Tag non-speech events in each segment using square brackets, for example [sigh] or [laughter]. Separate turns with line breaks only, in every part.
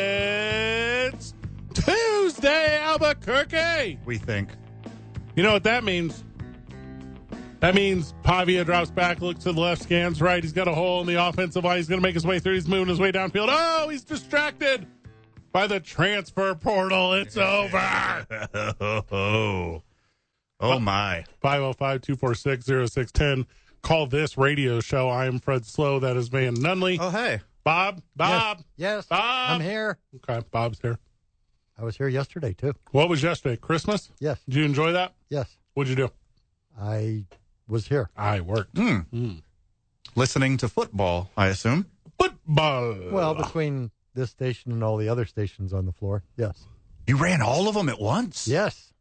It's Tuesday, Albuquerque.
we think.
You know what that means? That means Pavia drops back, looks to the left, scans right. He's got a hole in the offensive line. He's going to make his way through. He's moving his way downfield. Oh, he's distracted by the transfer portal. It's over.
Oh, oh my.
505-246-0610. Call this radio show. I am Fred Slow. That is Van Nunley.
Oh, hey.
Bob. Bob.
Yes,
Bob.
I'm here.
Okay, Bob's here.
I was here yesterday too.
What was yesterday? Christmas?
Yes,
Did you enjoy that?
yes,
What'd you do?
I was here.
I worked.
Hmm. Listening to football, I assume.
Football.
Well, between this station and all the other stations on the floor. Yes,
You ran all of them at once?
yes,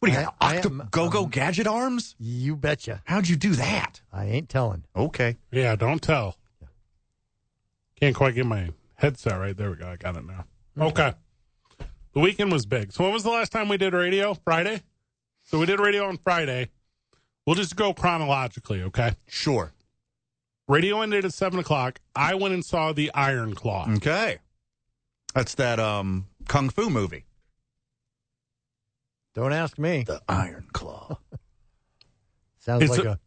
What do you
I-
got?
I
Octo-
am-
go-go
um,
gadget arms?
you betcha.
How'd you do that?
I ain't telling.
Okay.
yeah, don't tell. Can't quite get my headset right. There we go. I got it now. Okay. The weekend was big. So when was the last time we did radio? Friday? So we did radio on Friday. We'll just go chronologically, okay?
Sure.
Radio ended at seven o'clock. I went and saw the Iron Claw.
Okay. That's that um kung fu movie.
Don't ask me.
The Iron Claw.
Sounds
It's
like
a-
a,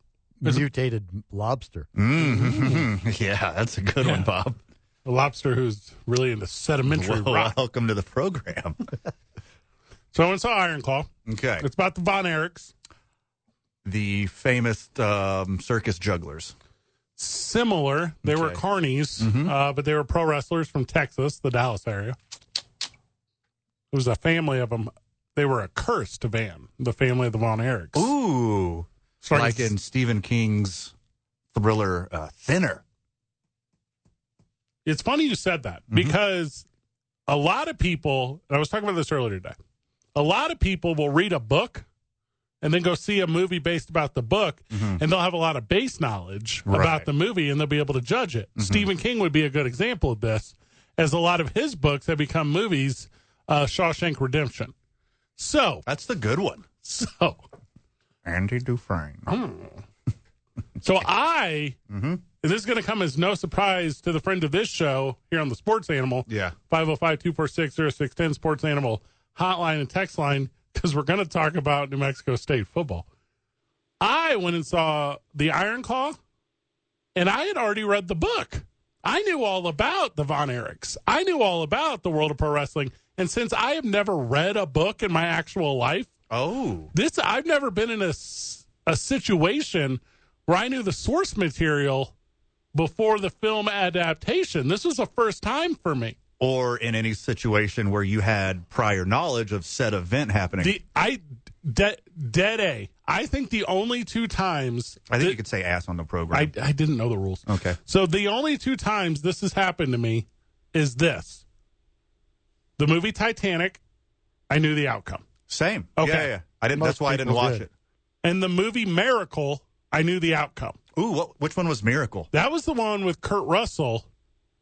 it's a-
mutated lobster.
mm [laughs] yeah, that's a good one, Bob.
A lobster who's really into sedimentary
Well,
rock.
welcome to the program. [laughs]
So I went and saw Iron Claw.
Okay.
It's about the Von Erichs.
The famous um, circus jugglers.
Similar. They were
Okay. Mm-hmm.
carnies, uh, but they were pro wrestlers from Texas, the Dallas area. It was a family of them. They were a cursed van, the family of the Von Erichs.
Ooh.
Starting
like
s-
in Stephen King's thriller uh, Thinner.
It's funny you said that because a lot of people, and I was talking about this earlier today, a lot of people will read a book and then go see a movie based about the book and they'll have a lot of base knowledge about
Right.
the movie and they'll be able to judge it. Stephen King would be a good example of this, as a lot of his books have become movies, uh, Shawshank Redemption. So,
That's the good one.
so,
Andy Dufresne.
Oh. so I, and this is going to come as no surprise to the friend of this show here on the Sports Animal.
Yeah.
505-246-0610 sports animal hotline and text line because we're going to talk about new mexico state football i went and saw the iron claw and i had already read the book i knew all about the von erichs i knew all about the world of pro wrestling and since i have never read a book in my actual life
Oh.
this i've never been in a, s- a situation where i knew the source material before the film adaptation this was a first time for me
Or in any situation where you had prior knowledge of said event happening.
The I de, dead a. I think the only two times
I think you could say ass on the
I,
program.
I didn't know the rules.
okay.
So the only two times this has happened to me is this. The movie Titanic, I knew the outcome.
Same.
Okay.
Yeah, yeah. I didn't.
Most
that's why I didn't
people
watch
did.
it.
And the movie Miracle, I knew the outcome.
Ooh, what, which one was Miracle?
That was the one with Kurt Russell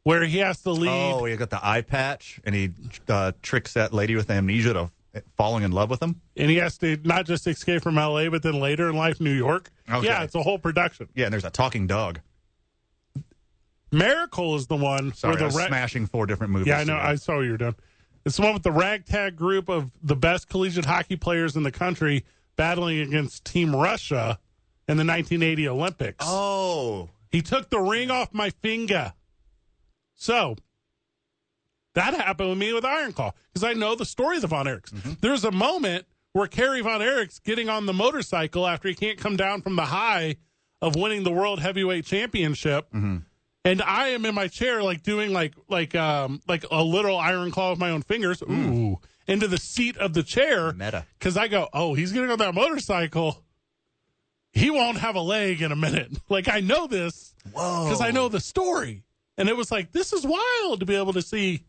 where he has to lead
Oh, he got the eye patch and he uh, tricks that lady with amnesia to falling in love with him.
and he has to not just escape from LA but then later in life New York.
Okay.
Yeah, it's a whole production.
Yeah, and there's a talking dog.
Miracle is the one
Sorry, I
where
was
the re-
smashing four different movies.
Yeah, I know.
together.
I saw what you were doing. It's the one with the ragtag group of the best collegiate hockey players in the country battling against Team Russia in the 1980 Olympics.
oh,
He took the ring off my finger. So that happened with me with Iron Claw because I know the story of the Von Erichs. There's a moment where Kerry Von Erich's getting on the motorcycle after he can't come down from the high of winning the World Heavyweight Championship. And I am in my chair, like doing like like um like a little iron claw with my own fingers, ooh, into the seat of the chair,
meta.
because I go, oh, he's getting on that motorcycle. He won't have a leg in a minute. [laughs] Like I know this
Whoa.
because I know the story, and it was like this is wild to be able to see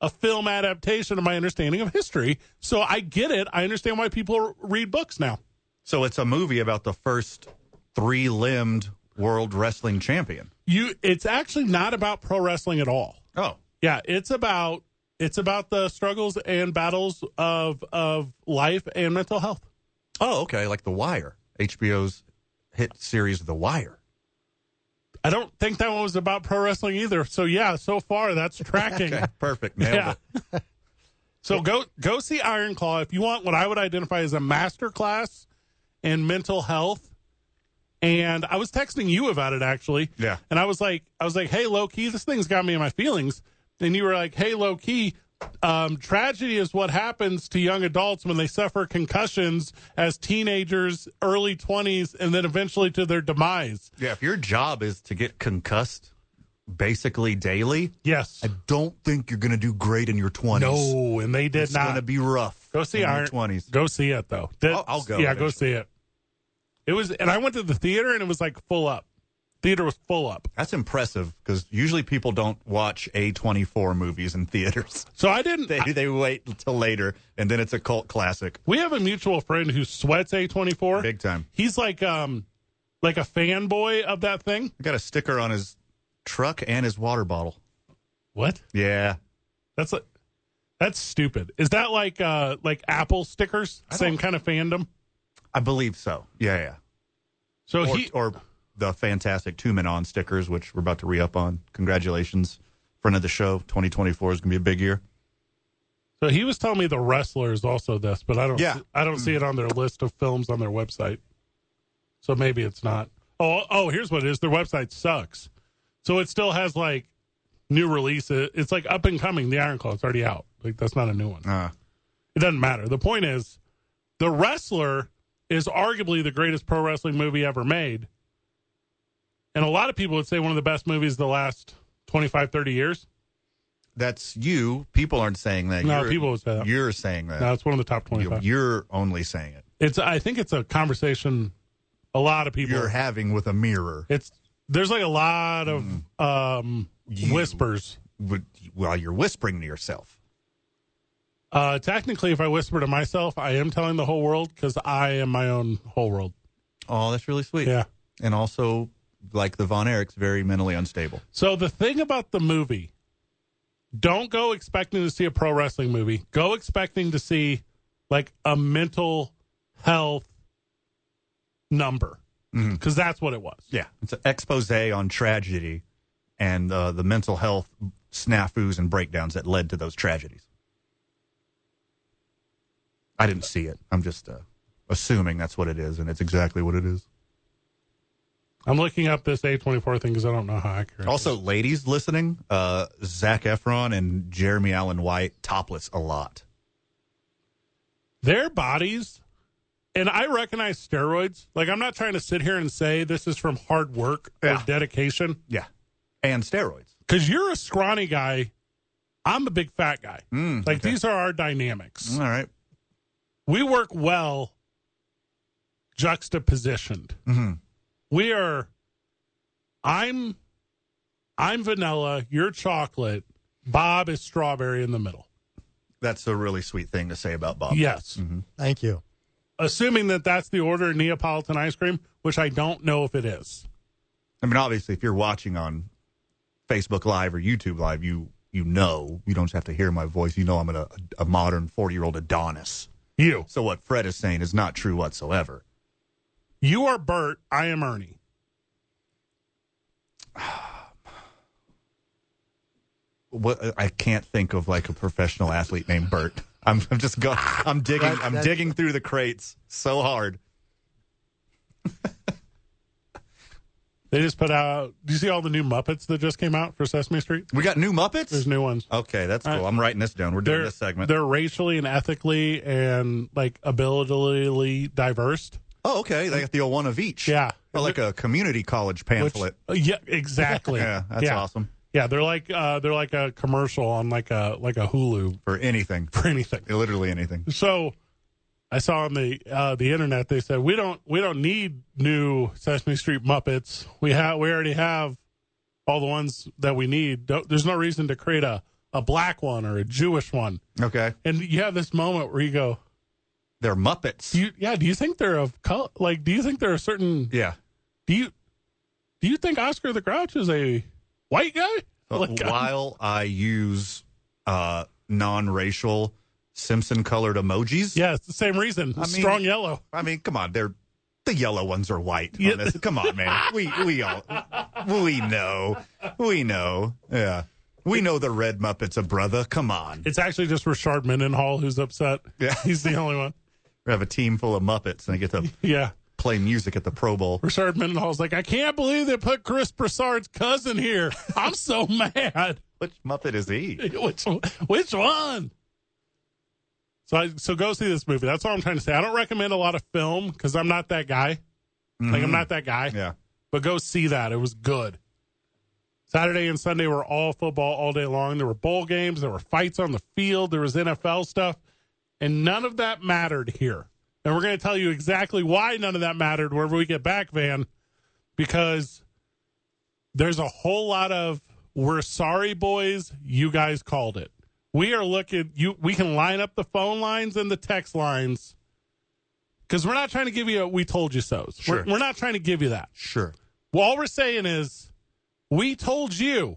a film adaptation of my understanding of history. So I get it. I understand why people read books now.
So it's a movie about the first three limbed world wrestling champion.
You, it's actually not about pro wrestling at all.
Oh.
Yeah, it's about it's about the struggles and battles of of life and mental health.
Oh, okay. Like The Wire, HBO's hit series The Wire.
I don't think that one was about pro wrestling either. So yeah, so far
[laughs]
that's tracking.
Okay, perfect. Nailed
Yeah.
it.
so go go see Iron Claw if you want what I would identify as a master class in mental health. And I was texting you about it actually.
Yeah.
And I was like, I was like, hey, low key, this thing's got me in my feelings. And you were like, hey, low key, um, tragedy is what happens to young adults when they suffer concussions as teenagers, early twenties, and then eventually to their demise.
Yeah. If your job is to get concussed basically daily,
Yes.
I don't think you're going to do great in your 20s.
No, and they did
It's
not.
going to be rough.
Go see
in your
Iron
20s.
Go see it though. That-
I'll- I'll go
Yeah, go
eventually.
see it. It was, and I went to the theater and it was like full up. Theater was full up.
That's impressive because usually people don't watch A24 movies in theaters.
So [laughs] I didn't.
They, they wait till later, and then it's a cult classic.
we have a mutual friend who sweats A twenty four
Big time.
He's like um, like a fanboy of that thing.
I got a sticker on his truck and his water bottle.
What?
Yeah.
That's like, that's stupid. Is that like uh, like Apple stickers? Same kind of fandom.
I believe so. Yeah, yeah.
So
or,
he
or the fantastic two men on stickers, which we're about to re up on. Congratulations, friend of the show. 2024 is going to be a big year.
so he was telling me the wrestler is also this, but I don't
Yeah.
see, I don't see it on their list of films on their website. So maybe it's not. Oh oh, here's what it is. Their website sucks. So it still has like new releases. It's like up and coming. The Iron Claw it's already out. Like that's not a new one.
Uh,
It doesn't matter. The point is, The Wrestler is arguably the greatest pro wrestling movie ever made. And a lot of people would say one of the best movies of the last 25, 30 years.
that's you. People aren't saying that.
No,
You're-
people would say that.
You're saying that.
Now it's one of the top
You-
25.
you're only saying it.
It's I think it's a conversation a lot of people
You're having with a mirror
it's there's like a lot of um
Mm. You.
whispers.
with- while you're whispering to yourself.
Uh technically if I whisper to myself, I am telling the whole world cuz I am my own whole world.
Oh, that's really sweet.
Yeah.
And also, like the Von Erichs, very mentally unstable.
So the thing about the movie, don't go expecting to see a pro wrestling movie. Go expecting to see like a mental health number because
Mm-hmm.
that's what it was.
Yeah. It's an expose on tragedy and uh, the mental health snafus and breakdowns that led to those tragedies. I didn't see it. I'm just uh, assuming that's what it is, and it's exactly what it is.
I'm looking up this A24 thing because I don't know how accurate. it
Also,
is.
ladies listening, uh, Zach Efron and Jeremy Allen White topless a lot.
their bodies, and I recognize steroids. Like I'm not trying to sit here and say this is from hard work
Yeah.
or dedication
Yeah. And steroids.
because you're a scrawny guy. I'm a big fat guy. like these are our dynamics.
Mm. All right.
we work well juxtapositioned.
Mm-hmm.
We are I'm I'm vanilla, you're chocolate, Bob is strawberry in the middle.
That's a really sweet thing to say about Bob.
Yes.
Mm-hmm.
Thank you.
Assuming that that's the order of Neapolitan ice cream, which I don't know if it is.
I mean, obviously, if you're watching on Facebook Live or YouTube Live, you you know you don't have to hear my voice. You know I'm a, a modern 40 year old Adonis.
You.
So what Fred is saying is not true whatsoever.
You are Bert, I am Ernie.
What I can't think of like a professional athlete named Bert. I'm, I'm just going. I'm digging.
That-
I'm
that-
digging through the crates so hard.
They just put out do you see all the new Muppets that just came out for Sesame Street?
We got new Muppets.
There's uh, new ones.
okay, that's
All
cool.
right.
I'm writing this down. We're doing
They're
this segment.
they're racially and ethically and like abilitally diverse.
Oh, okay. They got the old one of each.
Yeah.
Oh, like a community college
Which-
pamphlet.
uh, yeah, exactly.
[laughs] yeah, that's
yeah.
awesome
Yeah, they're like uh, they're like a commercial on like a like a Hulu
for anything,
for anything.
literally anything.
So I saw on the uh, the internet they said we don't we don't need new Sesame Street Muppets. We have we already have all the ones that we need. Don't, there's no reason to create a a black one or a Jewish one,
Okay.
and you have this moment where you go,
They're Muppets.
do you, yeah, do you think they're of color? Like, do you think they're a certain?
yeah.
Do you do you think Oscar the Grouch is a white guy?
But
Like, I'm-
while I use uh, non-racial Simpson-colored
[laughs]
emojis,
yeah, it's the same reason.
I mean-
Strong yellow.
I mean, come on, they're the yellow ones are white. on
Yeah.
this. Come
[laughs]
on, man. We we all we know, we know. Yeah, we know the red Muppets a brother. Come on,
It's actually just Richard Mendenhall who's upset.
Yeah. [laughs]
he's the only one.
we have a team full of Muppets and they get to
Yeah.
play music at the Pro Bowl.
Richard Mendenhall's like, I can't believe they put Chris Broussard's cousin here. I'm so [laughs] mad.
Which Muppet is he?
Which which one? So I so go see this movie. That's all I'm trying to say. I don't recommend a lot of film because I'm not that guy. Like I'm not that guy.
Yeah,
But go see that. It was good. Saturday and Sunday were all football all day long. There were bowl games. There were fights on the field. There was NFL stuff. And none of that mattered here. And we're going to tell you exactly why none of that mattered wherever we get back, Van, because there's a whole lot of we're sorry, boys. You guys called it. We are looking, you, we can line up the phone lines and the text lines because we're not trying to give you a we told you so's. We're-
Sure.
we're not trying to give you that.
sure.
Well, all we're saying is we told you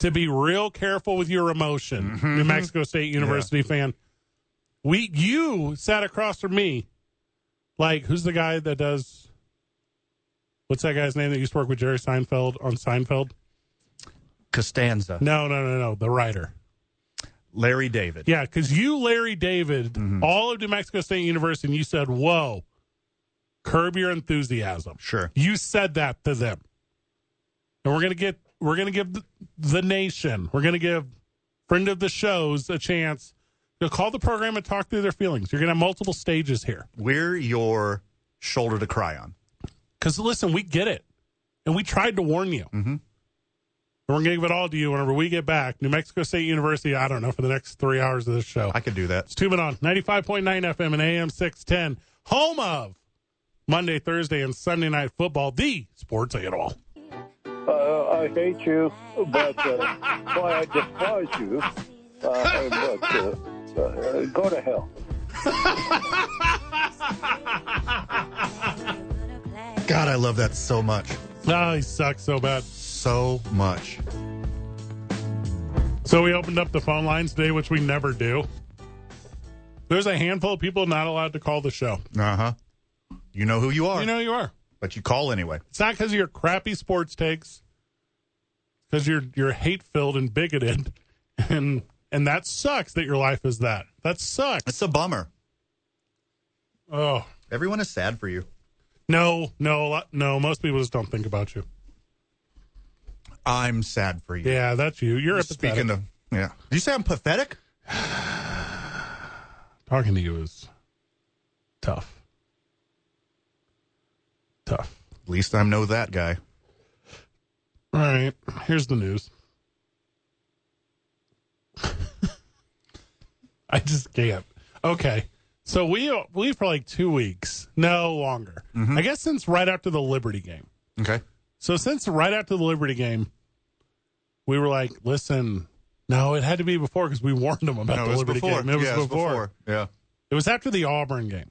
to be real careful with your emotion, New Mexico State University fan. We you sat across from me, like who's the guy that does what's that guy's name that used to work with Jerry Seinfeld on Seinfeld?
Costanza,
No, no, no, no, the writer.
Larry David.
Yeah, because you, Larry David, all of New Mexico State University, and you said, "Whoa, curb your enthusiasm."
Sure.
You said that to them. And we're going to get we're going to give the, the nation, we're going to give friend of the shows a chance to call the program and talk through their feelings. You're going to have multiple stages here.
We're your shoulder to cry on.
Cuz listen, we get it. And we tried to warn you. Mm-hmm. And we're going to give it all to you whenever we get back. New Mexico State University, I don't know, for the next 3 hours of this show.
I could do that.
It's two men on 95.9 FM and AM 610, home of Monday, Thursday, and Sunday night football, the sports at all.
Uh, I hate you, but uh, why I despise you. Uh, but uh, uh, go to hell.
God, I love that so much,
Oh, he sucks so bad.
so much.
So we opened up the phone lines today, which we never do. There's a handful of people not allowed to call the show.
Uh huh. You know who you are,
You know you are.
but you call anyway.
It's not because of your crappy sports takes, because you're you're hate filled and bigoted, [laughs] and and that sucks that your life is that. That sucks.
It's a bummer.
Oh
Everyone is sad for you.
no, no, a lot- no. Most people just don't think about you.
I'm sad for you.
Yeah, that's you. You're apathetic.
Speaking of, yeah. Did you say I'm pathetic?
talking to you is tough. Tough.
At least I know that guy.
All right. Here's the news. [laughs] I just can't. Okay. So we we for like two weeks, no longer.
Mm-hmm.
I guess since right after the Liberty game.
Okay.
So since right after the Liberty game, we were like, listen, no, it had to be before because we warned them about the Liberty game. It was
yeah, it was before. Yeah.
It was after the Auburn game.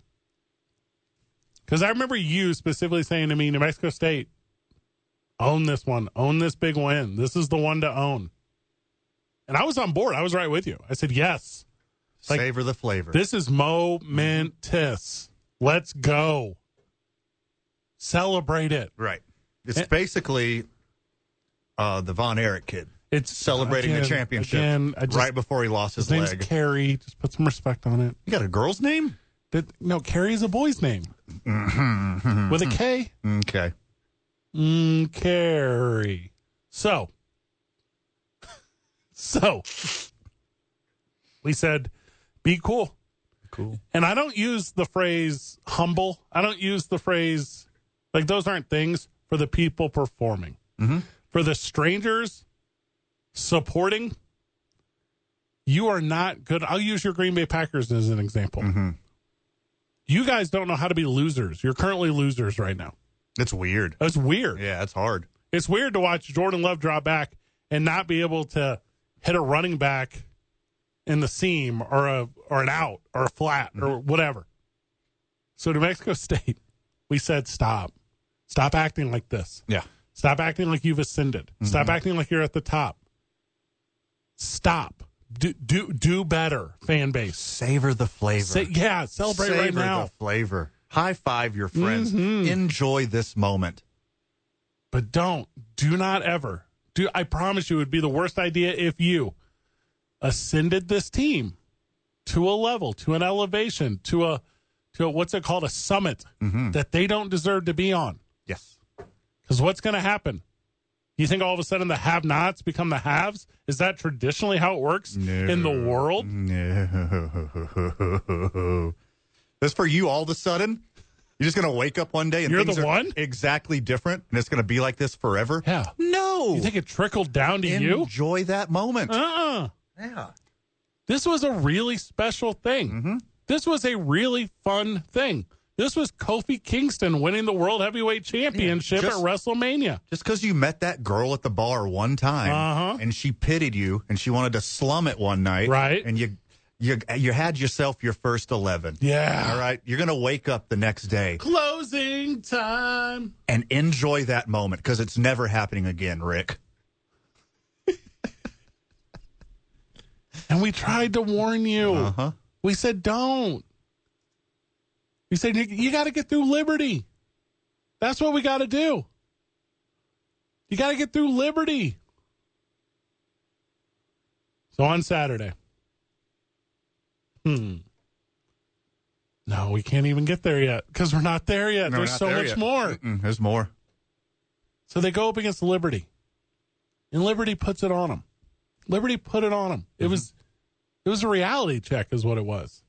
Because I remember you specifically saying to me, New Mexico State, own this one, own this big win. This is the one to own. And I was on board. I was right with you. I said, yes, Like-
Savor the flavor.
this is momentous. Let's go. Celebrate it.
right. It's basically uh, the Von Erich kid
It's
celebrating
again-
the championship
Again, I just,
right before he lost his,
his name's
leg.
Carrie. Just put some respect on it.
you got a girl's name?
That, no, Carrie is a boy's name
Mm-hmm.
with a K.
Okay.
Mm, carry. So, [laughs] so we said, be cool.
Cool.
And I don't use the phrase humble. I don't use the phrase, like, those aren't things for the people performing. For the strangers supporting, you are not good. I'll use your Green Bay Packers as an example. You guys don't know how to be losers. You're currently losers right now.
It's weird.
That's weird.
Yeah, it's hard.
It's weird to watch Jordan Love drop back and not be able to hit a running back in the seam or a or an out or a flat or whatever. So New Mexico [laughs] State, we said stop. Stop acting like this.
Yeah.
Stop acting like you've ascended. Stop acting like you're at the top. Stop. Do do do better, fan base.
Savor the flavor.
Say, yeah, celebrate
Savor
right now. Mm-hmm.
the flavor. High five your friends. Enjoy this moment.
but don't do not ever do i promise you it would be the worst idea if you ascended this team to a level to an elevation to a to a, what's it called a summit that they don't deserve to be on [laughs]
Yes.
because what's going to happen you think all of a sudden the have nots become the haves is that traditionally how it works in the world
No. This for you all of a sudden? You're just going to wake up one day and
You're
things
the
are
one?
exactly different and it's going to be like this forever?
yeah
No.
you think it trickled down to you
Enjoy that moment.
uh-uh
yeah.
this was a really special thing.
Mm-hmm.
This was a really fun thing. This was Kofi Kingston winning the World Heavyweight Championship
Yeah, just-
at WrestleMania.
Just because you met that girl at the bar one time
Uh-huh.
and she pitied you and she wanted to slum it one night.
Right.
And you you you had yourself your first 11.
Yeah.
All right. You're going to wake up the next day
Closing time.
and enjoy that moment because it's never happening again, Rick.
And we tried to warn you.
huh.
We said, don't. We said, you, you got to get through liberty. That's what we got to do. You got to get through liberty. So on Saturday, hmm. No, we can't even get there yet because we're not there yet.
No, we're
There's
not
so
there
much
yet.
more.
Mm, There's more.
So they go up against Liberty, and Liberty puts it on them. Liberty put it on them. It was, it was a reality check, is what it was.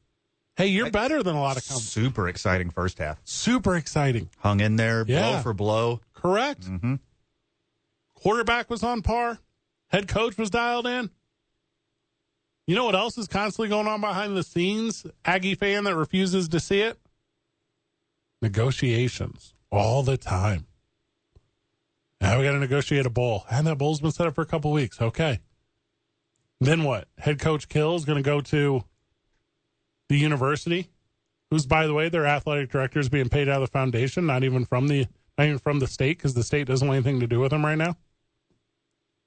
Hey, you're better than a lot of companies.
Super exciting first half.
Super exciting.
Hung in there, blow
Yeah.
for blow. Mm-hmm.
Correct. Quarterback was on par. Head coach was dialed in. You know what else is constantly going on behind the scenes? Aggie fan that refuses to see it? Negotiations all the time. Now we got to negotiate a bowl. And that bowl's been set up for a couple weeks. Okay. Then what? Head coach Kill is going to go to the university who's by the way their athletic director is being paid out of the foundation not even from the not even from the state because the state doesn't want anything to do with him right now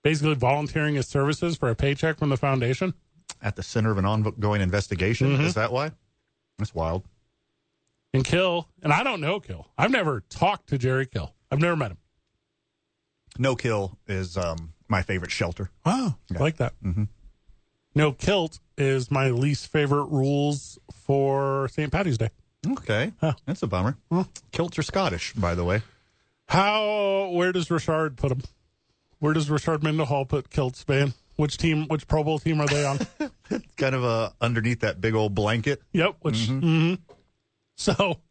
basically volunteering his services for a paycheck from the foundation
At the center of an ongoing investigation.
Mm-hmm.
Is that why? That's wild.
and kill and i don't know kill i've never talked to jerry kill i've never met him
No kill is um, my favorite shelter.
oh i like that mm-hmm. no kilt is my least favorite rules for st patty's day
Okay.
Huh.
That's a bummer. Kilts are Scottish, by the way.
how where does richard put him where does richard mendenhall put kilts man which team which pro bowl team are they on
Kind of uh, underneath that big old blanket.
Yep. Which mhm. so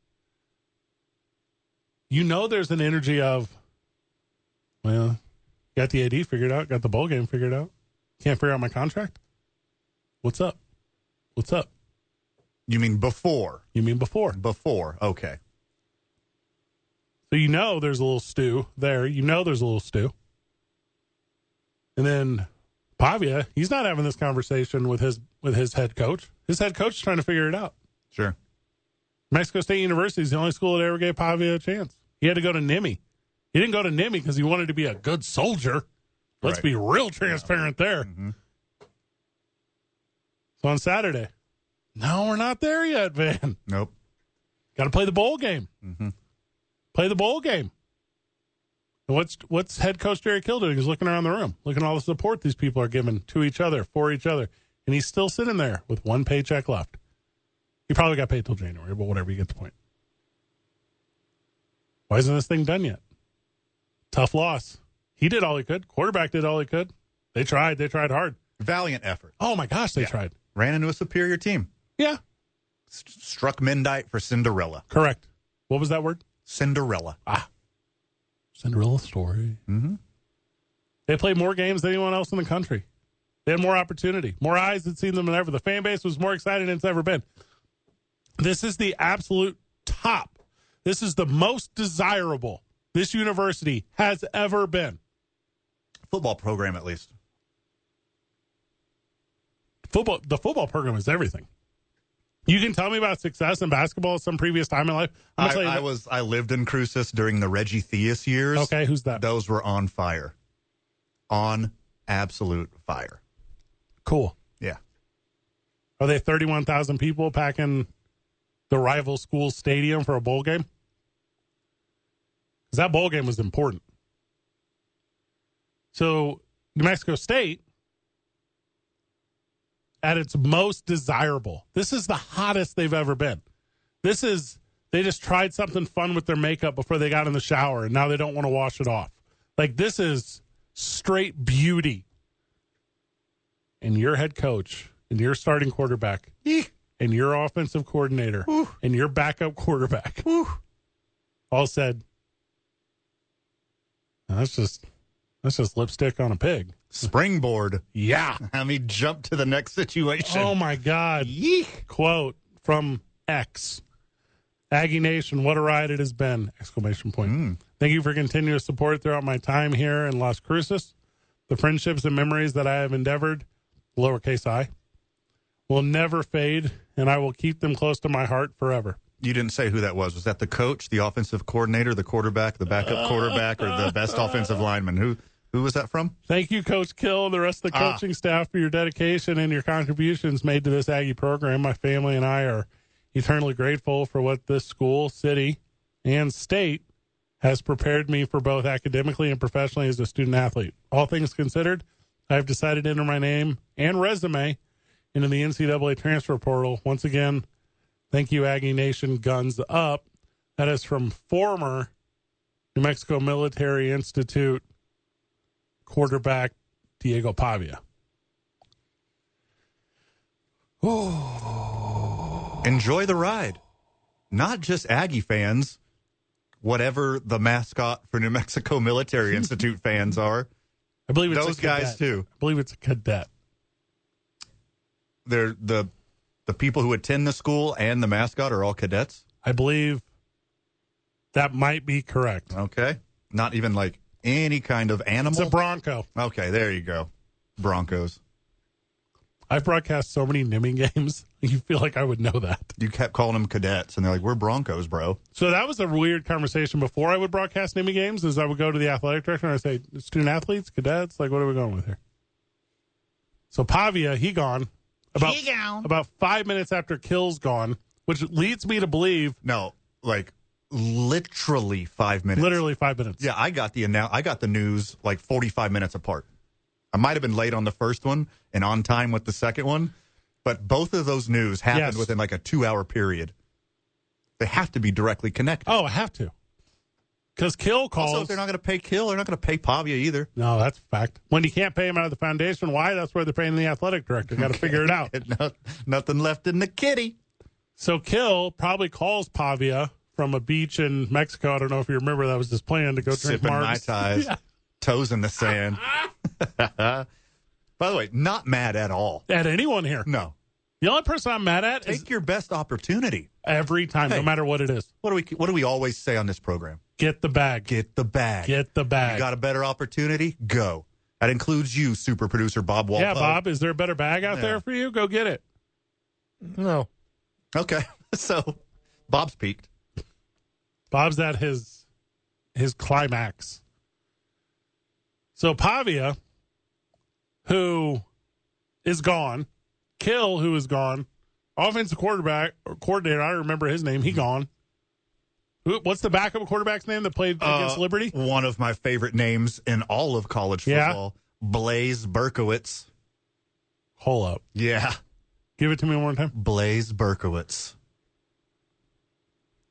you know there's an energy of well, got the AD figured out, got the bowl game figured out. Can't figure out my contract. What's up? What's up?
You mean before?
You mean before?
Before. Okay.
So you know there's a little stew there. You know there's a little stew. And then Pavia, he's not having this conversation with his with his head coach. His head coach is trying to figure it out.
Sure.
Mexico State University is the only school that ever gave Pavia a chance. He had to go to NIMI. He didn't go to NIMI because he wanted to be a good soldier. Let's
Right.
be real transparent there. So on Saturday, no, we're not there yet, [laughs] man.
Nope.
Got to play the bowl game. Play the bowl game. And what's what's head coach Jerry Kill doing? He's looking around the room, looking at all the support these people are giving to each other, for each other, and he's still sitting there with one paycheck left. He probably got paid till January, but whatever. You get the point. Why isn't this thing done yet? Tough loss. He did all he could. Quarterback did all he could. They tried. They tried hard.
Valiant effort.
Oh my gosh, they tried.
Ran into a superior team.
Yeah,
S- struck Mendite for Cinderella.
correct. What was that word?
Cinderella.
Ah. Cinderella story. Mm-hmm. They played more games than anyone else in the country. They had more opportunity, more eyes had seen them than ever. The fan base was more excited than it's ever been. This is the absolute top. This is the most desirable this university has ever been.
Football program, at least.
football the football program is everything. You can tell me about success in basketball at some previous time in life. I'm gonna
I,
tell you
I
that-
was I lived in Crucis during the Reggie Theus years.
okay. Who's that?
Those were on fire. On absolute fire.
Cool.
Yeah.
Are they thirty-one thousand people packing the rival school stadium for a bowl game? 'Cause that bowl game was important. So New Mexico State, at its most desirable, this is the hottest they've ever been. This is they just tried something fun with their makeup before they got in the shower, and now they don't want to wash it off. Like this is straight beauty and your head coach and your starting quarterback and your offensive coordinator and your backup quarterback all said that's just that's just lipstick on a pig
Springboard.
yeah
Let me jump to the next situation.
oh my god quote from x aggie nation what a ride it has been exclamation point thank you for continuous support throughout my time here in las cruces the friendships and memories that i have endeavored lowercase i will never fade and i will keep them close to my heart forever
You didn't say who that was. Was that the coach, the offensive coordinator, the quarterback, the backup quarterback, or the best offensive lineman? Who who was that from?
Thank you, Coach Kill, and the rest of the
Ah.
coaching staff for your dedication and your contributions made to this Aggie program. My family and I are eternally grateful for what this school, city, and state has prepared me for both academically and professionally as a student athlete. All things considered, I've decided to enter my name and resume into the NCAA transfer portal. Once again, thank you, Aggie Nation. Guns up. That is from former New Mexico Military Institute quarterback Diego Pavia.
Enjoy the ride. Not just Aggie fans, whatever the mascot for New [laughs] Mexico Military Institute fans are.
I believe it's a
Those guys
cadet.
too.
I believe it's a cadet.
They're the the people who attend the school and the mascot are all cadets.
I believe that might be correct.
Okay. Not even like any kind of
It's a
animal.
Bronco.
okay, there you go. Broncos.
I've broadcast so many Nimming games. [laughs] You feel like I would know that.
You kept calling them cadets, and they're like, "We're Broncos, bro."
So that was a weird conversation before I would broadcast Nimming games. Is I would go to the athletic director and I say, "Student athletes, cadets, like what are we going with here?" So Pavia, he gone about about five minutes after Kill's gone, which leads me to believe
No, like literally five minutes.
literally five minutes.
Yeah, I got the annou- I got the news like 45 minutes apart. I might have been late on the first one and on time with the second one, but both of those news happened
Yes.
within like a 2-hour period. They have to be directly connected.
Oh, I have to. Because Kill calls.
Also, if they're not going to pay Kill, they're not going to pay Pavia either.
no, that's a fact. When you can't pay him out of the foundation, why? That's where they're paying the athletic director. Got to figure it
[laughs]
out.
No- nothing left in the kitty.
So Kill probably calls Pavia from a beach in Mexico. I don't know if you remember that was his plan to go drink
Sipping my
Mark's. [laughs]
ties, toes in the sand. By the way, not mad at all.
At anyone here,
No,
the only person I'm mad at is
take your best opportunity.
every time,
Hey.
no matter what it is.
What do we What do we always say on this program?
Get the bag. Get,
Get the bag.
the bag.
You got a better opportunity? Go. That includes you, super producer Bob Walpole.
yeah, Bob. Is there a better bag out
Yeah.
there for you? Go get it.
No.
Okay, [laughs] so Bob's peaked.
Bob's at his his climax. So Pavia, who is gone, Kill, who is gone, offensive quarterback or coordinator. I don't remember his name.
Mm-hmm.
He gone. Who- What's the backup quarterback's name that played against
Uh,
Liberty?
One of my favorite names in all of college
Yeah.
football, Blaze Berkowitz.
Hold up.
Yeah,
Give it to me one more time.
Blaze Berkowitz.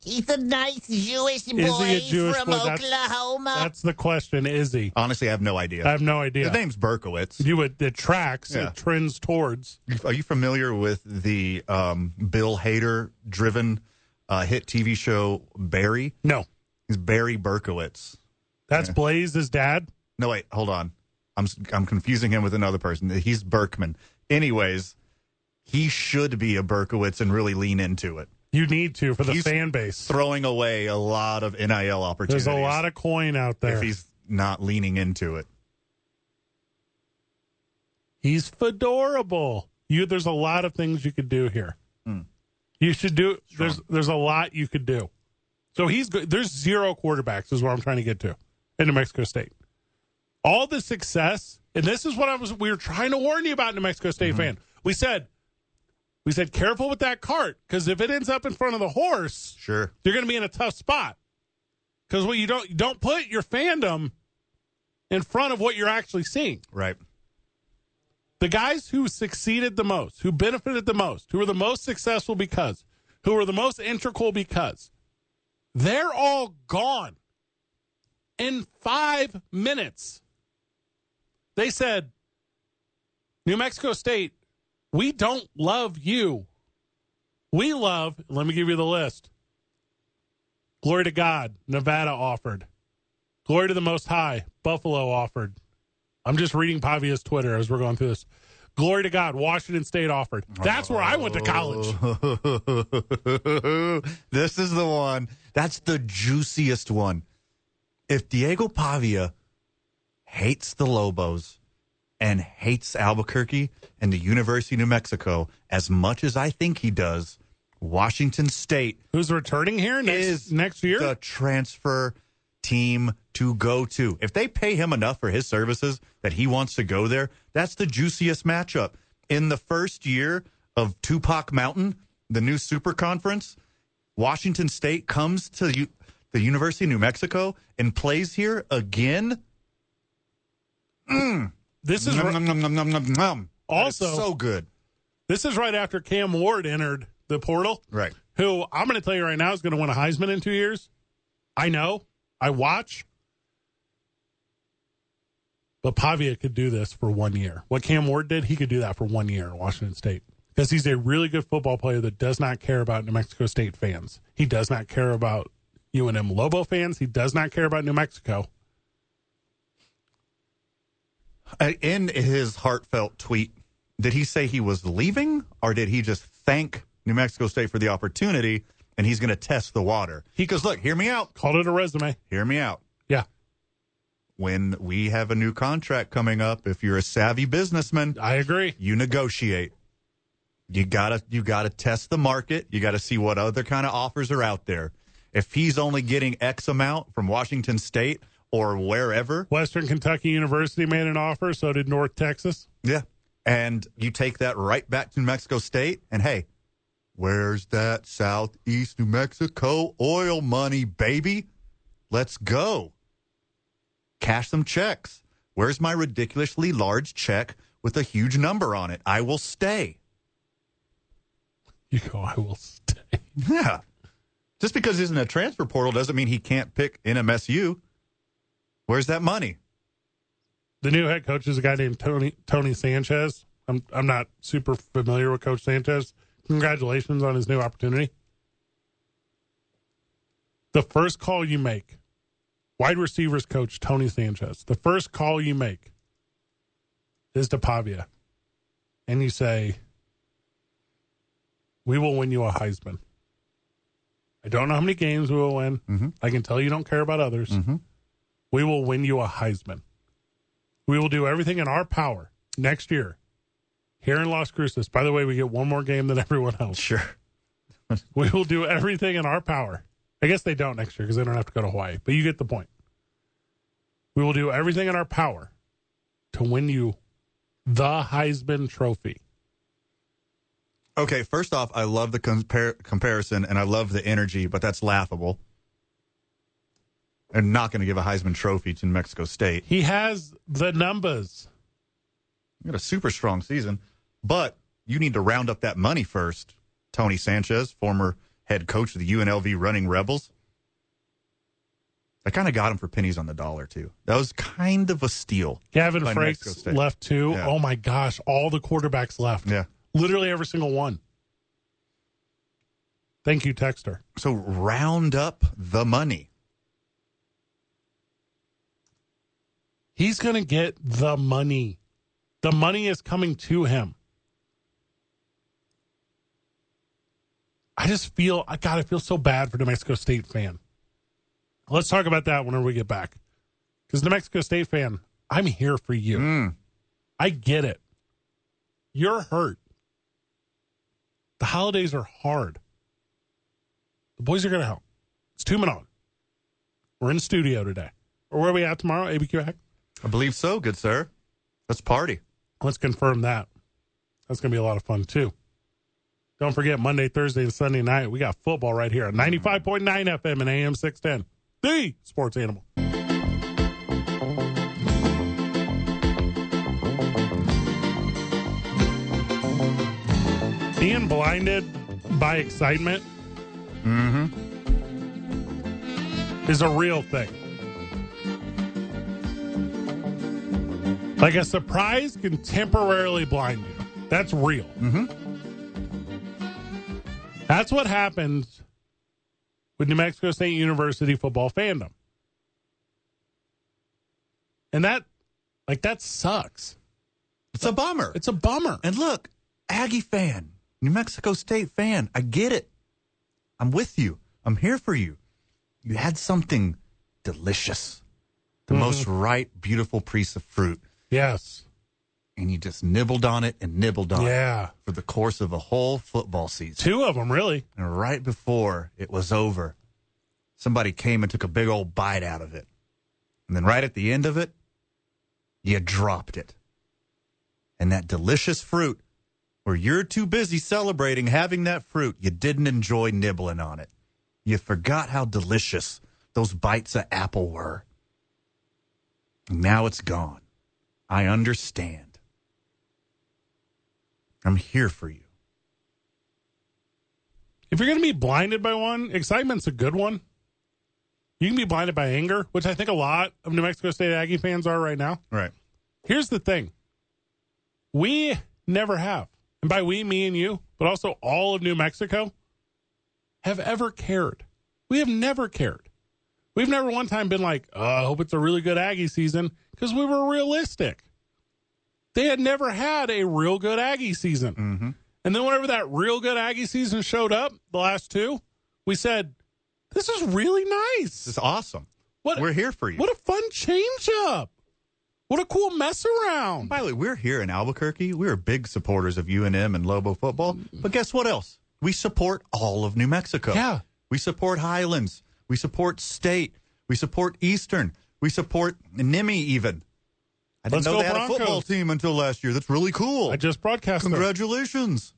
He's a nice Jewish boy
Is he a Jewish
from
boy? That's-
Oklahoma.
That's the question. Is he?
Honestly, I have no idea.
I have no idea.
His name's Berkowitz.
you would it tracks.
Yeah.
It trends towards.
Are you familiar with the um, Bill Hader driven uh, hit TV show Barry?
No,
He's Barry Berkowitz.
that's Blaze's dad.
No, wait, hold on. I'm s- I'm confusing him with another person. He's Berkman. Anyways, he should be a Berkowitz and really lean into it,
You need to for the
He's
fan base.
throwing away a lot of NIL opportunities.
There's a lot of coin out there.
if he's not leaning into it.
He's fedorable. You there's a lot of things you could do here.
Hmm.
You should do there's there's a lot you could do. So he's good. There's zero quarterbacks is what I'm trying to get to in New Mexico State. All the success, and this is what I was we were trying to warn you about, New Mexico State
Mm-hmm.
fan. We said we said careful with that cart because if it ends up in front of the horse,
Sure.
you're going to be in a tough spot because what you don't don't put your fandom in front of what you're actually seeing.
Right.
The guys who succeeded the most, who benefited the most, who were the most successful because, who were the most integral because, they're all gone in five minutes. They said, New Mexico State, we don't love you. We love, let me give you the list. Glory to God, Nevada offered. Glory to the Most High, Buffalo offered. I'm just reading Pavia's Twitter as we're going through this. Glory to God, Washington State offered. That's where I went to college.
[laughs] Oh. this is the one. That's the juiciest one. If Diego Pavia hates the Lobos and hates Albuquerque and the University of New Mexico as much as I think he does, Washington State
Who's returning here next,
is
next year?
the transfer team to go to. If they pay him enough for his services that he wants to go there, that's the juiciest matchup. In the first year of Tupac Mountain, the new super conference, Washington State comes to U- the University of New Mexico and plays here again.
this is
Nom, nom, nom, nom, nom, nom, nom. That is
Also-
so good.
This is right after Cam Ward entered the portal,
Right.
who I'm going to tell you right now is going to win a Heisman in two years. I know. I watch. But Pavia could do this for one year. What Cam Ward did, he could do that for one year in Washington State because he's a really good football player that does not care about New Mexico State fans. He does not care about UNM Lobo fans. He does not care about New Mexico.
Uh, in his heartfelt tweet, did he say he was leaving or did he just thank New Mexico State for the opportunity and he's going to test the water? He goes, Look, hear me out.
Called it a resume.
Hear me out.
Yeah.
When we have a new contract coming up, if you're a savvy businessman,
I agree.
you negotiate. You gotta you gotta test the market. You gotta see what other kind of offers are out there. If he's only getting X amount from Washington State or wherever,
Western Kentucky University made an offer. So did North Texas.
Yeah. And you take that right back to New Mexico State, and hey, where's that Southeast New Mexico oil money, baby? Let's go. Cash some checks. Where's my ridiculously large check with a huge number on it? I will stay.
You go, I will stay.
Yeah. Just because he's in a transfer portal doesn't mean he can't pick NMSU. Where's that money?
The new head coach is a guy named Tony Tony Sanchez. I'm I'm not super familiar with Coach Sanchez. Congratulations on his new opportunity. The first call you make, wide receivers coach Tony Sanchez. The first call you make is to Pavia, and you say, "We will win you a Heisman." I don't know how many games we will win. I can tell you don't care about others. We will win you a Heisman. We will do everything in our power next year here in Las Cruces. By the way, we get one more game than [laughs] everyone else.
Sure.
We will do everything in our power. I guess they don't next year because they don't have to go to Hawaii, but you get the point. We will do everything in our power to win you the Heisman Trophy.
Okay, first off, I love the compar- comparison and I love the energy, but that's laughable. I'm not going to give a Heisman Trophy to New Mexico State.
He has the numbers.
You got a super strong season, but you need to round up that money first. Tony Sanchez, former head coach of the UNLV Running Rebels. I kind of got him for pennies on the dollar, too. That was kind of a steal.
Gavin
By New Mexico
Frakes
State.
left too.
Yeah.
Oh my gosh, all the quarterbacks left.
Yeah.
Literally every single one. Thank you, Texter.
So round up the money.
He's going to get the money. The money is coming to him. I just feel, I God, I feel so bad for New Mexico State fan. Let's talk about that whenever we get back. Because New Mexico State fan, I'm here for you. I get it. You're hurt. The holidays are hard. The boys are going to help. It's two men on. We're in the studio today. Or where are we at tomorrow? ABQ Hack?
I believe so, good sir. Let's party.
Let's confirm that. That's going to be a lot of fun, too. Don't forget Monday, Thursday, and Sunday night. We got football right here on 95.9 FM and AM 610. The sports animal. Being blinded by excitement is a real thing. Like a surprise can temporarily blind you. That's real. Mm-hmm. That's what happens with New Mexico State University football fandom. And that, like, that sucks.
It's a bummer.
It's a bummer.
and look, Aggie fan, New Mexico State fan, I get it. I'm with you. I'm here for you. You had something delicious, the most ripe, beautiful piece of fruit,
Yes.
and you just nibbled on it and nibbled on it
Yeah.
for the course of a whole football season.
Two of them, really.
And right before it was over, somebody came and took a big old bite out of it. And then right at the end of it, you dropped it. And that delicious fruit, where you're too busy celebrating having that fruit, you didn't enjoy nibbling on it. You forgot how delicious those bites of apple were. And now it's gone. I understand. I'm here for you.
If you're going to be blinded by one, excitement's a good one. You can be blinded by anger, which I think a lot of New Mexico State Aggie fans are right now.
Right.
Here's the thing we never have, and by we, me and you, but also all of New Mexico, have ever cared. We have never cared. We've never one time been like, oh, I hope it's a really good Aggie season because we were realistic. They had never had a real good Aggie season. And then whenever that real good Aggie season showed up, the last two, we said, this is really nice.
This is awesome.
What,
We're here for you.
what a fun change up. What a cool mess around.
By the way, we're here in Albuquerque. We're big supporters of UNM and Lobo football. But guess what else? We support all of New Mexico.
Yeah.
We support Highlands. We support State. We support Eastern. We support NIMI even. I
Let's
didn't know
go
they had
Broncos.
a football team until last year. That's really cool.
I just broadcast them.
Congratulations.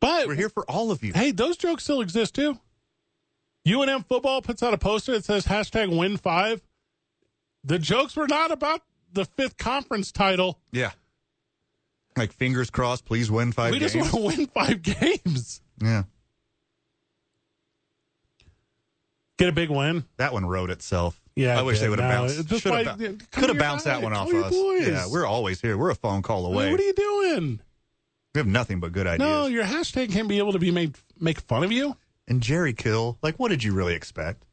But
We're here for all of you.
hey, those jokes still exist too. UNM football puts out a poster that says hashtag win five. The jokes were not about the fifth conference title.
Yeah. Like fingers crossed, please win five
we
games.
just want to win five [laughs] games.
yeah.
Get a big win.
That one wrote itself.
Yeah,
I
it
wish
did.
they would have
No, it
bounced.
just
Should
like-
have
come
could
to
have
your
bounced that
guy.
one off
Call your
us.
boys.
Yeah, we're always here. We're a phone call
I mean,
away.
what are you doing?
we have nothing but good ideas.
No, your hashtag can't be able to be made make fun of you.
and Jerry Kill, like, what did you really expect?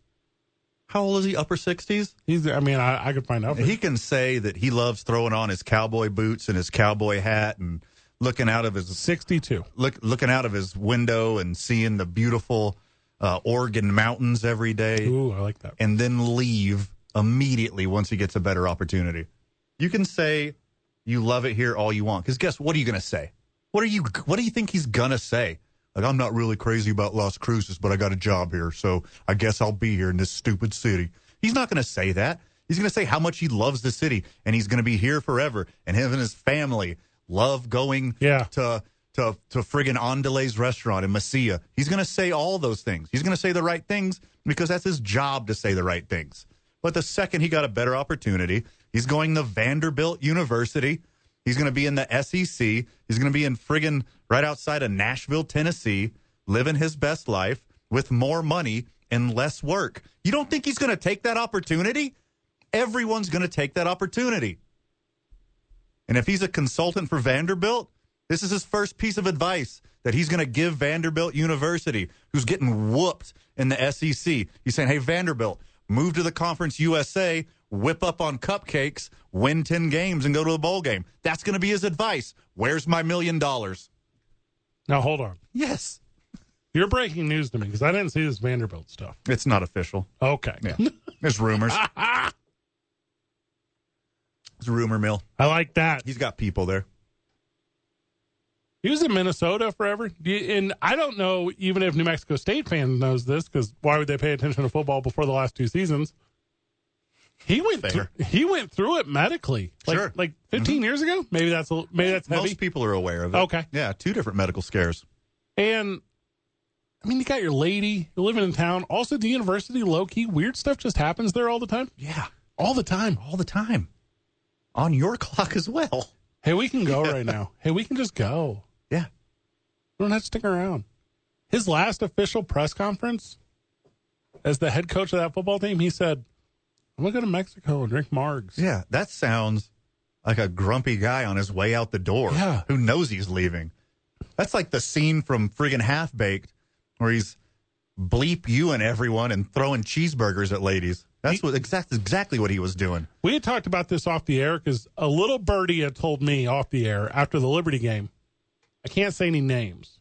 How old is he? Upper sixties.
He's, I mean, I, I could find out. for-
He can say that he loves throwing on his cowboy boots and his cowboy hat and looking out of his
Sixty-two.
look looking out of his window and seeing the beautiful uh, Oregon mountains every day.
Ooh, I like that.
and then leave immediately once he gets a better opportunity. You can say you love it here all you want because guess what are you going to say? What are you? What do you think he's going to say? Like I'm not really crazy about Las Cruces, but I got a job here, so I guess I'll be here in this stupid city. He's not going to say that. He's going to say how much he loves the city and he's going to be here forever. And him and his family love going
Yeah.
to to to friggin' Andale's restaurant in Mesilla. He's gonna say all those things. He's gonna say the right things because that's his job to say the right things. But the second he got a better opportunity, he's going to Vanderbilt University. He's gonna be in the SEC. He's gonna be in friggin' right outside of Nashville, Tennessee, living his best life with more money and less work. You don't think he's gonna take that opportunity? Everyone's gonna take that opportunity. And if he's a consultant for Vanderbilt, this is his first piece of advice that he's going to give Vanderbilt University, who's getting whooped in the SEC. He's saying, hey, Vanderbilt, move to the Conference USA, whip up on cupcakes, win 10 games, and go to a bowl game. That's going to be his advice. Where's my million dollars?
Now hold on.
Yes.
You're breaking news to me because I didn't see this Vanderbilt stuff.
It's not official.
Okay.
Yeah. There's rumors. it's a rumor mill.
I like that.
He's got people there.
He was in Minnesota forever, Do you- and I don't know even if New Mexico State fans knows this because why would they pay attention to football before the last two seasons? He went
Fair.
through. He went through it medically, like,
Sure. Mm-hmm.
like 15 years ago. Maybe that's a, l- maybe that's heavy.
Most people are aware of it.
Okay.
Yeah, two different medical scares.
And I mean, you got your lady, you're living in town. Also, the university, low key, weird stuff just happens there all the time.
Yeah,
All the time.
all the time. On your [laughs] clock as well.
Hey, we can go right now. Hey, we can just go.
Yeah.
We don't have to stick around. His last official press conference as the head coach of that football team, he said, I'm going to go to Mexico and drink margs.
Yeah, that sounds like a grumpy guy on his way out the door
Yeah.
who knows he's leaving. That's like the scene from friggin' Half Baked where he's bleep you and everyone and throwing cheeseburgers at ladies. That's what exact, exactly what he was doing.
We had talked about this off the air because a little birdie had told me off the air after the Liberty game. I can't say any names.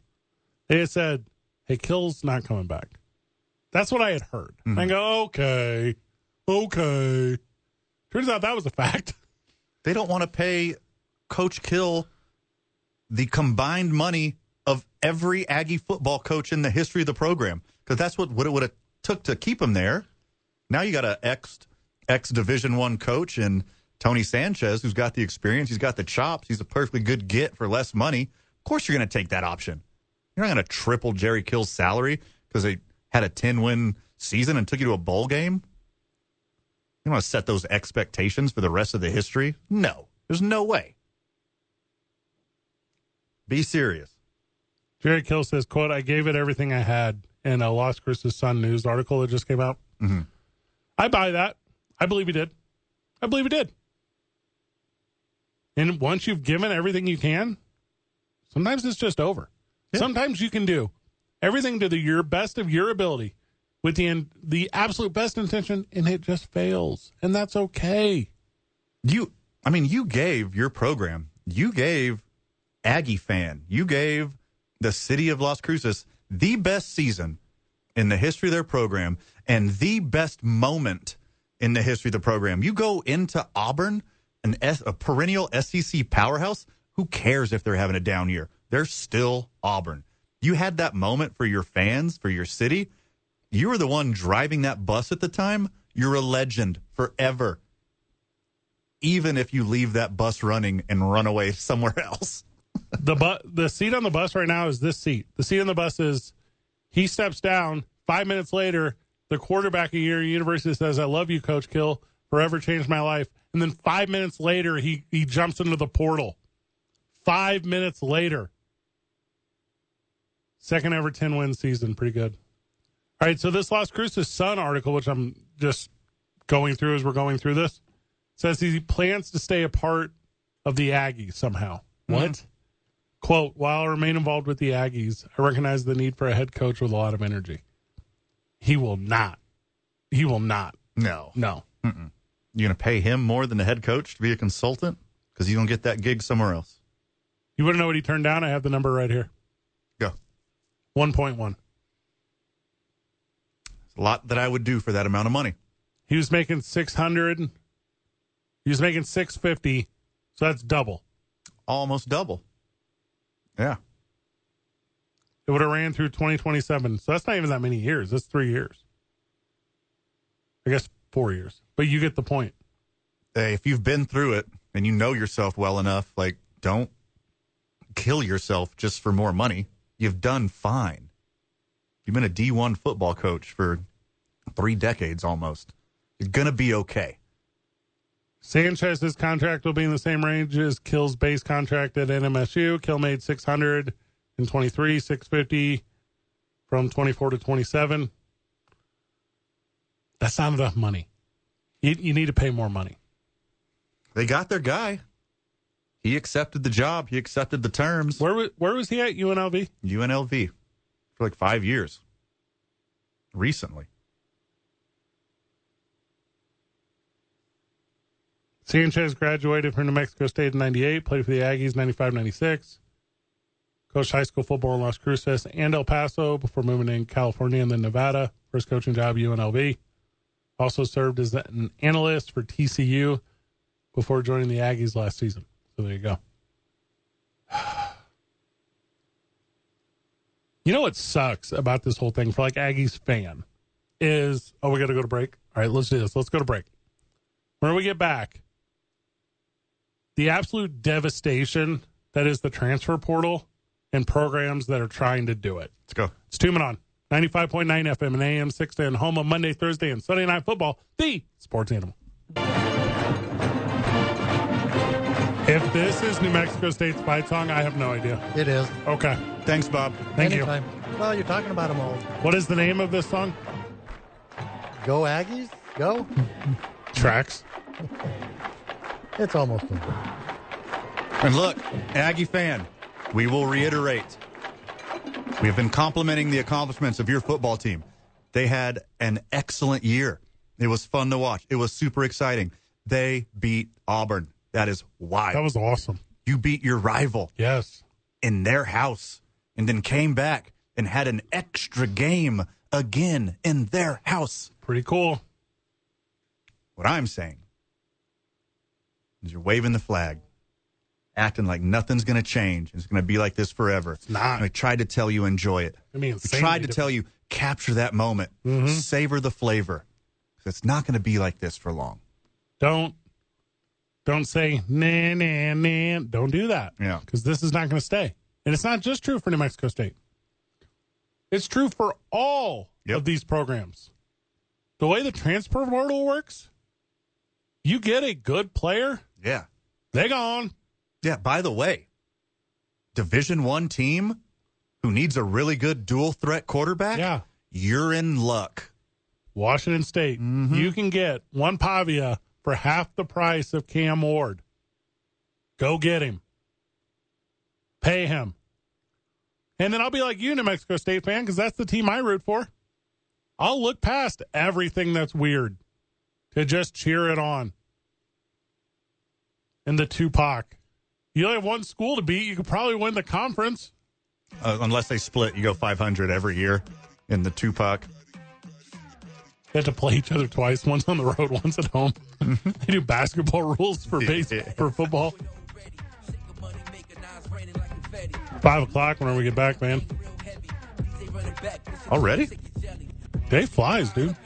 They had said, "Hey, Kill's not coming back." That's what I had heard. And I go, "Okay, okay." Turns out that was a fact. [laughs]
They don't want to pay Coach Kill the combined money of every Aggie football coach in the history of the program because that's what, what it would have took to keep him there. Now you got a ex ex Division One coach and Tony Sanchez who's got the experience, he's got the chops, he's a perfectly good get for less money. Of course, you're going to take that option. You're not going to triple Jerry Kill's salary because they had a 10 win season and took you to a bowl game. You want to set those expectations for the rest of the history? No, there's no way. Be serious.
Jerry Kill says, "Quote: I gave it everything I had in a Los Cruces Sun news article that just came out.
Mhm.
I buy that. I believe he did. I believe he did. And once you've given everything you can, sometimes it's just over.
Yeah.
Sometimes you can do everything to the your best of your ability, with the in, the absolute best intention, and it just fails, and that's okay.
You, I mean, you gave your program, you gave Aggie fan, you gave the city of Las Cruces the best season in the history of their program and the best moment in the history of the program. You go into Auburn, an S, a perennial SEC powerhouse. Who cares if they're having a down year? They're still Auburn. You had that moment for your fans, for your city. You were the one driving that bus at the time. You're a legend forever, even if you leave that bus running and run away [laughs] somewhere else.
the bu- the seat on the bus right now is this seat. The seat on the bus is he steps down. Five minutes later, the quarterback of your university says, "I love you, Coach Kill. Forever changed my life." And then five minutes later, he he jumps into the portal. Five minutes later, second ever ten win season, pretty good. All right, so this Las Cruces Sun article, which I'm just going through as we're going through this, says he plans to stay a part of the Aggies somehow. What? Quote, while I remain involved with the Aggies, I recognize the need for a head coach with a lot of energy. He will not. He will not.
No.
No.
You're going to pay him more than the head coach to be a consultant because you don't get that gig somewhere else.
You want to know what he turned down? I have the number right here
Go.
1.1.
It's a lot that I would do for that amount of money.
He was making 600. He was making 650. So that's double.
Almost double. Yeah.
It would have ran through 2027. So that's not even that many years. That's three years. I guess four years. But you get the point.
Hey, if you've been through it and you know yourself well enough, like, don't kill yourself just for more money. You've done fine. You've been a D1 football coach for three decades almost. You're going to be okay.
Sanchez's contract will be in the same range as Kill's base contract at NMSU. Kill made 600 in 23, 650 from 24 to 27. That's not enough money. You, you need to pay more money.
They got their guy. He accepted the job, he accepted the terms.
Where wa- where was he at UNLV?
UNLV for like five years recently.
Sanchez graduated from New Mexico State in 98, played for the Aggies 95 96, coached high school football in Las Cruces and El Paso before moving in California and then Nevada for his coaching job, UNLV. Also served as an analyst for TCU before joining the Aggies last season. So there you go. [sighs] You know what sucks about this whole thing for like Aggie's fan is oh we got to go to break. All right, let's do this. Let's go to break. When we get back, the absolute devastation that is the transfer portal and programs that are trying to do it.
Let's go.
It's Tuning On 95.9 FM and AM 610, home of Monday, Thursday, and Sunday Night Football, the sports animal. If this is New Mexico State's fight song, I have no idea.
It is.
Okay.
Thanks, Bob.
Thank
Anytime. Well, you're talking about them all.
you. What is the name of this song?
Go Aggies, go.
Tracks.
It's almost over.
And look, Aggie fan, we will reiterate. We have been complimenting the accomplishments of your football team. They had an excellent year. It was fun to watch. It was super exciting. They beat Auburn. That is wild.
That was awesome.
you beat your rival
Yes.
in their house and then came back and had an extra game again in their house.
Pretty cool.
What I'm saying is you're waving the flag, acting like nothing's going to change. It's going to be like this forever. It's
not.
We tried to tell you enjoy it.
I mean,
we tried to Mm-hmm.
insanely
tell you capture that moment, savor the flavor. 'Cause It's not going to be like this for long.
Don't don't say nah nah nah. Don't do that.
Yeah.
Because this is not going to stay. And it's not just true for New Mexico State. It's true for all
Yep.
of these programs. The way the transfer portal works, you get a good player,
Yeah.
they gone.
Yeah. By the way, Division One team who needs a really good dual threat quarterback.
Yeah.
You're in luck.
Washington State. You can get one Pavia for half the price of Cam Ward. Go get him. Pay him. And then I'll be like you, New Mexico State fan, because that's the team I root for. I'll look past everything that's weird to just cheer it on. And the Tupac. You only have one school to beat. You could probably win the conference.
Uh, unless they split, you go 500 every year in the Tupac.
They had to play each other twice, once on the road, [laughs] once at home. they do basketball rules for base for football. Five o'clock whenever we get back, man.
Already?
Day flies, dude.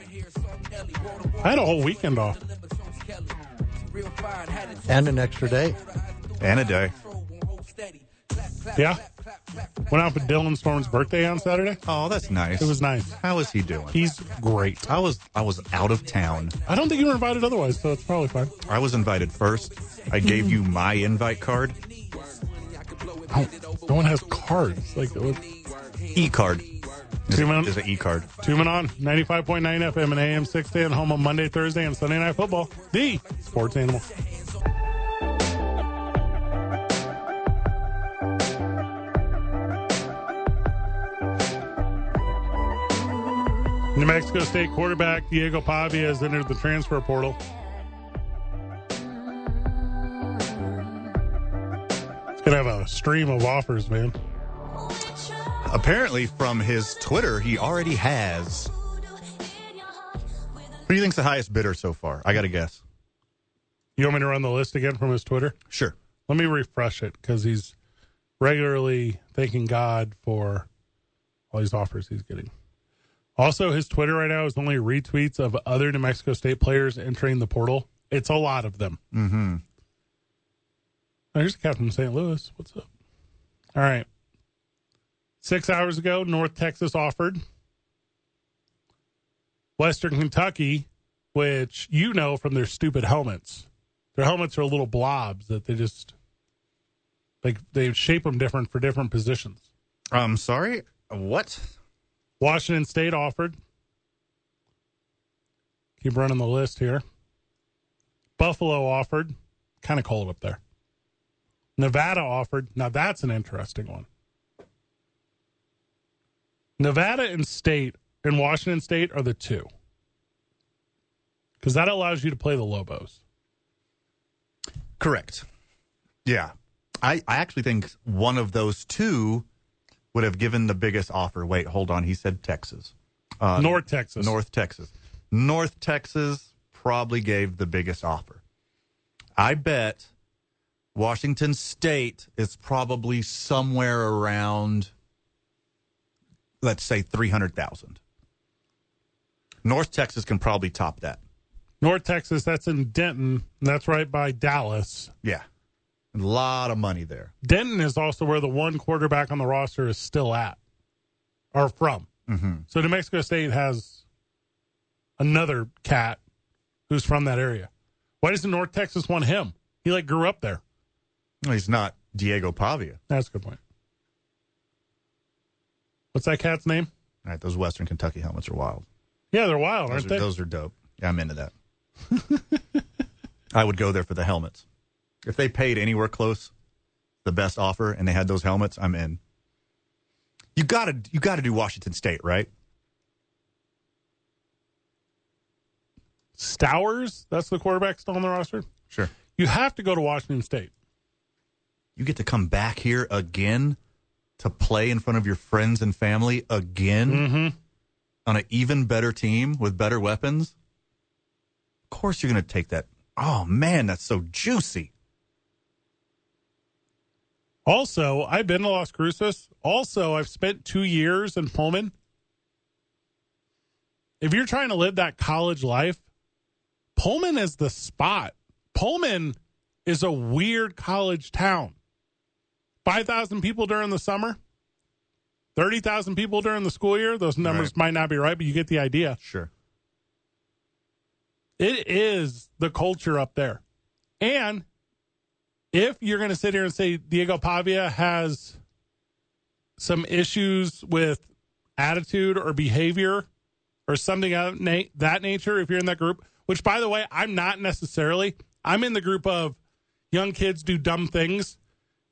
I had a whole weekend off.
And an extra day.
And a day.
Yeah. Went out for Dylan Storm's birthday on Saturday.
Oh, that's nice.
It was nice.
How is he doing?
He's great.
I was I was out of town.
I don't think you were invited otherwise, so it's probably fine.
I was invited first. I gave you my invite card,
I don't- no one has cards. Like, it was-
e card. Is
Two minutes.
it, is it e card?
Tuning on 95.9 FM and AM 610, home of Monday, Thursday, and Sunday Night Football, the sports animal. New Mexico State quarterback Diego Pavia has entered the transfer portal. He's going to have a stream of offers, man.
Apparently, from his Twitter, he already has. Who do you think's the highest bidder so far? I got to guess.
You want me to run the list again from his Twitter?
Sure.
let me refresh it because he's regularly thanking God for all these offers he's getting. Also, his Twitter right now is only retweets of other New Mexico State players entering the portal. It's a lot of them. Mm-hmm. Here's the captain of St. Louis. What's up? All right. Six hours ago, North Texas offered. Western Kentucky, which you know from their stupid helmets their helmets are little blobs that they just like they shape them different for different positions.
I'm Um, sorry. What?
Washington State offered. Keep running the list here. Buffalo offered. Kind of cold up there. Nevada offered. Now that's an interesting one. Nevada and State and Washington State are the two. Because that allows you to play the Lobos.
Correct. Yeah. I, I actually think one of those two would have given the biggest offer. Wait, hold on. He said Texas. Uh,
North Texas.
North Texas. North Texas probably gave the biggest offer. I bet Washington State is probably somewhere around let's say 300,000. North Texas can probably top that.
North Texas, that's in Denton. and That's right by Dallas.
Yeah. A lot of money there.
Denton is also where the one quarterback on the roster is still at or from.
Mm-hmm.
So New Mexico State has another cat who's from that area. Why doesn't North Texas want him? He like grew up there.
No, He's not Diego Pavia.
That's a good point. What's that cat's name?
All right, those Western Kentucky helmets are wild.
Yeah, they're wild,
Those,
aren't
are,
they?
those are dope. Yeah, I'm into that. [laughs] I would go there for the helmets. If they paid anywhere close, the best offer, and they had those helmets, I'm in. You gotta, you gotta do Washington State, right?
Stowers, that's the quarterback still on the roster.
Sure.
You have to go to Washington State.
You get to come back here again to play in front of your friends and family again on an even better team with better weapons. Of course, you're gonna take that. Oh man, that's so juicy.
Also, I've been to Las Cruces. Also, I've spent two years in Pullman. If you're trying to live that college life, Pullman is the spot. Pullman is a weird college town. 5,000 people during the summer, 30,000 people during the school year. Those numbers
Right.
might not be right, but you get the idea.
Sure.
It is the culture up there. And if you're going to sit here and say Diego Pavia has some issues with attitude or behavior or something of na- that nature, if you're in that group, which by the way, I'm not necessarily, I'm in the group of young kids do dumb things.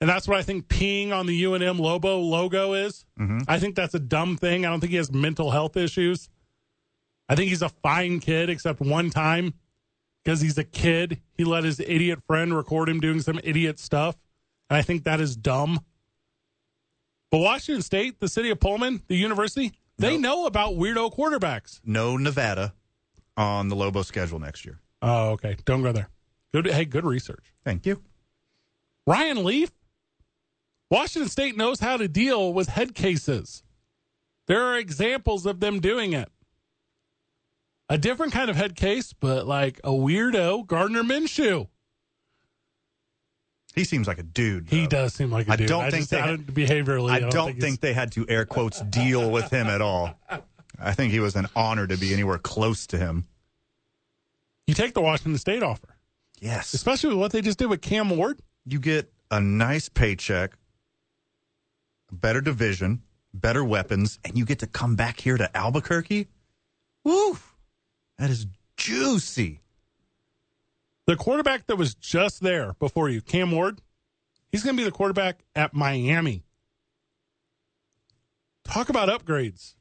And that's what I think peeing on the UNM Lobo logo is. I think that's a dumb thing. I don't think he has mental health issues. I think he's a fine kid, except one time because he's a kid. He let his idiot friend record him doing some idiot stuff. And I think that is dumb. But Washington State, the city of Pullman, the university, they know about weirdo quarterbacks.
No Nevada on the Lobo schedule next year.
Oh, okay. Don't go there. Good. Hey, good research.
Thank you.
Ryan Leaf, Washington State knows how to deal with head cases. There are examples of them doing it. A different kind of head case, but like a weirdo, Gardner Minshew.
He seems like a dude.
He
though.
does seem like a
I
dude.
don't think
just,
they
I
ha-
don't- behaviorally.
I, don't, think,
he's-
they had to air quotes deal with him at [laughs] all. I think he was an honor to be anywhere close to him.
you take the Washington State offer,
Yes.
especially with what they just did with Cam Ward.
You get a nice paycheck, a better division, better weapons, and you get to come back here to Albuquerque? Woo! That is juicy.
The quarterback that was just there before you, Cam Ward, he's going to be the quarterback at Miami. Talk about upgrades.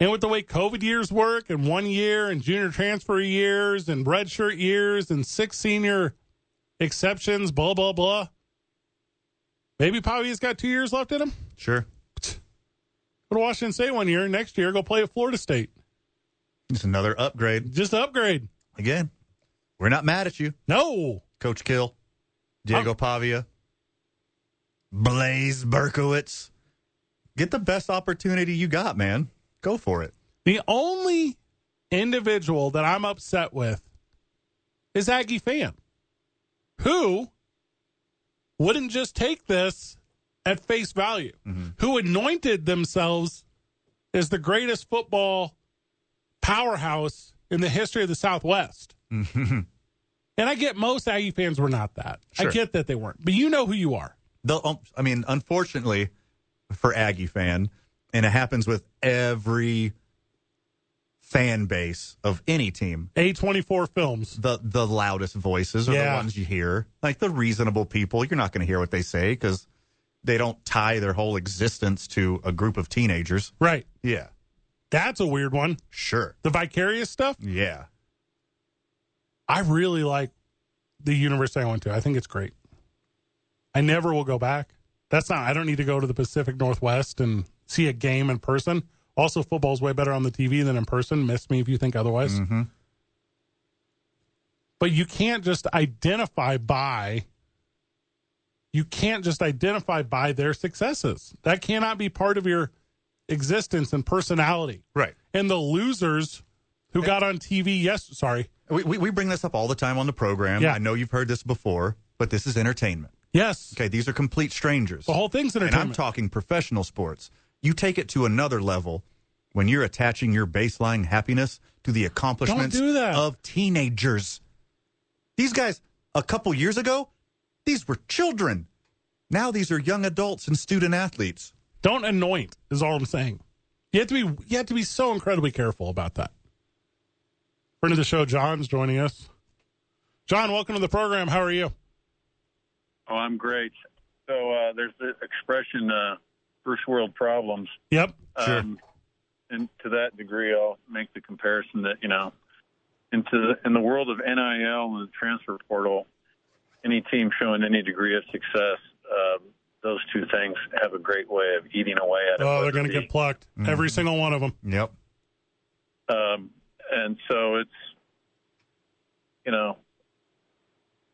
And with the way COVID years work, and one year, and junior transfer years, and redshirt years, and six senior exceptions, blah, blah, blah. Maybe Pavia's got two years left in him.
Sure.
Go to Washington State one year. Next year, go play at Florida State.
It's another upgrade.
Just upgrade.
Again, we're not mad at you.
No.
Coach Kill, Diego Pavia, Blaze Berkowitz. Get the best opportunity you got, man. Go for it.
The only individual that I'm upset with is Aggie Fan, who wouldn't just take this at face value, who anointed themselves as the greatest football powerhouse in the history of the Southwest. And I get most Aggie fans were not that. I
Sure.
get that they weren't, but you know who you are.
They'll, um, I mean, unfortunately for Aggie fan, and it happens with every fan base of any team.
A24 Films.
The the loudest voices are
Yeah.
the ones you hear. Like the reasonable people, you're not going to hear what they say because they don't tie their whole existence to a group of teenagers.
Right.
Yeah,
That's a weird one.
sure.
The vicarious stuff,
Yeah.
I really like the university I went to. I think it's great. I never will go back. That's not, I don't need to go to the Pacific Northwest and see a game in person. Also, football's way better on the TV than in person. Miss me if you think otherwise. But you can't just identify by. You can't just identify by their successes. That cannot be part of your existence and personality.
Right.
And the losers who got on TV yes sorry.
We, we, we bring this up all the time on the program.
Yeah.
I know you've heard this before, but this is entertainment.
Yes.
Okay, these are complete strangers.
The whole thing's
and I'm
entertainment.
talking professional sports. You take it to another level when you're attaching your baseline happiness to the accomplishments
do that.
of teenagers. These guys, a couple years ago, these were children. Now these are young adults and student athletes.
Don't anoint is all I'm saying. You have to be you have to be so incredibly careful about that. Friend of the show, John's joining us. John, welcome to the program. How are you?
Oh, I'm great. So uh, there's the expression uh, first world problems.
Yep.
Um, and to that degree, I'll make the comparison that you know, into the, in the world of NIL and the transfer portal, any team showing any degree of success, um, those two things have a great way of eating away at it.
Oh, they're
whether
going to
it be-
get plucked.
Mm-hmm.
Every single one of them.
Yep.
um, and so it's you know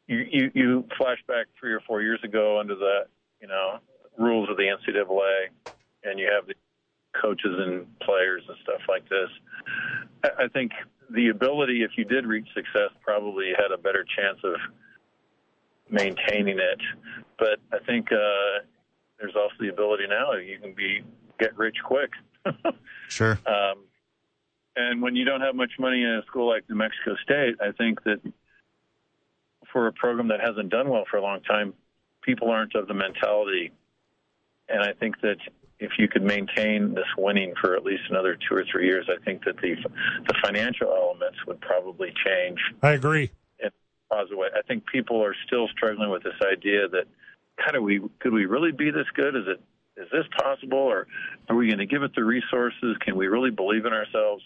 you, you you flash back three or four years ago under the you know rules of the NCAA, and you have the coaches and players and stuff like this. I, I think the ability, if you did reach success, probably had a better chance of maintaining it. But I think uh, there's also the ability now you can be get rich quick. [laughs]
Sure.
Um, and when you don't have much money in a school like New Mexico State, I think that for a program that hasn't done well for a long time, people aren't of the mentality. And I think that if you could maintain this winning for at least another two or three years, I think that the the financial elements would probably change
I agree.
in a positive way. I think people are still struggling with this idea that, how do we could we really be this good? Is it is this possible, or are we going to give it the resources? Can we really believe in ourselves?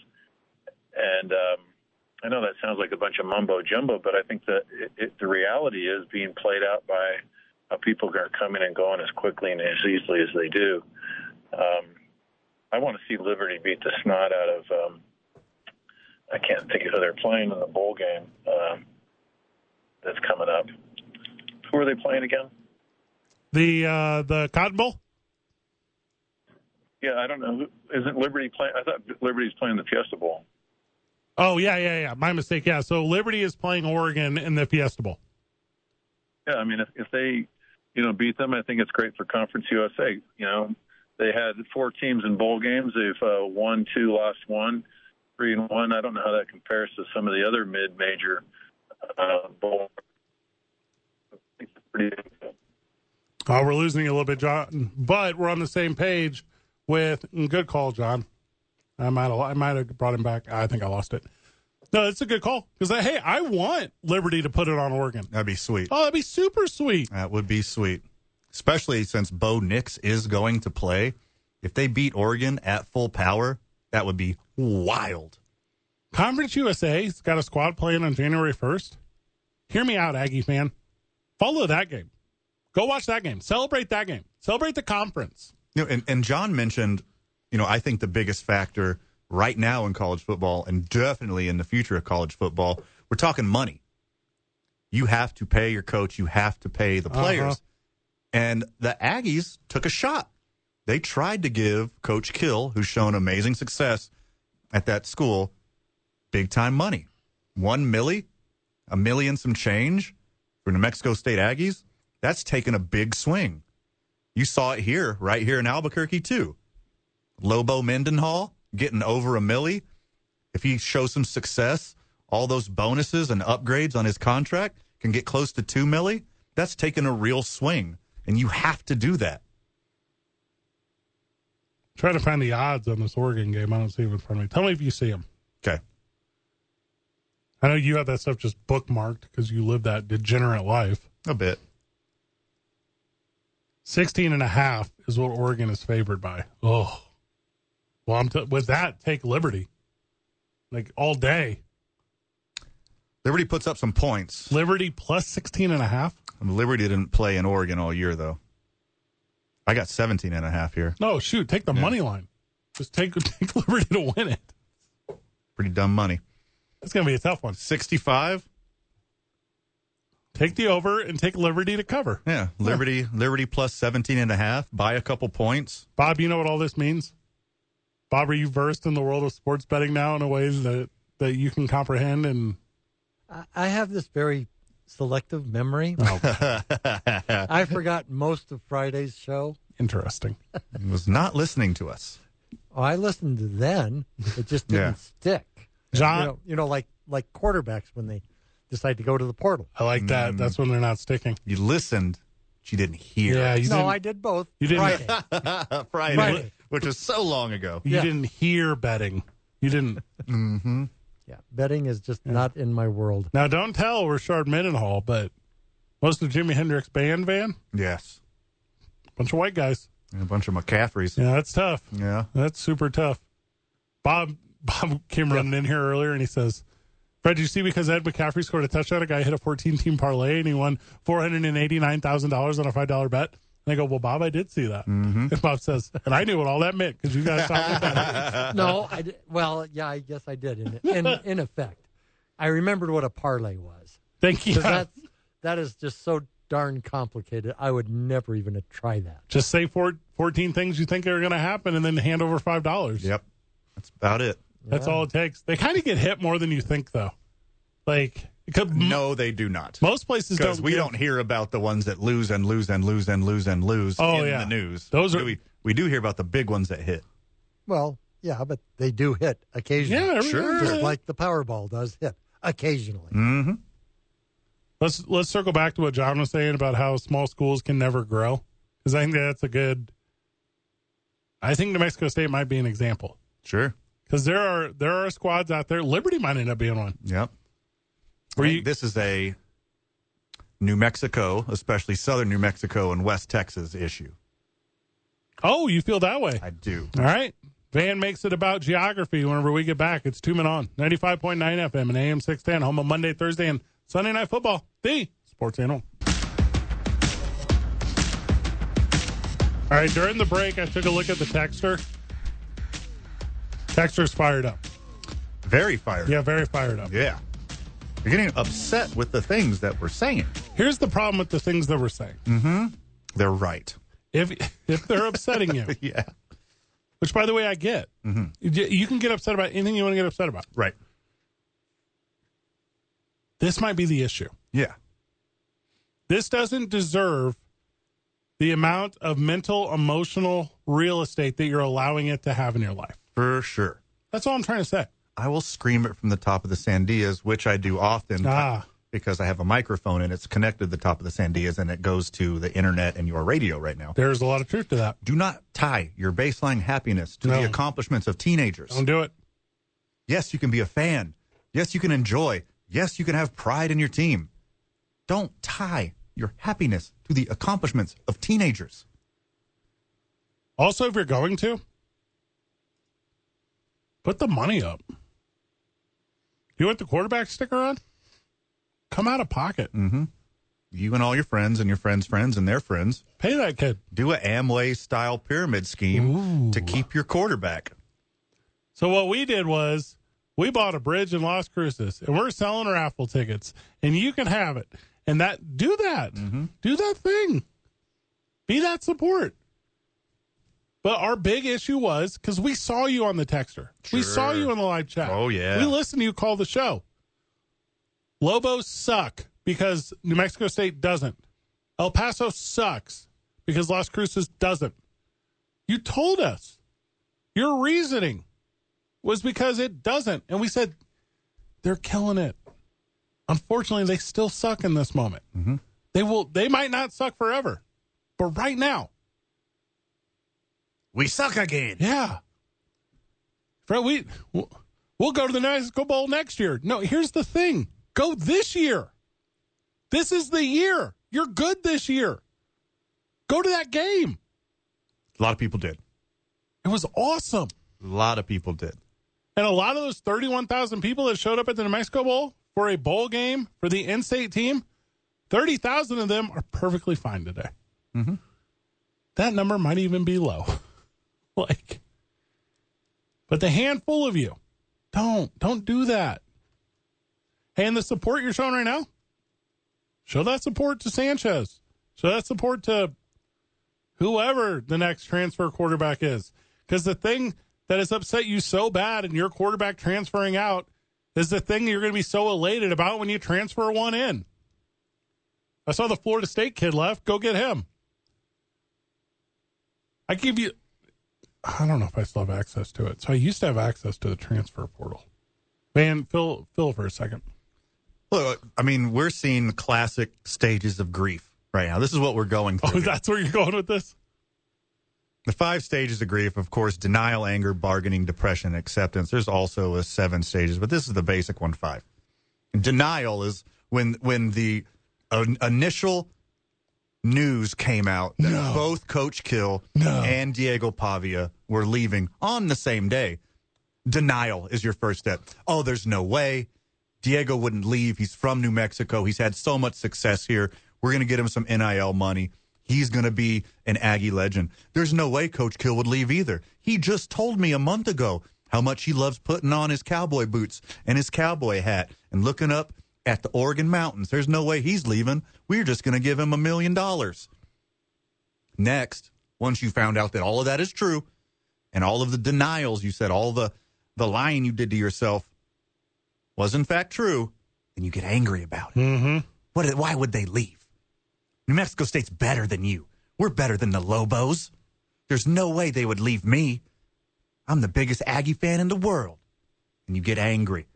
And um, I know that sounds like a bunch of mumbo jumbo, but I think that it, it, the reality is being played out by how people are coming and going as quickly and as easily as they do. Um, I want to see Liberty beat the snot out of. Um, I can't think of who they're playing in the bowl game. Um, that's coming up. Who are they playing again?
The uh, the Cotton Bowl.
Yeah, I don't know. Isn't Liberty playing? I thought Liberty's playing the Fiesta Bowl.
Oh yeah, yeah, yeah. My mistake. Yeah. So Liberty is playing Oregon in the Fiesta Bowl.
Yeah, I mean, if, if they, you know, beat them, I think it's great for Conference USA. You know, they had four teams in bowl games. They've uh, won two, lost one, three and one. I don't know how that compares to some of the other mid-major uh, bowl. It's pretty
Oh, we're losing you a little bit, John, but we're on the same page. With mm, good call, John. I might have, I might have brought him back. I think I lost it. No, it's a good call because hey, I want Liberty to put it on Oregon.
That'd be sweet.
Oh, that'd be super sweet.
That would be sweet. Especially since Bo Nix is going to play. If they beat Oregon at full power, that would be wild.
Conference USA's got a squad playing on January 1st. Hear me out, Aggie fan. Follow that game. Go watch that game. Celebrate that game. Celebrate the conference.
You know, and, and John mentioned, you know, I think the biggest factor right now in college football and definitely in the future of college football, we're talking money. You have to pay your coach, you have to pay the
Uh-huh.
players. And the Aggies took a shot. They tried to give Coach Kill, who's shown amazing success at that school, big time money. One milli, a million some change for New Mexico State Aggies. That's taken a big swing. You saw it here, right here in Albuquerque, too. Lobo Mendenhall getting over a milli. If he shows some success, all those bonuses and upgrades on his contract can get close to two milli. That's taking a real swing, and you have to do that.
Try to find the odds on this Oregon game. I don't see them in front of me. Tell me if you see them.
Okay.
I know you have that stuff just bookmarked because you live that degenerate life.
A bit.
16 and a half is what Oregon is favored by. Oh, well, I'm t- with that. Take Liberty, like all day.
Liberty puts up some points.
Liberty plus 16 and a half.
Liberty didn't play in Oregon all year, though. I got 17 and a half here.
No, shoot, take the money line. Just take [laughs] take Liberty to win it.
Pretty dumb money.
It's gonna be a tough one.
65?
Take the over and take Liberty to cover.
Yeah. Liberty, Liberty plus 17 and a half. Buy a couple points.
Bob, you know what all this means? Bob, are you versed in the world of sports betting now in a ways that that you can comprehend? And
I- I have this very selective memory.
oh,
I forgot most of Friday's show.
interesting.
was not listening to us.
Oh, I listened to then. It just didn't
Yeah.
stick.
John,
You know, you know, like like quarterbacks when they decide to go to the portal.
I like that. That's when they're not sticking.
You listened, but you didn't hear.
Yeah, you
no,
didn't.
I did both.
you didn't-
Friday.
[laughs] Friday,
Friday.
which was so long ago.
you
yeah.
didn't hear betting. You didn't.
yeah, betting is just not in my world. [laughs]
now, don't tell Richard Mendenhall, but most of Jimi Hendrix band van,
Yes,
bunch of white guys.
and a bunch of McCaffreys.
Yeah, that's tough.
Yeah.
That's super tough. Bob [laughs] Bob came running in here earlier and he says, Fred, did you see because Ed McCaffrey scored a touchdown, a guy hit a 14 team parlay and he won $489,000 on a $5 bet? And I go, Well, Bob, I did see that. And Bob says, And I knew what all that meant because you guys talked about it.
no, I did, well, yeah, I guess I did. In in, in effect, I remembered what a parlay was
Thank you.
because that's that is just so darn complicated. I would never even try that.
Just say four, 14 things you think are going to happen and then hand over $5.
Yep, that's about it.
That's all it takes. They kind of get hit more than you think, though. Like, because m-
No, they do not.
most places
Because
don't.
we
give-
don't hear about the ones that lose and lose and lose and lose and lose
Oh,
in
yeah.
the news.
Those
Do
are-
we, we do hear about the big ones that hit.
Well, yeah, but they do hit occasionally.
Yeah, every-
Sure.
just like the Powerball does hit occasionally.
Mm-hmm.
Let's let's circle back to what John was saying about how small schools can never grow because I think that's a good. I think New Mexico State might be an example
Sure.
because there are there are squads out there. Liberty might end up being one.
Yep.
Were
I think
you-
this is a New Mexico, especially southern New Mexico and West Texas issue.
Oh, you feel that way?
I do.
All right. Van makes it about geography. Whenever we get back, it's two men on ninety five point nine FM and AM six ten. Home on Monday, Thursday, and Sunday night football. The Sports Animal. All right. During the break, I took a look at the texter. Texter's fired up.
Very fired.
Yeah, very fired up.
Yeah. You're getting upset with the things that we're saying.
Here's the problem with the things that we're saying.
They're right.
If if they're upsetting you,
Yeah.
which by the way I get, you, you can get upset about anything you want to get upset about.
Right.
This might be the issue.
Yeah.
This doesn't deserve the amount of mental, emotional real estate that you're allowing it to have in your life.
For sure.
That's all I'm trying to say.
I will scream it from the top of the Sandias, which I do often uh,
Ah.
because I have a microphone and it's connected to the top of the Sandias and it goes to the internet and your radio right now.
There's a lot of truth to that.
Do not tie your baseline happiness to
No.
the accomplishments of teenagers.
Don't do it.
Yes, you can be a fan. Yes, you can enjoy. Yes, you can have pride in your team. Don't tie your happiness to the accomplishments of teenagers.
Also, if you're going to, put the money up. You want the quarterback sticker on? Come out of pocket.
Mm-hmm. You and all your friends and your friends' friends and their friends
Pay that kid.
do a Amway style pyramid scheme to keep your quarterback.
So what we did was we bought a bridge in Las Cruces and we're selling raffle tickets and you can have it. And that do that.
Mm-hmm.
Do that thing. Be that support. But our big issue was because we saw you on the texter. We
Sure.
saw you in the live chat.
Oh, yeah.
We listened to you call the show. Lobos suck because New Mexico State doesn't. El Paso sucks because Las Cruces doesn't. You told us your reasoning was because it doesn't. And we said, they're killing it. Unfortunately, they still suck in this moment. They will, they might not suck forever, but right now,
We suck again.
yeah. Fred, we we'll, we'll go to the Mexico Bowl next year. No, here's the thing: go this year. This is the year you're good this year. Go to that game.
A lot of people did.
It was awesome,
A lot of people did.
and a lot of those thirty-one thousand people that showed up at the New Mexico Bowl for a bowl game for the in-state team, thirty thousand of them are perfectly fine today. That number might even be low. [laughs] like but the handful of you don't don't do that Hey, and the support you're showing right now show that support to sanchez show that support to whoever the next transfer quarterback is because the thing that has upset you so bad and your quarterback transferring out is the thing you're going to be so elated about when you transfer one in. I saw the Florida State kid left. Go get him. I give you. I don't know if I still have access to it. So I used to have access to the transfer portal. Man, Phil, Phil, for a second.
Look, I mean, we're seeing the classic stages of grief right now. This is what we're going through.
Oh, that's where you're going with this?
The five stages of grief, of course, denial, anger, bargaining, depression, acceptance. There's also a seven stages, but this is the basic one, five. Denial is when when the uh, initial news came out that
No.
both Coach Kill
No.
and Diego Pavia were leaving on the same day. Denial is your first step. Oh, there's no way. Diego wouldn't leave. He's from New Mexico. He's had so much success here. We're going to get him some NIL money. He's going to be an Aggie legend. There's no way Coach Kill would leave either. He just told me a month ago how much he loves putting on his cowboy boots and his cowboy hat and looking up at the Oregon mountains. There's no way he's leaving. We're just going to give him a million dollars. Next, once you found out that all of that is true and all of the denials you said, all the the lying you did to yourself was in fact true, then you get angry about it. Mm-hmm. What, why would they leave? New Mexico State's better than you. We're better than the Lobos. There's no way they would leave me. I'm the biggest Aggie fan in the world. And you get angry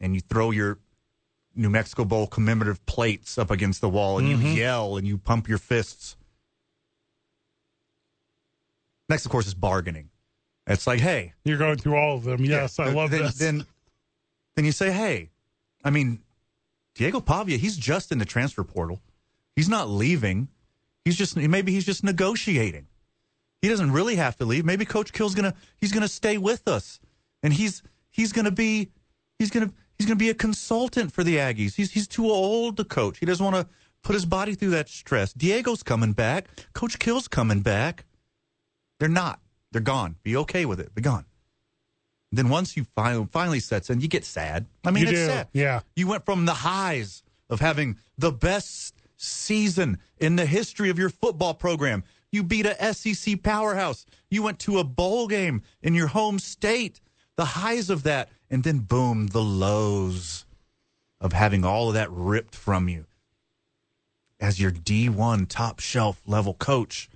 and you throw your New Mexico Bowl commemorative plates up against the wall and you yell and you pump your fists. Next, of course, is bargaining. It's like, hey,
You're going through all of them. Yes, I
uh,
love
then,
this.
Then, then you say, hey, I mean, Diego Pavia, he's just in the transfer portal. He's not leaving. He's just maybe he's just negotiating. He doesn't really have to leave. Maybe Coach Kill's gonna he's gonna stay with us, and he's he's gonna be he's gonna he's gonna be a consultant for the Aggies. He's he's too old to coach. He doesn't want to put his body through that stress. Diego's coming back. Coach Kill's coming back. They're not. They're gone. Be okay with it. Be gone. Then once you finally finally sets in, you get sad. I mean,
You
it's
do,
sad.
yeah.
You went from the highs of having the best season in the history of your football program. You beat a SEC powerhouse. You went to a bowl game in your home state. The highs of that, and then boom, the lows of having all of that ripped from you as your D1 top shelf level coach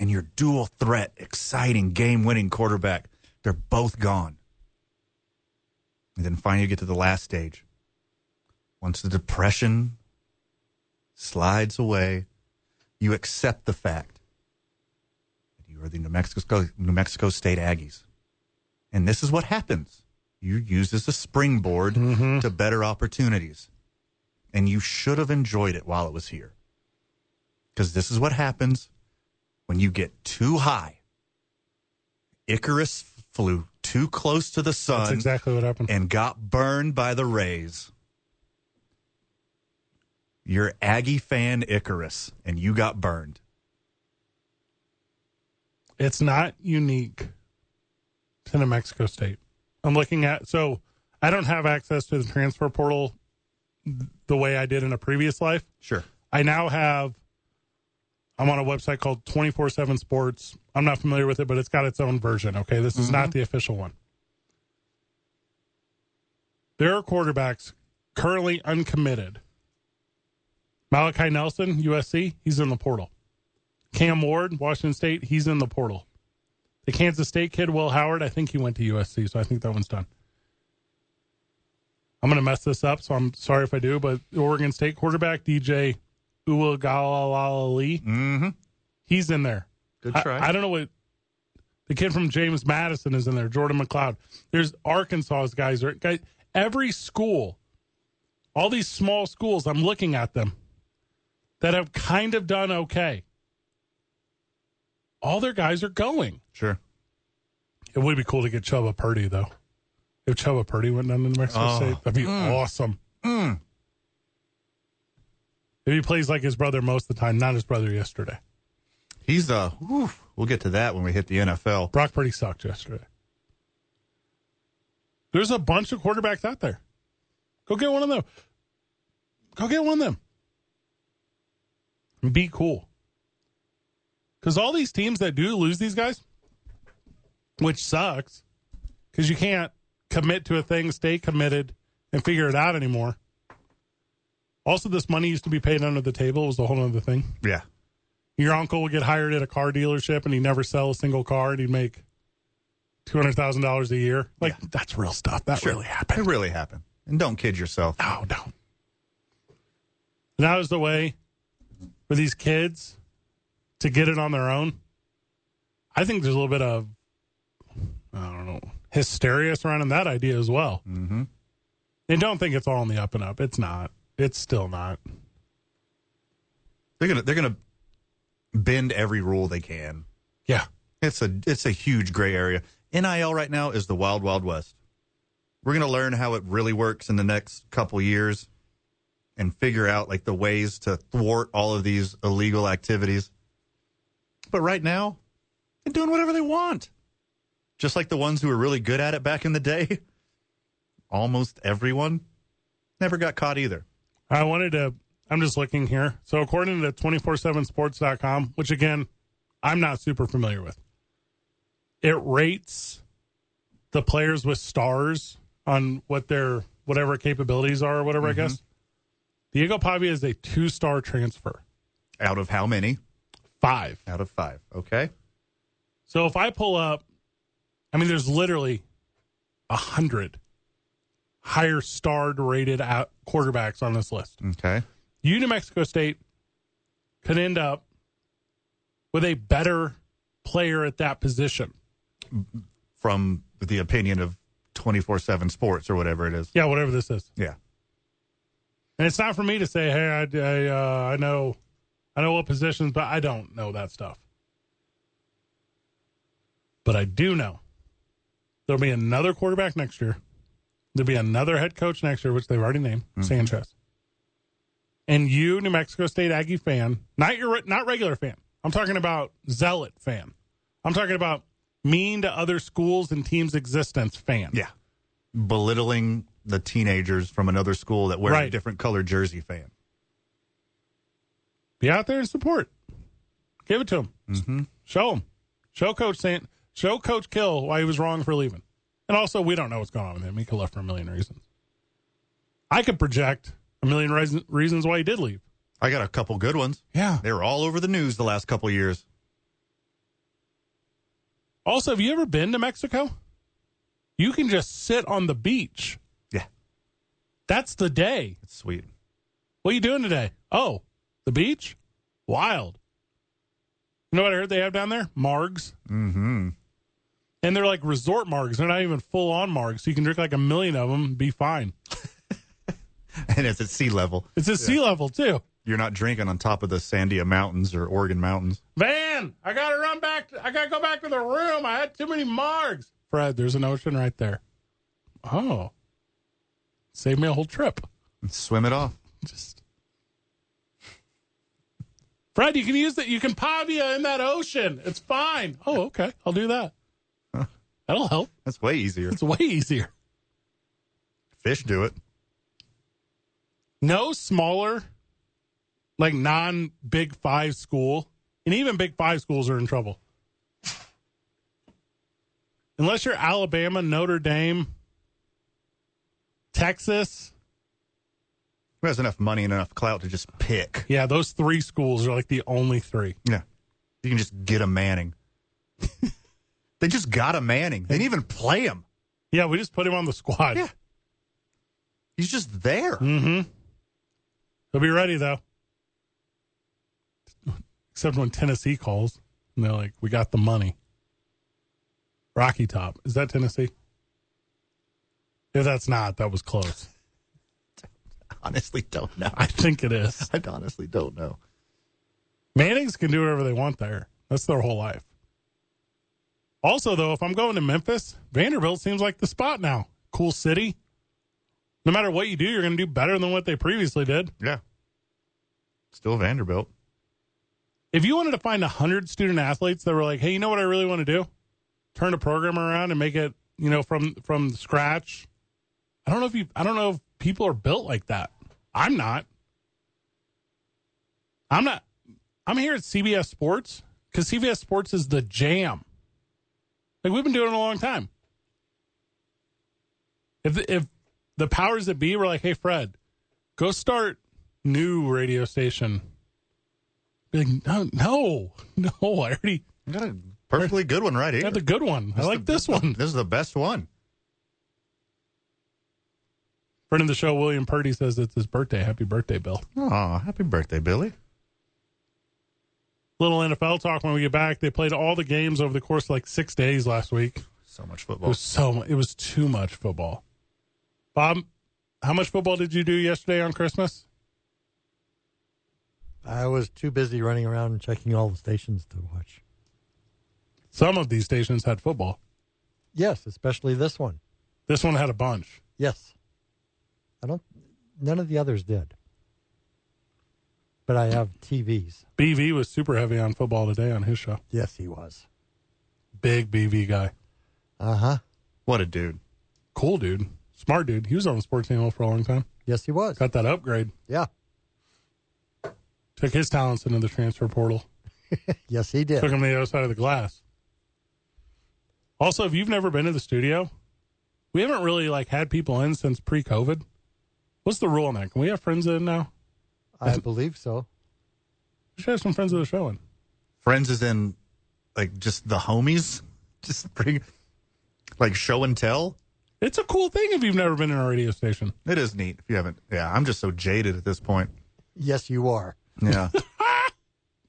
and your dual threat, exciting, game winning quarterback, they're both gone. And then finally, you get to the last stage. Once the depression slides away, you accept the fact that you are the New Mexico, New Mexico State Aggies. And this is what happens you use this as a springboard to better opportunities. And you should have enjoyed it while it was here. Because this is what happens when you get too high. Icarus flew too close to the sun
That's exactly what
[laughs]
happened.
and got burned by the Rays. You're Aggie fan Icarus, and you got burned.
it's not unique to New Mexico State. I'm looking at so I don't have access to the transfer portal th- the way I did in a previous life.
Sure.
I now have I'm on a website called 24/7 Sports. I'm not familiar with it, but it's got its own version, okay? This is not the official one. There are quarterbacks currently uncommitted. Malachi Nelson, USC, he's in the portal. Cam Ward, Washington State, he's in the portal. The Kansas State kid, Will Howard, I think he went to USC, so I think that one's done. I'm going to mess this up, so I'm sorry if I do, but the Oregon State quarterback, DJ Uwagalalali,
Mm-hmm.
he's in there.
Good
I-
try.
I, don't know what the kid from James Madison is in there. Jordan McLeod. There's Arkansas's guys. Are guys, every school, all these small schools. I'm looking at them that have kind of done okay. All their guys are going.
Sure.
It would be cool to get Chuba Purdy though. If Chuba Purdy went down to New Mexico
Oh,
State, that'd be awesome. If he plays like his brother most of the time, not his brother yesterday.
He's uh. whew, we'll get to that when we hit the NFL.
Brock Purdy sucked yesterday. There's a bunch of quarterbacks out there. Go get one of them. Go get one of them. And Be cool. Because all these teams that do lose these guys, which sucks because you can't commit to a thing, stay committed, and figure it out anymore. Also, this money used to be paid under the table was a whole other thing.
Yeah.
Your uncle would get hired at a car dealership and he'd never sell a single car and he'd make two hundred thousand dollars a year. Like that's real stuff. That
Sure.
really happened.
It really happened. And don't kid yourself.
No, no. And that was the way for these kids to get it on their own. I think there's a little bit of, I don't know, hysteria surrounding that idea as well. Mm-hmm. And don't think it's all in the up and up. It's not. It's still not.
They're gonna they're gonna bend every rule they can.
Yeah.
It's a it's a huge gray area. NIL right now is the wild wild west. We're going to learn how it really works in the next couple years and figure out like the ways to thwart all of these illegal activities. But right now, they're doing whatever they want. Just like the ones who were really good at it back in the day. [laughs] Almost everyone never got caught either.
I wanted to, I'm just looking here. So, according to 247sports.com, which again, I'm not super familiar with, it rates the players with stars on what their, whatever capabilities are or whatever, I guess. Diego Pavia is a two star transfer,
Out of how many?
five.
Out of five. Okay.
So, if I pull up, I mean, there's literally a hundred higher starred rated out quarterbacks on this list.
Okay.
you New Mexico State could end up with a better player at that position.
From the opinion of 24 7 sports or whatever it is.
Yeah, whatever this is,
Yeah.
and it's not for me to say, "Hey, I, I, uh, I know, I know what positions, but I don't know that stuff." But I do know there'll be another quarterback next year. There'll be another head coach next year, which they've already named Sanchez. And you, New Mexico State Aggie fan, not your not regular fan. I'm talking about zealot fan. I'm talking about mean to other schools and teams' existence fan.
Yeah. Belittling the teenagers from another school that wear a
Right.
different color jersey fan.
be out there and support. Give it to him. Show him. Show Coach Sant. Show Coach Kill why he was wrong for leaving. And also, we don't know what's going on with him. He could have left for a million reasons. I could project a million reason, reasons why he did leave.
I got a couple good ones.
Yeah.
They were all over the news the last couple years.
Also, have you ever been to Mexico? You can just sit on the beach.
Yeah.
That's the day.
It's sweet. [laughs]
What are you doing today? Oh, the beach? Wild. You know what I heard they have down there? Margs.
Mm-hmm.
And they're like resort margs. They're not even full on margs. So you can drink like a million of them, be fine.
And it's at sea level.
It's at sea level too.
You're not drinking on top of the Sandia Mountains or Oregon Mountains.
Man, I gotta run back. I gotta go back to the room. I had too many margs. Fred, there's an ocean right there. Oh, saved me a whole trip.
Swim it off.
Just Fred, you can use that. You can pavia in that ocean. It's fine. Oh, okay. I'll do that. That'll help.
That's way easier.
It's way easier.
Fish do it.
no smaller, like non Big Five school, and even Big Five schools are in trouble. Unless you're Alabama, Notre Dame, Texas.
Who has enough money and enough clout to just pick?
Yeah, those three schools are like the only three.
Yeah. You can just get a Manning. [laughs] they just got a Manning. They didn't even play him.
Yeah, we just put him on the squad.
Yeah. He's just there.
Mm-hmm. He'll be ready though. Except when Tennessee calls and they're like, We got the money. Rocky Top. Is that Tennessee? If that's not, that was close. [laughs]
Honestly, don't know.
I think it is.
I honestly don't know.
Mannings can do whatever they want there. That's their whole life. Also, though, if I'm going to Memphis, Vanderbilt seems like the spot now. Cool city. No matter what you do, you're going to do better than what they previously did.
Yeah. Still Vanderbilt.
if you wanted to find 100 student athletes that were like hey you know what i really want to do turn a program around and make it you know from from scratch i don't know if you i don't know if people are built like that i'm not i'm not i'm here at cbs sports because cbs sports is the jam Like we've been doing it a long time. If the, if the powers that be were like, "Hey, Fred, go start new radio station," be like, "No, no, no! I already
I got a perfectly good one right here.
got the good one. I like this one."
This is the best one.
Friend of the show, William Purdy says it's his birthday. Happy birthday, Bill.
Oh, happy birthday, Billy.
Little NFL talk when we get back. They played all the games over the course of like six days last week.
So much
It
football.
was so mu- it was too much football. Bob, how much football did you do yesterday on Christmas?
I was too busy running around and checking all the stations to watch.
Some of these stations had football.
Yes, especially this one.
This one had a bunch.
Yes. I don't, none of the others did. But I have TVs.
BV was super heavy on football today on his show.
Yes, he was.
Big BV guy.
Uh huh.
What a dude.
Cool dude. Smart dude. He was on the sports channel for a long time.
Yes, he was.
Got that upgrade.
Yeah.
Took his talents into the transfer portal.
Yes, he did.
Took him to the other side of the glass. Also, if you've never been to the studio, we haven't really like had people in since pre-COVID. What's the rule on that? Can we have friends in now?
I believe so.
We should have some friends of the show in.
Friends is in like just the homies. [laughs] Just bring like show and tell.
It's a cool thing if you've never been in a radio station.
It is neat if you haven't. Yeah, I'm just so jaded at this point.
Yes, you are.
[laughs] Yeah.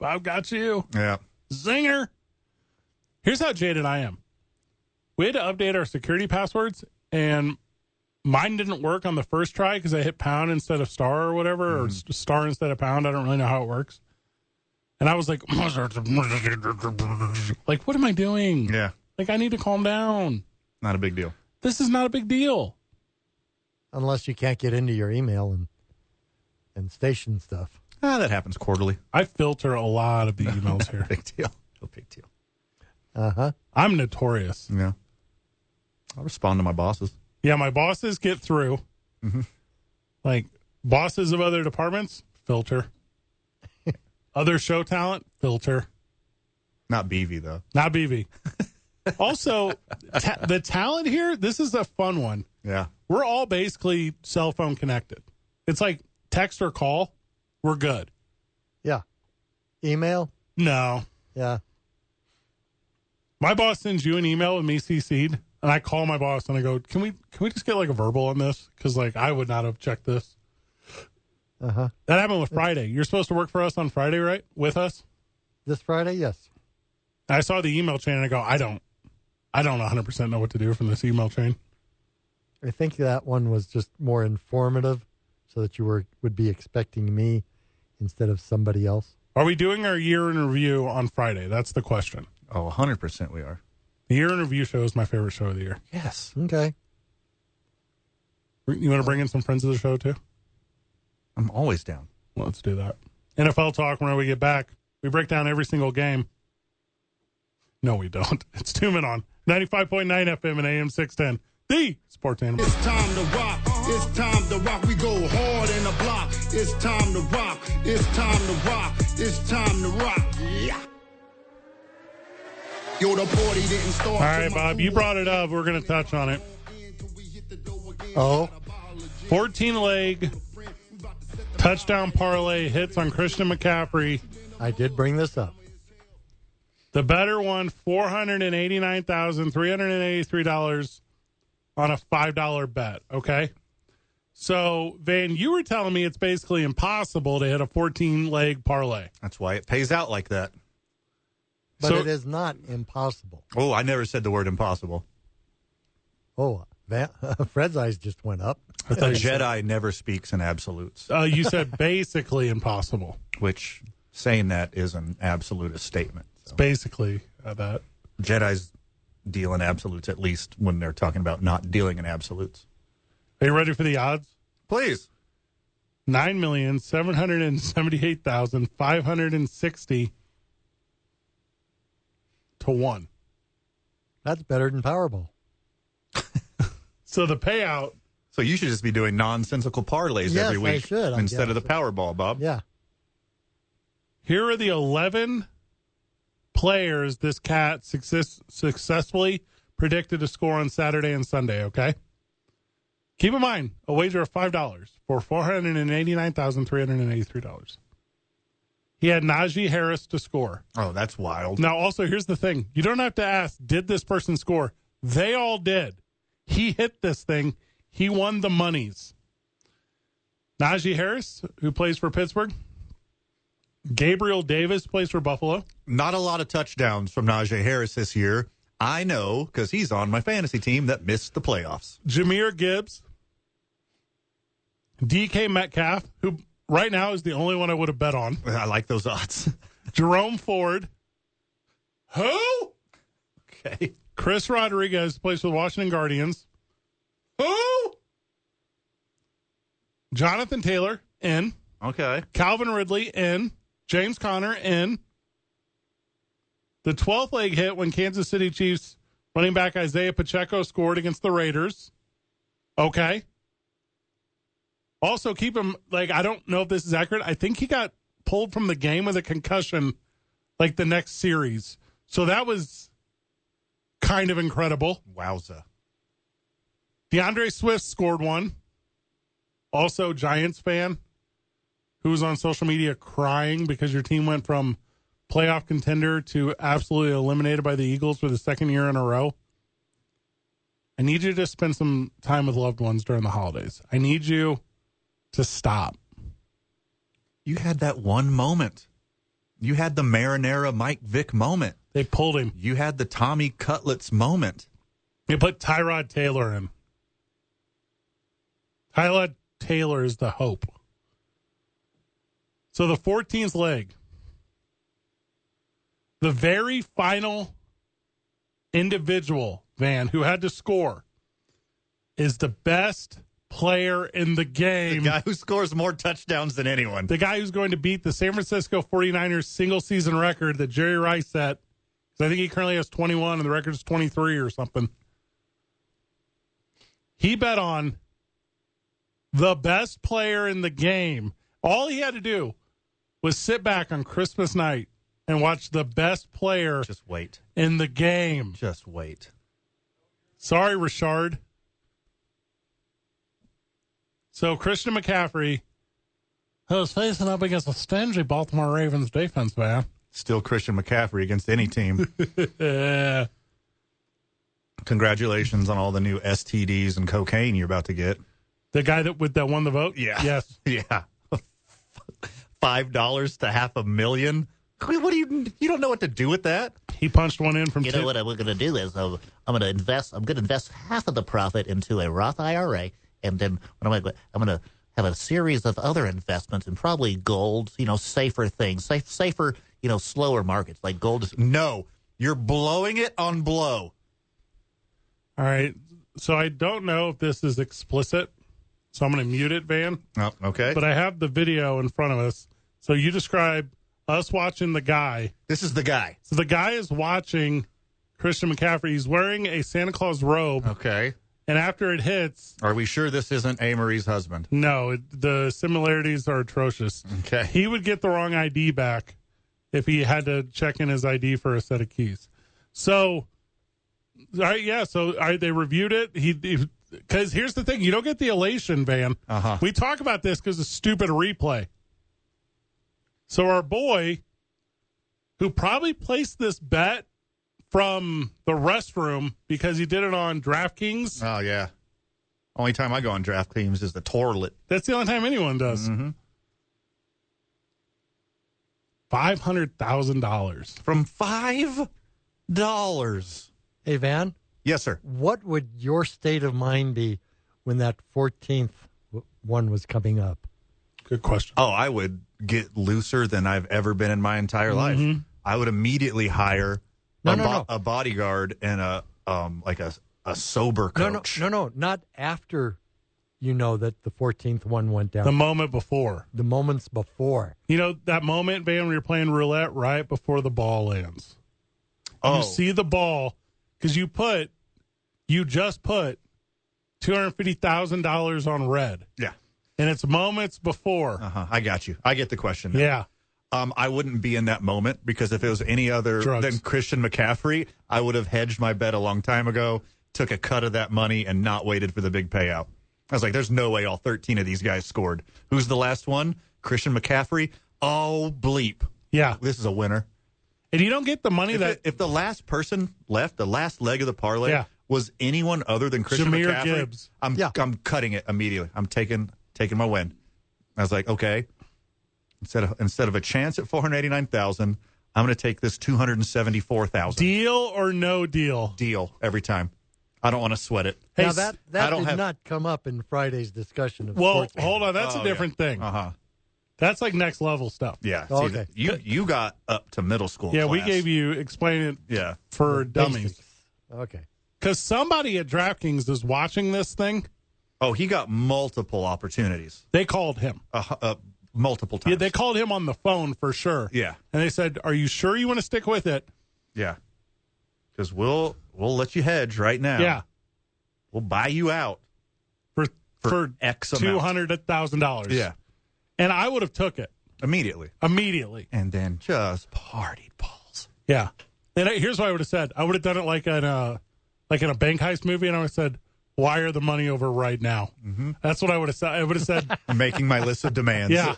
I've got you.
yeah.
Zinger. Here's how jaded I am. We had to update our security passwords, and mine didn't work on the first try because I hit pound instead of star or whatever, or s- star instead of pound. I don't really know how it works. And I was like, [laughs] like, what am I doing?
Yeah.
Like, I need to calm down.
Not a big deal.
This is not a big deal.
Unless you can't get into your email and and station stuff.
Ah, that happens quarterly.
I filter a lot of the emails here.
[laughs] Big deal. No big deal.
Uh huh.
I'm notorious.
Yeah. I'll respond to my bosses.
Yeah, my bosses get through. Like bosses of other departments, filter. other show talent, filter.
Not BV though.
Not BV. also, ta- the talent here, this is a fun one.
Yeah.
We're all basically cell phone connected. It's like text or call, we're good.
Yeah. Email.
No.
Yeah.
My boss sends you an email with me CC'd, and I call my boss and I go, "Can we can we just get like a verbal on this? Because like I would not have checked this."
Uh huh.
That happened with Friday. You're supposed to work for us on Friday, right? With us.
This Friday. Yes.
I saw the email chain and I go, I don't, I don't 100% know what to do from this email chain.
I think that one was just more informative, so that you were would be expecting me instead of somebody else.
Are we doing our year in review on Friday? That's the question.
Oh, 100% we are.
The year in review show is my favorite show of the year.
Yes.
Okay.
You want to bring in some friends of the show too?
I'm always down.
Let's do that. NFL talk when we get back. We break down every single game. No, we don't. [laughs] It's two men on 95.9 FM and AM 610. The sports animal.
It's time to rock. It's time to rock. We go hard in the block. It's time to rock. It's time to rock. It's time to rock. Yeah. Yo, the party didn't start.
All right, Bob, you brought it up. We're going to touch on it.
Oh,
14 leg touchdown parlay hits on Christian McCaffrey.
I did bring this up.
The better one, four hundred and eighty nine thousand three hundred and eighty three dollars on a five dollar bet. Okay. So Van, you were telling me it's basically impossible to hit a fourteen leg parlay.
That's why it pays out like that.
But
So-
it is not impossible.
Oh, I never said the word impossible.
Oh, Van, [laughs] Fred's eyes just went up.
A Jedi never speaks in absolutes,
Uh, you
[laughs]
said basically impossible.
which saying that is an absolutist statement. So
Basically uh, that.
Jedi's deal in absolutes, at least when they're talking about not dealing in absolutes.
Are you ready for the odds?
Please.
Nine million seven hundred and seventy eight thousand five hundred and sixty to one.
That's better than Powerball.
So the payout
So you should just be doing nonsensical parlays
Yes,
every
I
week
should, I
instead of the
guess.
Powerball, Bob.
Yeah.
Here are the 11 players this cat success, successfully predicted to score on Saturday and Sunday, okay? Keep in mind, a wager of $5 for $489,383. He had Najee Harris to score.
Oh, that's wild.
Now, also, here's the thing you don't have to ask, did this person score? They all did. He hit this thing, he won the monies. Najee Harris, who plays for Pittsburgh, Gabriel Davis plays for Buffalo.
Not a lot of touchdowns from Najee Harris this year. I know because he's on my fantasy team that missed the playoffs.
Jameer Gibbs, DK Metcalf, who right now is the only one I would have bet on,
I like those odds. [laughs]
Jerome Ford, who?
okay.
Chris Rodriguez plays for the Washington Guardians, who? Jonathan Taylor, in.
Okay.
Calvin Ridley, in. James Conner, in. The 12th leg hit when Kansas City Chiefs running back Isaiah Pacheco scored against the Raiders. Okay. Also, keep him, like, I don't know if this is accurate. I think he got pulled from the game with a concussion, like, the next series. So that was kind of incredible.
Wowza.
DeAndre Swift scored one. Also, Giants fan who was on social media crying because your team went from playoff contender to absolutely eliminated by the Eagles for the second year in a row. I need you to spend some time with loved ones during the holidays. I need you to stop.
You had that one moment. You had the marinara Mike Vick moment.
They pulled him.
You had the Tommy Cutlets moment.
They put Tyrod Taylor in. Tyrod Taylor is the hope. So the 14th leg, the very final individual, Van, who had to score, is the best player in the
The
game.
guy who scores more touchdowns than anyone.
the guy who's going to beat the San Francisco 49ers single season record that Jerry Rice set. 'Cause I think he currently has 21 and the record's 23 or something. He bet on the best player in the game. All he had to do was sit back on Christmas night and watch the best player
Just wait.
in the game.
Just wait.
Sorry, Richard. So Christian McCaffrey was facing up against a stingy Baltimore Ravens defense, man.
Still Christian McCaffrey against any [laughs] team.
Uh,
Congratulations on all the new STDs and cocaine you're about to get.
the guy that with that won the vote.
Yeah.
Yes.
[laughs] Yeah. Five dollars to half a million. What do you? You don't know what to do with that.
He punched one in from
You
two-
know what we're going to do is um, I'm going to invest. I'm going to invest half of the profit into a Roth IRA, and then when I'm, gonna- I'm going to have a series of other investments and probably gold. You know, safer things, safe, safer. You know, slower markets like gold. Is,
No, you're blowing it on blow.
All right. So I don't know if this is explicit. So I'm going to mute it, Van.
Oh, okay.
But I have the video in front of us. So you describe us watching the guy.
this is the guy.
So the guy is watching Christian McCaffrey. He's wearing a Santa Claus robe.
Okay.
And after it hits,
Are we sure this isn't Amory's husband?
No, it, the similarities are atrocious.
Okay.
He would get the wrong ID back if he had to check in his ID for a set of keys. So, all right, yeah. So, all right, they reviewed it. He because here's the thing: you don't get the elation, Van.
Uh-huh.
We talk about this because it's stupid replay. So our boy, who probably placed this bet from the restroom because he did it on DraftKings.
Oh yeah. Only time I go on draft teams is the toilet.
That's the only time anyone does. hundred thousand dollars.
From five dollars.
Hey, Van,
Yes, sir.
what would your state of mind be when that 14th w- one was coming up?
Good question.
Oh, I would get looser than I've ever been in my entire life. I would immediately hire
No,
a,
Mm-hmm. no,
bo-
no.
a bodyguard and a um like a a sober
No, no,
coach.
no, no, not after you know that the 14th one went down.
The moment before,
the moments before.
you know that moment, Van, when you're playing roulette right before the ball lands.
Oh,
You see the ball because you put, you just put two hundred fifty thousand dollars on red,
yeah.
and it's moments before.
Oh, Uh-huh. I got you. I get the question. now.
Yeah,
Um, I wouldn't be in that moment because if it was any other
Drugs.
than Christian McCaffrey, I would have hedged my bet a long time ago, took a cut of that money, and not waited for the big payout. I was like, there's no way all 13 of these guys scored. Who's the last one? Christian McCaffrey. Oh, bleep.
Yeah.
This is a winner.
And you don't get the money
If,
that
it- if the last person left, the last leg of the parlay
Yeah.
was anyone other than Christian
Jameer
McCaffrey,
Gibbs.
I'm
Yeah.
I'm cutting it immediately. I'm taking taking my win. I was like, okay, instead of instead of a chance at four hundred eighty nine thousand, I'm going to take this two hundred seventy four thousand
deal or no deal.
deal every time. I don't want to sweat it.
Hey,
now
s-
that
I
that
don't
did
have-
not come up in Friday's discussion of
Well,
sports.
hold on. That's
Oh,
a different thing.
Uh huh.
That's like next level stuff.
Yeah. See,
Okay.
You you got up to middle school.
Oh, Yeah, we
class.
gave you explain it
Yeah.
for dummies
Basics. Okay.
because somebody at DraftKings is watching this thing.
Oh, he got multiple opportunities.
They called him.
Uh, huh, uh, multiple times.
Yeah, they called him on the phone for sure.
Yeah.
and they said, "Are you sure you want to stick with it?"
Yeah. Because we'll we'll let you hedge right now.
Yeah,
We'll buy you out.
for
For
for,
X amount.
two hundred thousand dollars. and I would have took it
Immediately.
immediately.
And then just partied balls.
Yeah, and I, here's what I would have said: I would have done it like in a like in a bank heist movie, and I would have said, "Wire the money over right now." Mm-hmm. That's what I would have said. I would have said,
I'm making my list of
[laughs]
demands.
"Yeah,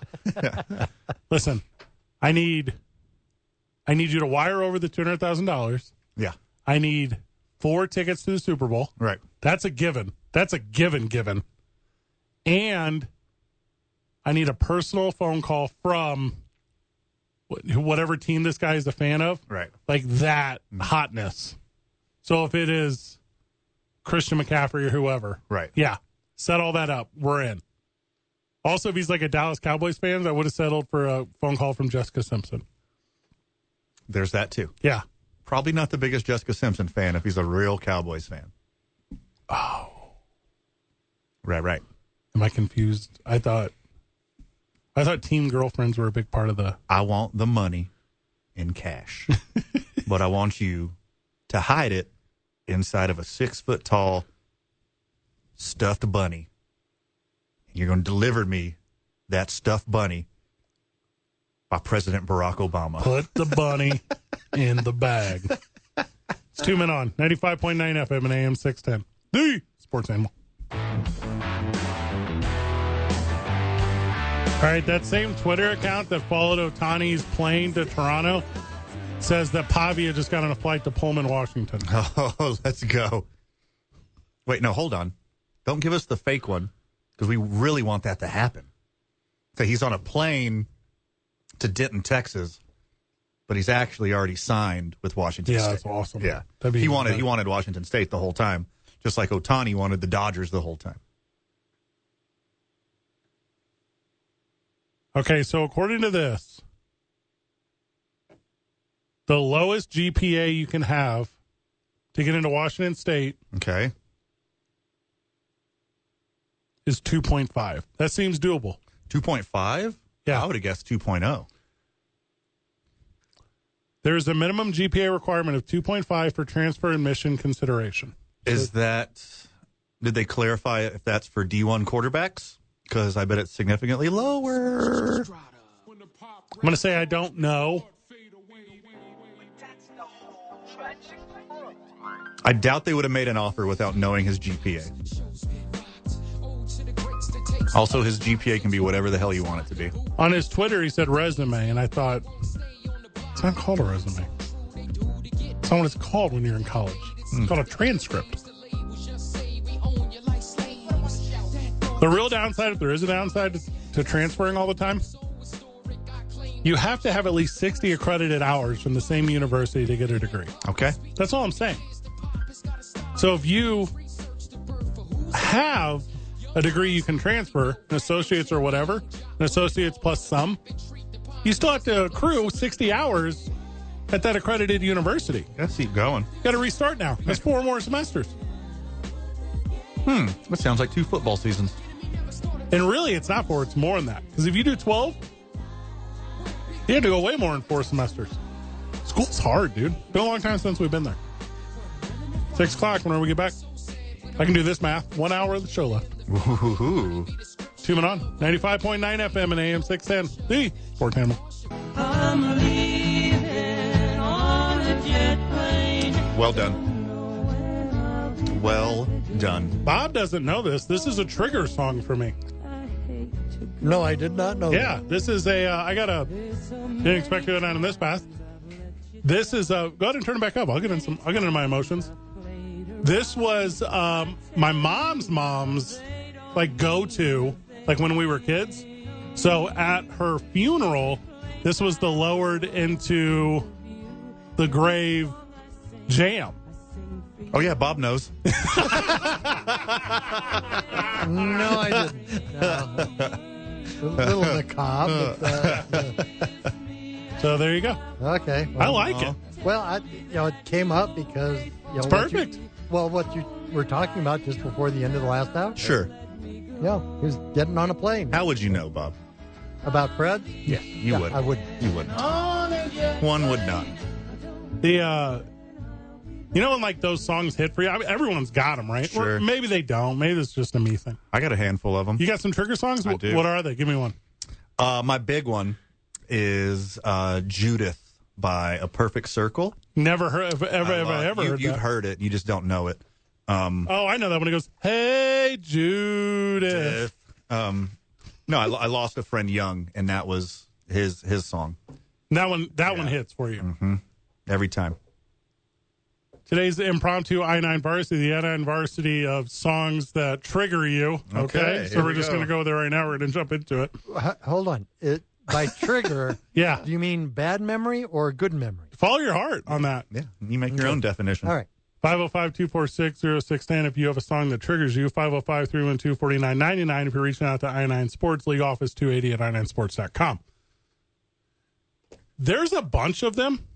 listen, I need, I need you to wire over the two hundred thousand dollars.
Yeah.
I need four tickets to the Super Bowl.
Right.
That's a given. That's a given, given. And I need a personal phone call from wh- whatever team this guy is a fan of.
Right.
Like that hotness. So if it is Christian McCaffrey or whoever,
Right.
yeah, set all that up. We're in. Also, if he's like a Dallas Cowboys fan, I would have settled for a phone call from Jessica Simpson.
There's that too.
Yeah.
Probably not the biggest Jessica Simpson fan if he's a real Cowboys fan. Oh. Right, right.
Am I confused? I thought I thought teen girlfriends were a big part of the
I want the money in cash, but I want you to hide it inside of a six foot tall stuffed bunny. And you're going to deliver me that stuffed bunny by President Barack Obama.
put the bunny in the bag. It's two men on 95.9 FM and AM 610. The sports animal. All right, that same Twitter account that followed Otani's plane to Toronto says that Pavia just got on a flight to Pullman, Washington.
[laughs] Oh, let's go. Wait, no, hold on. Don't give us the fake one because we really want that to happen. So he's on a plane to Denton, Texas, but he's actually already signed with Washington
Yeah,
State.
that's awesome.
Yeah,
That'd be
he
even
wanted he
better.
wanted Washington State the whole time, just like Otani wanted the Dodgers the whole time.
Okay, so according to this, the lowest GPA you can have to get into Washington State
Okay,
is 2.5. That seems doable.
two point five.
Yeah.
I would have guessed two oh.
There's a minimum GPA requirement of 2.5 for transfer admission consideration.
Is that? Did they clarify if that's for D one quarterbacks? Because I bet it's significantly lower.
I'm going to say I don't know.
I doubt they would have made an offer without knowing his GPA. Also, his GPA can be whatever the hell you want it to be.
On his Twitter, he said resume, and I thought, it's not called a resume. It's not what it's called when you're in college. It's called a transcript. The real downside, if there is a downside to, to transferring all the time, you have to have at least 60 accredited hours from the same university to get a degree.
Okay.
That's all I'm saying. So if you have a degree you can transfer, an associate's or whatever, an associate's plus some, you still have to accrue 60 hours at that accredited university.
Let's keep going.
You got to restart now. That's four more semesters.
That sounds like two football seasons.
And really, it's not four, it's more than that. Because if you do 12, you have to go way more in four semesters. School's hard, dude. Been a long time since we've been there. Six o'clock, whenever we get back, I can do this math. One hour of the show left.
Ooh.
Two men on 95.9 FM and AM 610. The Sports Animal.
I I'm leaving on a jet plane.
Well done. Well done.
Bob doesn't know this. This is a trigger song for me.
No, I did not know.
Yeah, this is a. Uh, I got a. Didn't expect to go down on this path. This is a. Go ahead and turn it back up. I'll get in some. I'll get into my emotions. This was um, my mom's mom's like go to like when we were kids. So at her funeral, this was the lowered into the grave jam.
Oh yeah, Bob knows.
That. No, I didn't. No. A little macabre. But, uh,
So there you go.
okay.
I
well-
like it.
Well, I, you know, it came up because you know, it's
perfect.
well, what you were talking about just before the end of the last hour.
[laughs] Sure.
Yeah, he was getting on a plane.
How would you know, Bob?
About Fred? Yeah,
You would.
I would.
You wouldn't. One would not.
The uh you know when like those songs hit for you, I mean, everyone's got them, right?
Sure.
Or maybe they don't. Maybe it's just a me thing.
I got a handful of them.
You got some trigger songs?
I
Wh-
do.
What are they? Give me one.
Uh, my big one is uh, Judith by A Perfect Circle.
Never heard ever ever ever,
Uh,
ever
you,
heard
you've
that.
heard it, you just don't know it. Um,
Oh, I know that one. It goes, "Hey Judith."
um, no, I, lo- I lost a friend young, and that was his his song
That one that one hits for you.
Mm-hmm. every time.
Today's the impromptu I9 varsity, the I9 varsity of songs that trigger you. Okay.
Okay,
so
here
we're
we
just
go.
going to go there right now. We're going to jump into it.
H- Uh, hold on. It by trigger.
Yeah.
Do you mean bad memory or good memory?
Follow your heart on that.
Yeah, you make your own definition.
All right.
505-246-0610 if you have a song that triggers you 505-312-4999 if you're reaching out to i9 sports league office 280 at i9sports.com there's a bunch of them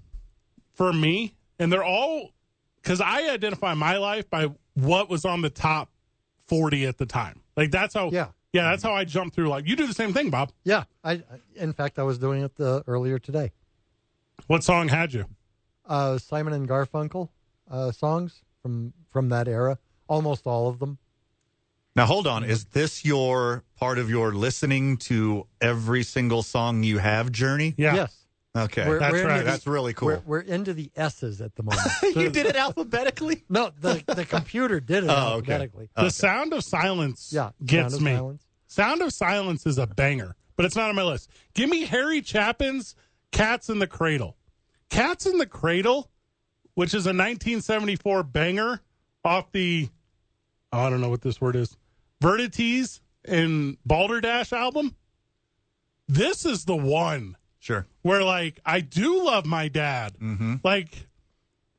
for me and they're all because i identify my life by what was on the top 40 at the time like that's how
Yeah.
yeah that's how i jump through like you do the same thing bob
Yeah. I, I in fact I was doing it the, earlier today.
what song had you
Uh, Simon and Garfunkel uh, songs from from that era, almost all of them.
Now hold on. Is this your part of your listening to every single song you have journey?
yeah
Yes.
Okay,
We're-
that's,
that's
into
right.
the-
that's really cool.
We're, we're into the S's at the moment.
[laughs] you did it alphabetically.
[laughs] no, the, the computer did it
Oh, okay.
alphabetically.
the sound of silence
Yeah.
gets
Sound of
me
Silence.
Sound of Silence is a banger, but it's not on my list. Give me Harry Chapin's Cats in the Cradle. Cats in the Cradle, which is a 1974 banger off the, oh, I don't know what this word is, Vertices and Balderdash album. This is the one
Sure.
where, like, I do love my dad.
Mm-hmm.
Like,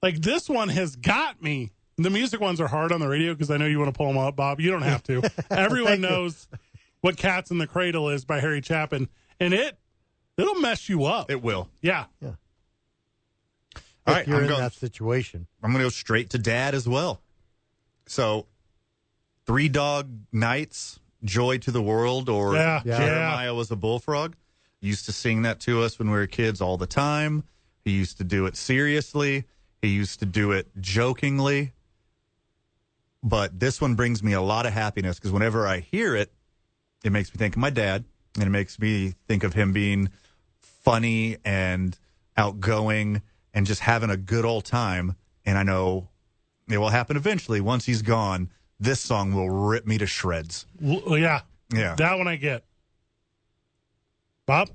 like this one has got me. The music ones are hard on the radio because I know you want to pull them up, Bob. You don't have
[laughs]
to. Everyone knows what "Cats in the Cradle" is by Harry Chapin, and it it'll mess you up.
It will.
yeah,
If
All right,
you're
I'm
in
going-
that situation.
I'm going to go straight to dad as well. So, Three Dog Nights, Joy to the World, or
Yeah, yeah.
Jeremiah was a bullfrog. He used to sing that to us when we were kids all the time. He used to do it seriously, he used to do it jokingly. But this one brings me a lot of happiness because whenever I hear it, it makes me think of my dad and it makes me think of him being funny and outgoing and just having a good old time and i know it will happen eventually once he's gone this song will rip me to shreds
L- yeah,
yeah
That one I get. Bob,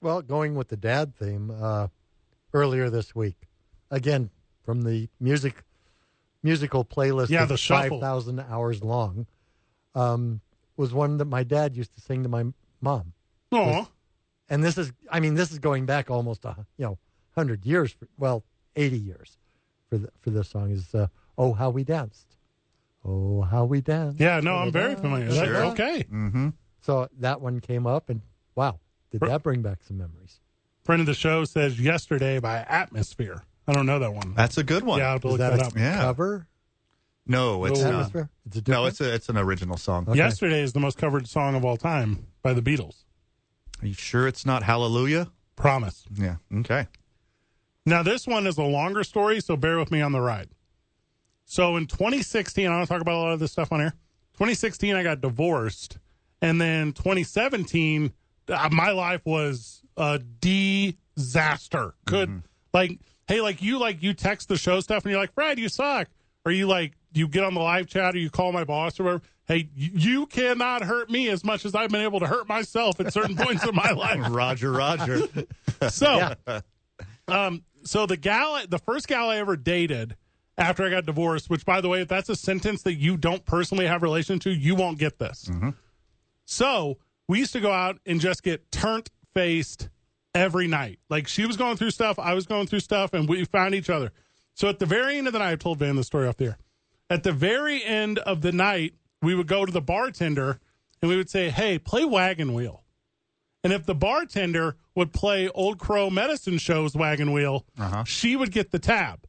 Well, going with the dad theme uh, earlier this week, again from the music musical playlist.
Yeah,
that's
the shuffle.
five thousand hours long um, was one that my dad used to sing to my mom.
oh,
And this is, I mean, this is going back almost a you know hundred years, for, well, eighty years for the, for this song is uh, "Oh How We Danced." Oh, how we danced.
yeah, no, I'm very familiar. That's
Sure.
okay,
mm-hmm
So that one came up, and wow, did
Right.
that bring back some memories?
friend of the show says "Yesterday" by Atmosphere. I don't know that one.
that's a good one
yeah, I have to
Is
look
that,
that,
a
up.
Yeah.
cover?
no it's
No.
not
Atmosphere? It's a
no
different-
it's a, it's an original song
Okay.
Yesterday is the most covered song of all time by the Beatles.
are you sure it's not hallelujah
Promise.
yeah
[laughs]
okay
Now, this one is a longer story, so bear with me on the ride. So, in 2016, I don't talk about a lot of this stuff on air. 2016, I got divorced. And then 2017, uh, my life was a disaster. Could like hey, like you like you text the show stuff and you're like, Fred, you suck. Or you like you get on the live chat or you call my boss or whatever. Hey, y- you cannot hurt me as much as I've been able to hurt myself at certain [laughs] points in my life.
Roger, Roger.
So, [laughs] um, so the gal, the first gal I ever dated after I got divorced, which by the way, if that's a sentence that you don't personally have relation to, you won't get this. So we used to go out and just get turnt faced every night. Like she was going through stuff, I was going through stuff, and we found each other. So at the very end of the night, I told Van the story off there. At the very end of the night, we would go to the bartender and we would say, Hey, play Wagon Wheel. And if the bartender would play Old Crow Medicine Show's Wagon Wheel, she would get the tab.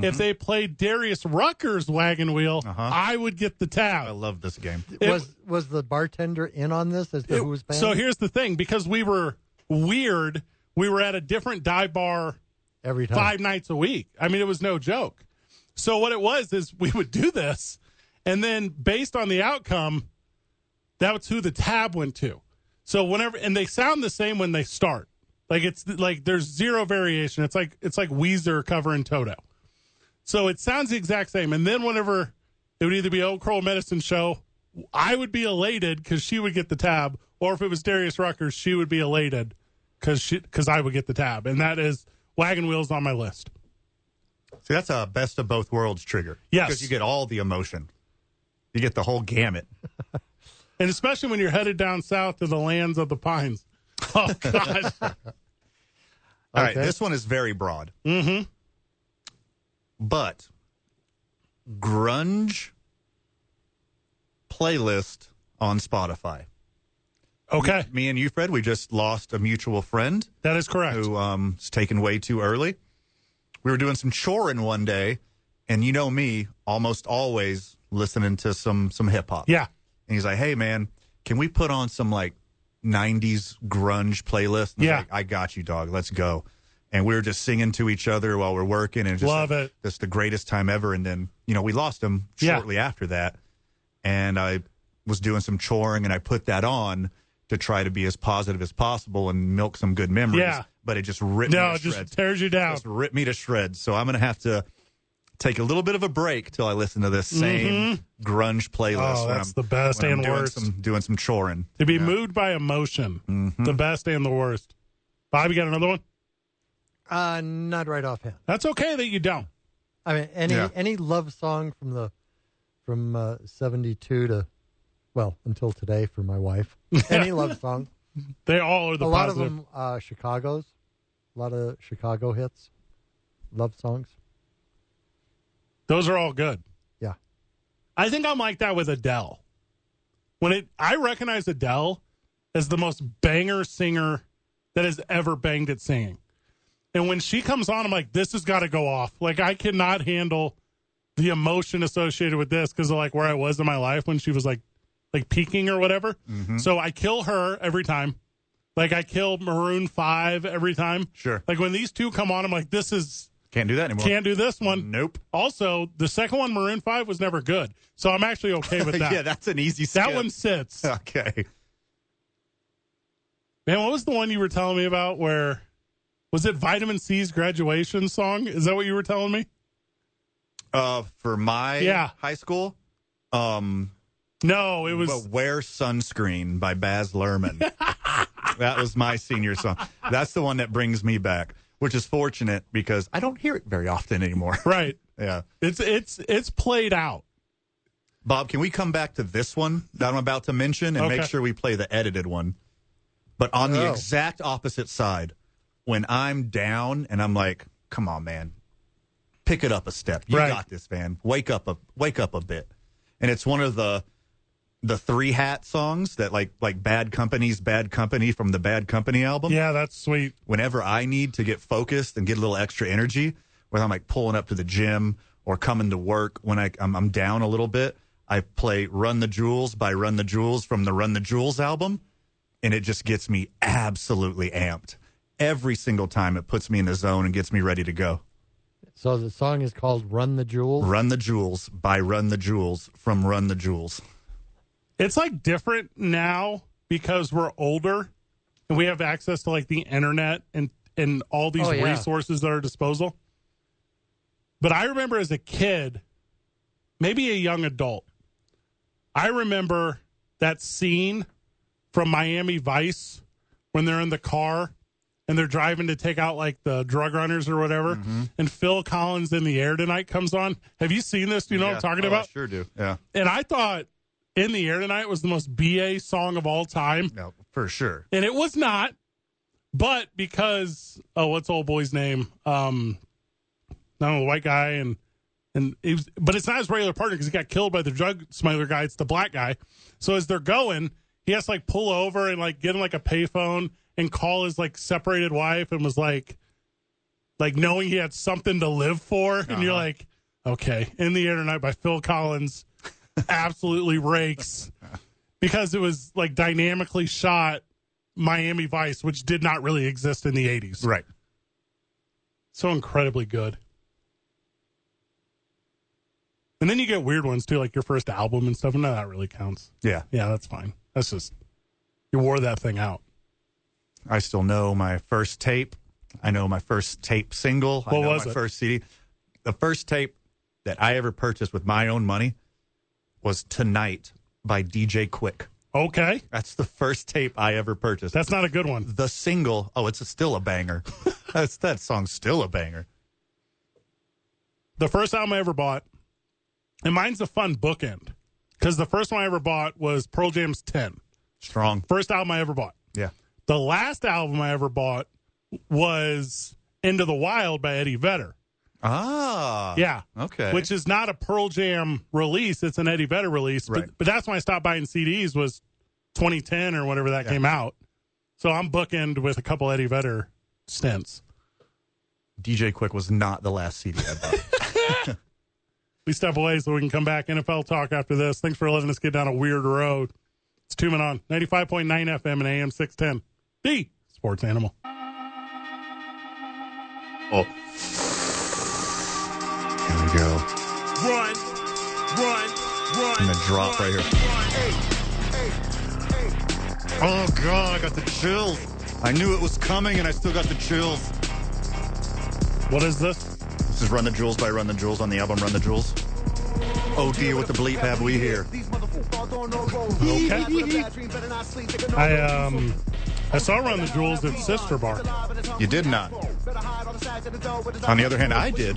If they played Darius Rucker's Wagon Wheel, I would get the tab.
I love this game.
It-
was was the bartender in on this as to who was paying?
so here's the thing because we were weird, we were at a different dive bar
every time.
five nights a week. I mean, it was no joke. So what it was is we would do this, and then based on the outcome, that's who the tab went to. So whenever and they sound the same when they start. Like it's like there's zero variation. It's like it's like Weezer covering Toto. So it sounds the exact same. And then whenever it would either be Old Crow Medicine Show, I would be elated because she would get the tab, or if it was Darius Rucker, she would be elated because she because I would get the tab. And that is Wagon Wheels on my list.
See, that's a best of both worlds trigger.
Yes.
Because you get all the emotion. You get the whole gamut.
And especially when you're headed down south to the lands of the pines. [laughs] Oh gosh.
All right,
Okay.
this one is very broad. Mm-hmm. But grunge playlist on Spotify.
okay.
Me and you, Fred, we just lost a mutual friend
That is correct.
who um, was taken way too early. We were doing some choring one day, and you know me, almost always listening to some some hip hop.
Yeah.
And he's like, hey, man, can we put on some like 90s grunge playlist? And I was
Yeah.
like, I got you, dog. Let's go. And we were just singing to each other while we're working and just
Love
like,
it.
Just the greatest time ever. And then, you know, we lost him
Yeah.
shortly after that. And I was doing some choring and I put that on to try to be as positive as possible and milk some good memories.
Yeah.
But it just ripped me
No,
to
it just
shreds.
tears you down.
Just ripped me to shreds. So I'm going to have to take a little bit of a break till I listen to this same grunge playlist.
Mm-hmm. Oh,
when
that's
I'm-
the best
when I'm
and
doing
worst.
Some, doing some choring.
to be moved by emotion. The best and the worst. Bob, you got another one?
Uh, not right offhand.
That's okay that you don't.
I mean, any
Yeah.
any love song from the from uh, seventy two to well until today for my wife. Any love song.
They all are the
a lot
positive.
of them uh, Chicago's. A lot of Chicago hits, love songs.
Those are all good.
Yeah.
I think I'm like that with Adele. When it I recognize Adele as the most banger singer that has ever banged at singing. And when she comes on, I'm like, this has got to go off. Like I cannot handle the emotion associated with this because of like where I was in my life when she was like like peaking or whatever. So I kill her every time. Like I kill Maroon Five every time.
Sure.
Like when these two come on, I'm like, this is
Can't do that anymore.
can't do this one.
Nope.
Also, the second one, Maroon Five, was never good, so I'm actually okay with that.
[laughs] yeah, that's an easy skip.
that one sits.
[laughs] Okay.
Man, what was the one you were telling me about? Where was it? Vitamin C's graduation song? Is that what you were telling me?
Uh, for my
Yeah.
high school, um,
No, it was.
but Wear Sunscreen by
[laughs]
Baz Luhrmann. that was my senior song. That's the one that brings me back, which is fortunate because I don't hear it very often anymore. [laughs]
Right.
yeah.
It's it's it's played out.
Bob, can we come back to this one that I'm about to mention and make
Okay.
sure we play the edited one? But on the
Oh.
exact opposite side, when I'm down and I'm like, "Come on, man, pick it up a step. You
Right.
got this, man. Wake up a wake up a bit." And it's one of the the three hat songs that like like Bad Company's Bad Company from the Bad Company album
Yeah, that's sweet.
whenever I need to get focused and get a little extra energy, whether I'm like pulling up to the gym or coming to work when I, I'm, I'm down a little bit, I play Run the Jewels by Run the Jewels from the Run the Jewels album. And it just gets me absolutely amped. Every single time it puts me in the zone and gets me ready to go.
So the song is called "Run the Jewels."
Run the Jewels by Run the Jewels from Run the Jewels.
It's like different now because we're older and we have access to like the internet and and all these
Oh, yeah.
resources at our disposal. But I remember as a kid, maybe a young adult, I remember that scene from Miami Vice when they're in the car and they're driving to take out like the drug runners or whatever.
Mm-hmm.
And Phil Collins in the air tonight comes on. Have you seen this? Do you know what I'm talking
Oh,
about?
I sure do. Yeah.
And I thought In the Air Tonight was the most BA song of all time.
No, for sure.
And it was not. But because oh, what's old boy's name? Um I don't know, the white guy and and it was, but it's not his regular partner because he got killed by the drug smuggler guy. It's the black guy. So as they're going, he has to like pull over and like get in like a payphone and call his like separated wife and was like, like knowing he had something to live for. And you're like, okay, in the air tonight by Phil Collins, absolutely rakes because it was like dynamically shot Miami Vice, which did not really exist in the 80s.
Right.
So incredibly good. And then you get weird ones too, like your first album and stuff. No, that really counts.
Yeah.
Yeah, that's fine. That's just, you wore that thing out.
I still know my first tape. I know my first tape single. I
What
know
was
my
it?
first CD. The first tape that I ever purchased with my own money was Tonight by DJ Quick.
Okay.
That's the first tape I ever purchased.
That's not a good one.
the single. Oh, it's still a banger.
[laughs]
That's that song's still a banger.
The first album I ever bought, and mine's a fun bookend because the first one I ever bought was Pearl Jam's 10.
Strong.
First album I ever bought.
Yeah.
The last album I ever bought was Into the Wild by Eddie Vedder.
Ah.
Yeah.
Okay.
Which is not a Pearl Jam release. It's an Eddie Vedder release.
Right.
But, but that's when I stopped buying CDs was 2010 or whenever that came out. So I'm bookend with a couple Eddie Vedder stints.
DJ Quick was not the last CD I bought.
We step away so we can come back. NFL talk after this. Thanks for letting us get down a weird road. It's two men on 95.9 FM and AM 610. The sports animal.
oh. Here we go.
Run, run, run.
I'm gonna drop right here. Oh god, I got the chills. I knew it was coming and I still got the chills.
What is this?
This is Run the Jewels by Run the Jewels on the album Run the Jewels. Oh dear, what the bleep have we here?
I um I saw Run the Jewels at Sister Bar.
You did not. On the other hand, I did.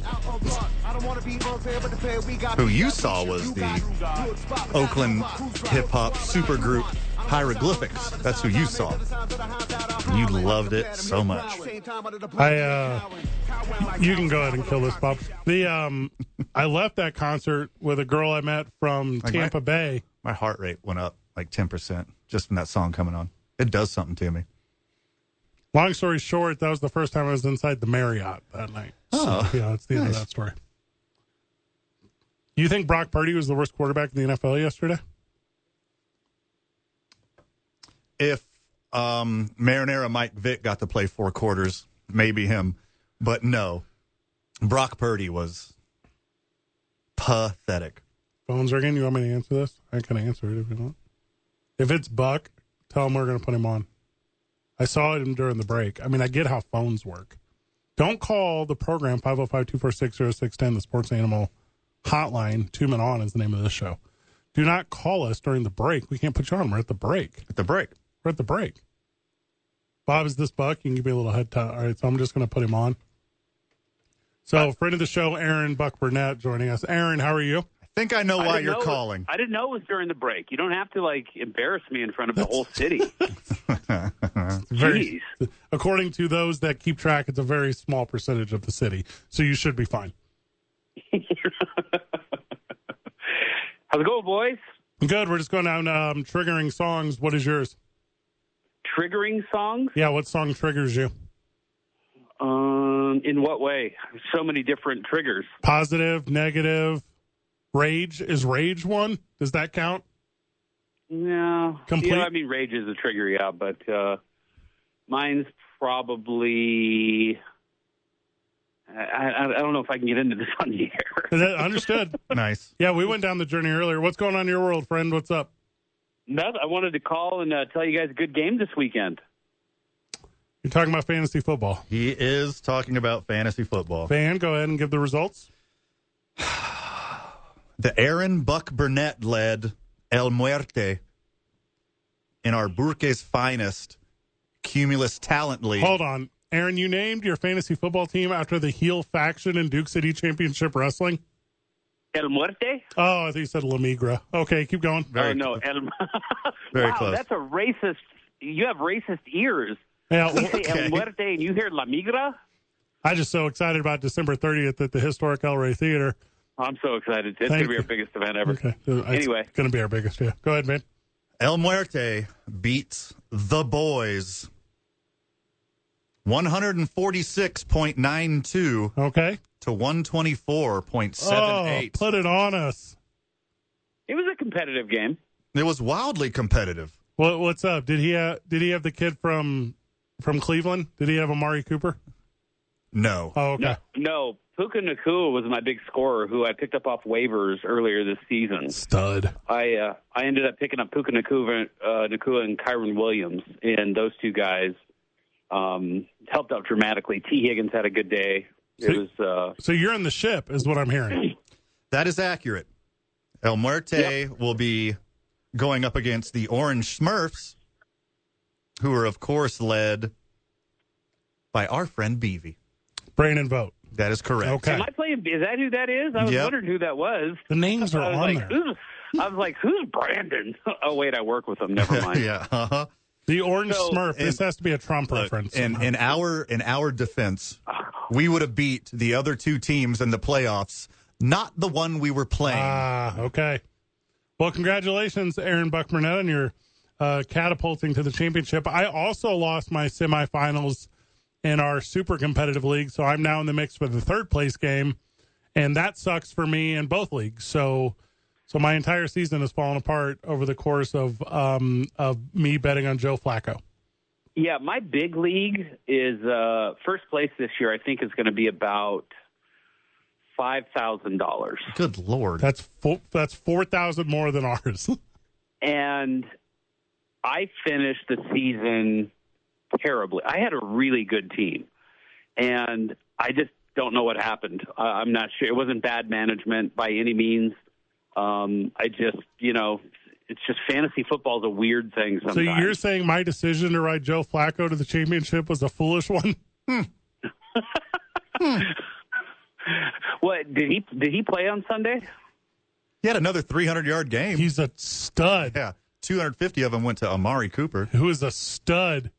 Who you saw was the Oakland hip hop supergroup Hieroglyphics. That's who you saw. You loved it so much.
I uh you can go ahead and kill this Bob. The um I left that concert with a girl I met from
Like
Tampa
what?
Bay.
My heart rate went up like 10% just from that song coming on. It does something to me.
Long story short, that was the first time I was inside the Marriott that night.
Oh,
yeah, that's the end of
nice.
that story. You think Brock Purdy was the worst quarterback in the NFL yesterday?
if um, Marinara Mike Vick got to play four quarters, maybe him. But no, Brock Purdy was pathetic.
Phones ringing. You want me to answer this? I can answer it if you want. If it's Buck, tell him we're going to put him on. I saw him during the break. I mean, I get how phones work. Don't call the program 505 246 0610, the sports animal hotline. Two men on is the name of this show. Do not call us during the break. We can't put you on. We're at the break.
At the break,
We're at the break. Bob, is this Buck? You can give me a little head tap. All right, so I'm just going to put him on. So, friend of the show, Aaron Buck Burnett, joining us. Aaron, how are you?
I think I know
I
why
didn't
you're
know it-
calling.
I didn't know it was during the break. You don't have to like embarrass me in front of the whole city.
Very-
Jeez.
according to those that keep track, it's a very small percentage of the city, so you should be fine.
[laughs] How's it going, boys?
Good. We're just going down um, triggering songs. What is yours?
Triggering songs?
Yeah, what song triggers you?
Um, in what way? So many different triggers.
Positive, negative, rage. Is rage one? Does that count?
No.
Complete-
Yeah, I mean, rage is a trigger, yeah, but uh, mine's probably. I, I, I don't know if I can get into this [laughs] on the air.
Is that understood?
nice.
yeah, we went down the journey earlier. What's going on in your world, friend? What's up?
No, I wanted to call and uh, tell you guys good game this weekend.
You're talking about fantasy football.
He is talking about fantasy football.
Van, go ahead and give the results.
The Aaron Buck Burnett led El Muerte in our Burke's finest cumulus talent league.
Hold on. Aaron, you named your fantasy football team after the heel faction in Duke City Championship Wrestling.
El Muerte? [laughs]
Oh, I think you said La Migra. Okay, keep going.
oh, no. El...
Very
wow,
close.
that's a racist. You have racist ears. [laughs]
Yeah,
You
well,
say El Muerte and you hear La Migra?
I just so excited about December 30th at the historic El Rey Theater.
I'm so excited.
Thank
It's going to be
you.
our biggest event ever.
Okay.
Anyway.
going to be our biggest. Yeah. Go ahead, man.
El Muerte beats the boys 146.92
Okay.
to 124.78.
Oh, put it on us.
It was a competitive game.
It was wildly competitive.
What, what's up? Did he uh, did he have the kid from from Cleveland? Did he have Amari Cooper?
No.
Oh, okay.
No, Puka Nakua was my big scorer who I picked up off waivers earlier this season.
Stud.
I uh, I ended up picking up Puka Nakua, uh, Nakua and Kyron Williams, and those two guys um, helped out dramatically. T. Higgins had a good day.
See?
It was
So you're in the ship, is what I'm hearing.
That is accurate. El Muerte will be going up against the Orange Smurfs, who are, of course, led by our friend Beavy.
Brain and vote.
That is correct.
uh,
Okay.
am I playing? Is that who that is? I was
Yep.
wondering who that was.
The names are
[laughs] I was
on there.
like, who's, I was like, who's Brandon? [laughs] oh wait, I work with him. Never mind.
[laughs] yeah. Uh-huh.
The Orange
So-
Smurf. this
and-
has to be a Trump reference.
In in our in our defense, we would have beat the other two teams in the playoffs, not the one we were playing.
Ah, okay. Well, congratulations, Aaron Buck Burnett, on your uh, catapulting to the championship. I also lost my semifinals in our super competitive league, so I'm now in the mix with the third place game, and that sucks for me in both leagues. So, so my entire season has fallen apart over the course of um, of me betting on Joe Flacco.
Yeah, my big league is uh, first place this year. I think is going to be about five thousand dollars,
Good lord.
That's four, that's four thousand more than ours.
and I finished the season terribly. I had a really good team, and I just don't know what happened. I, I'm not sure. It wasn't bad management by any means. Um, I just, you know, it's just fantasy football is a weird thing sometimes.
so you're saying my decision to ride Joe Flacco to the championship was a foolish [laughs] one?
what did he did he play on Sunday?
He had another 300 yard game.
He's a stud.
yeah, 250 of them went to Amari Cooper.
who is a stud.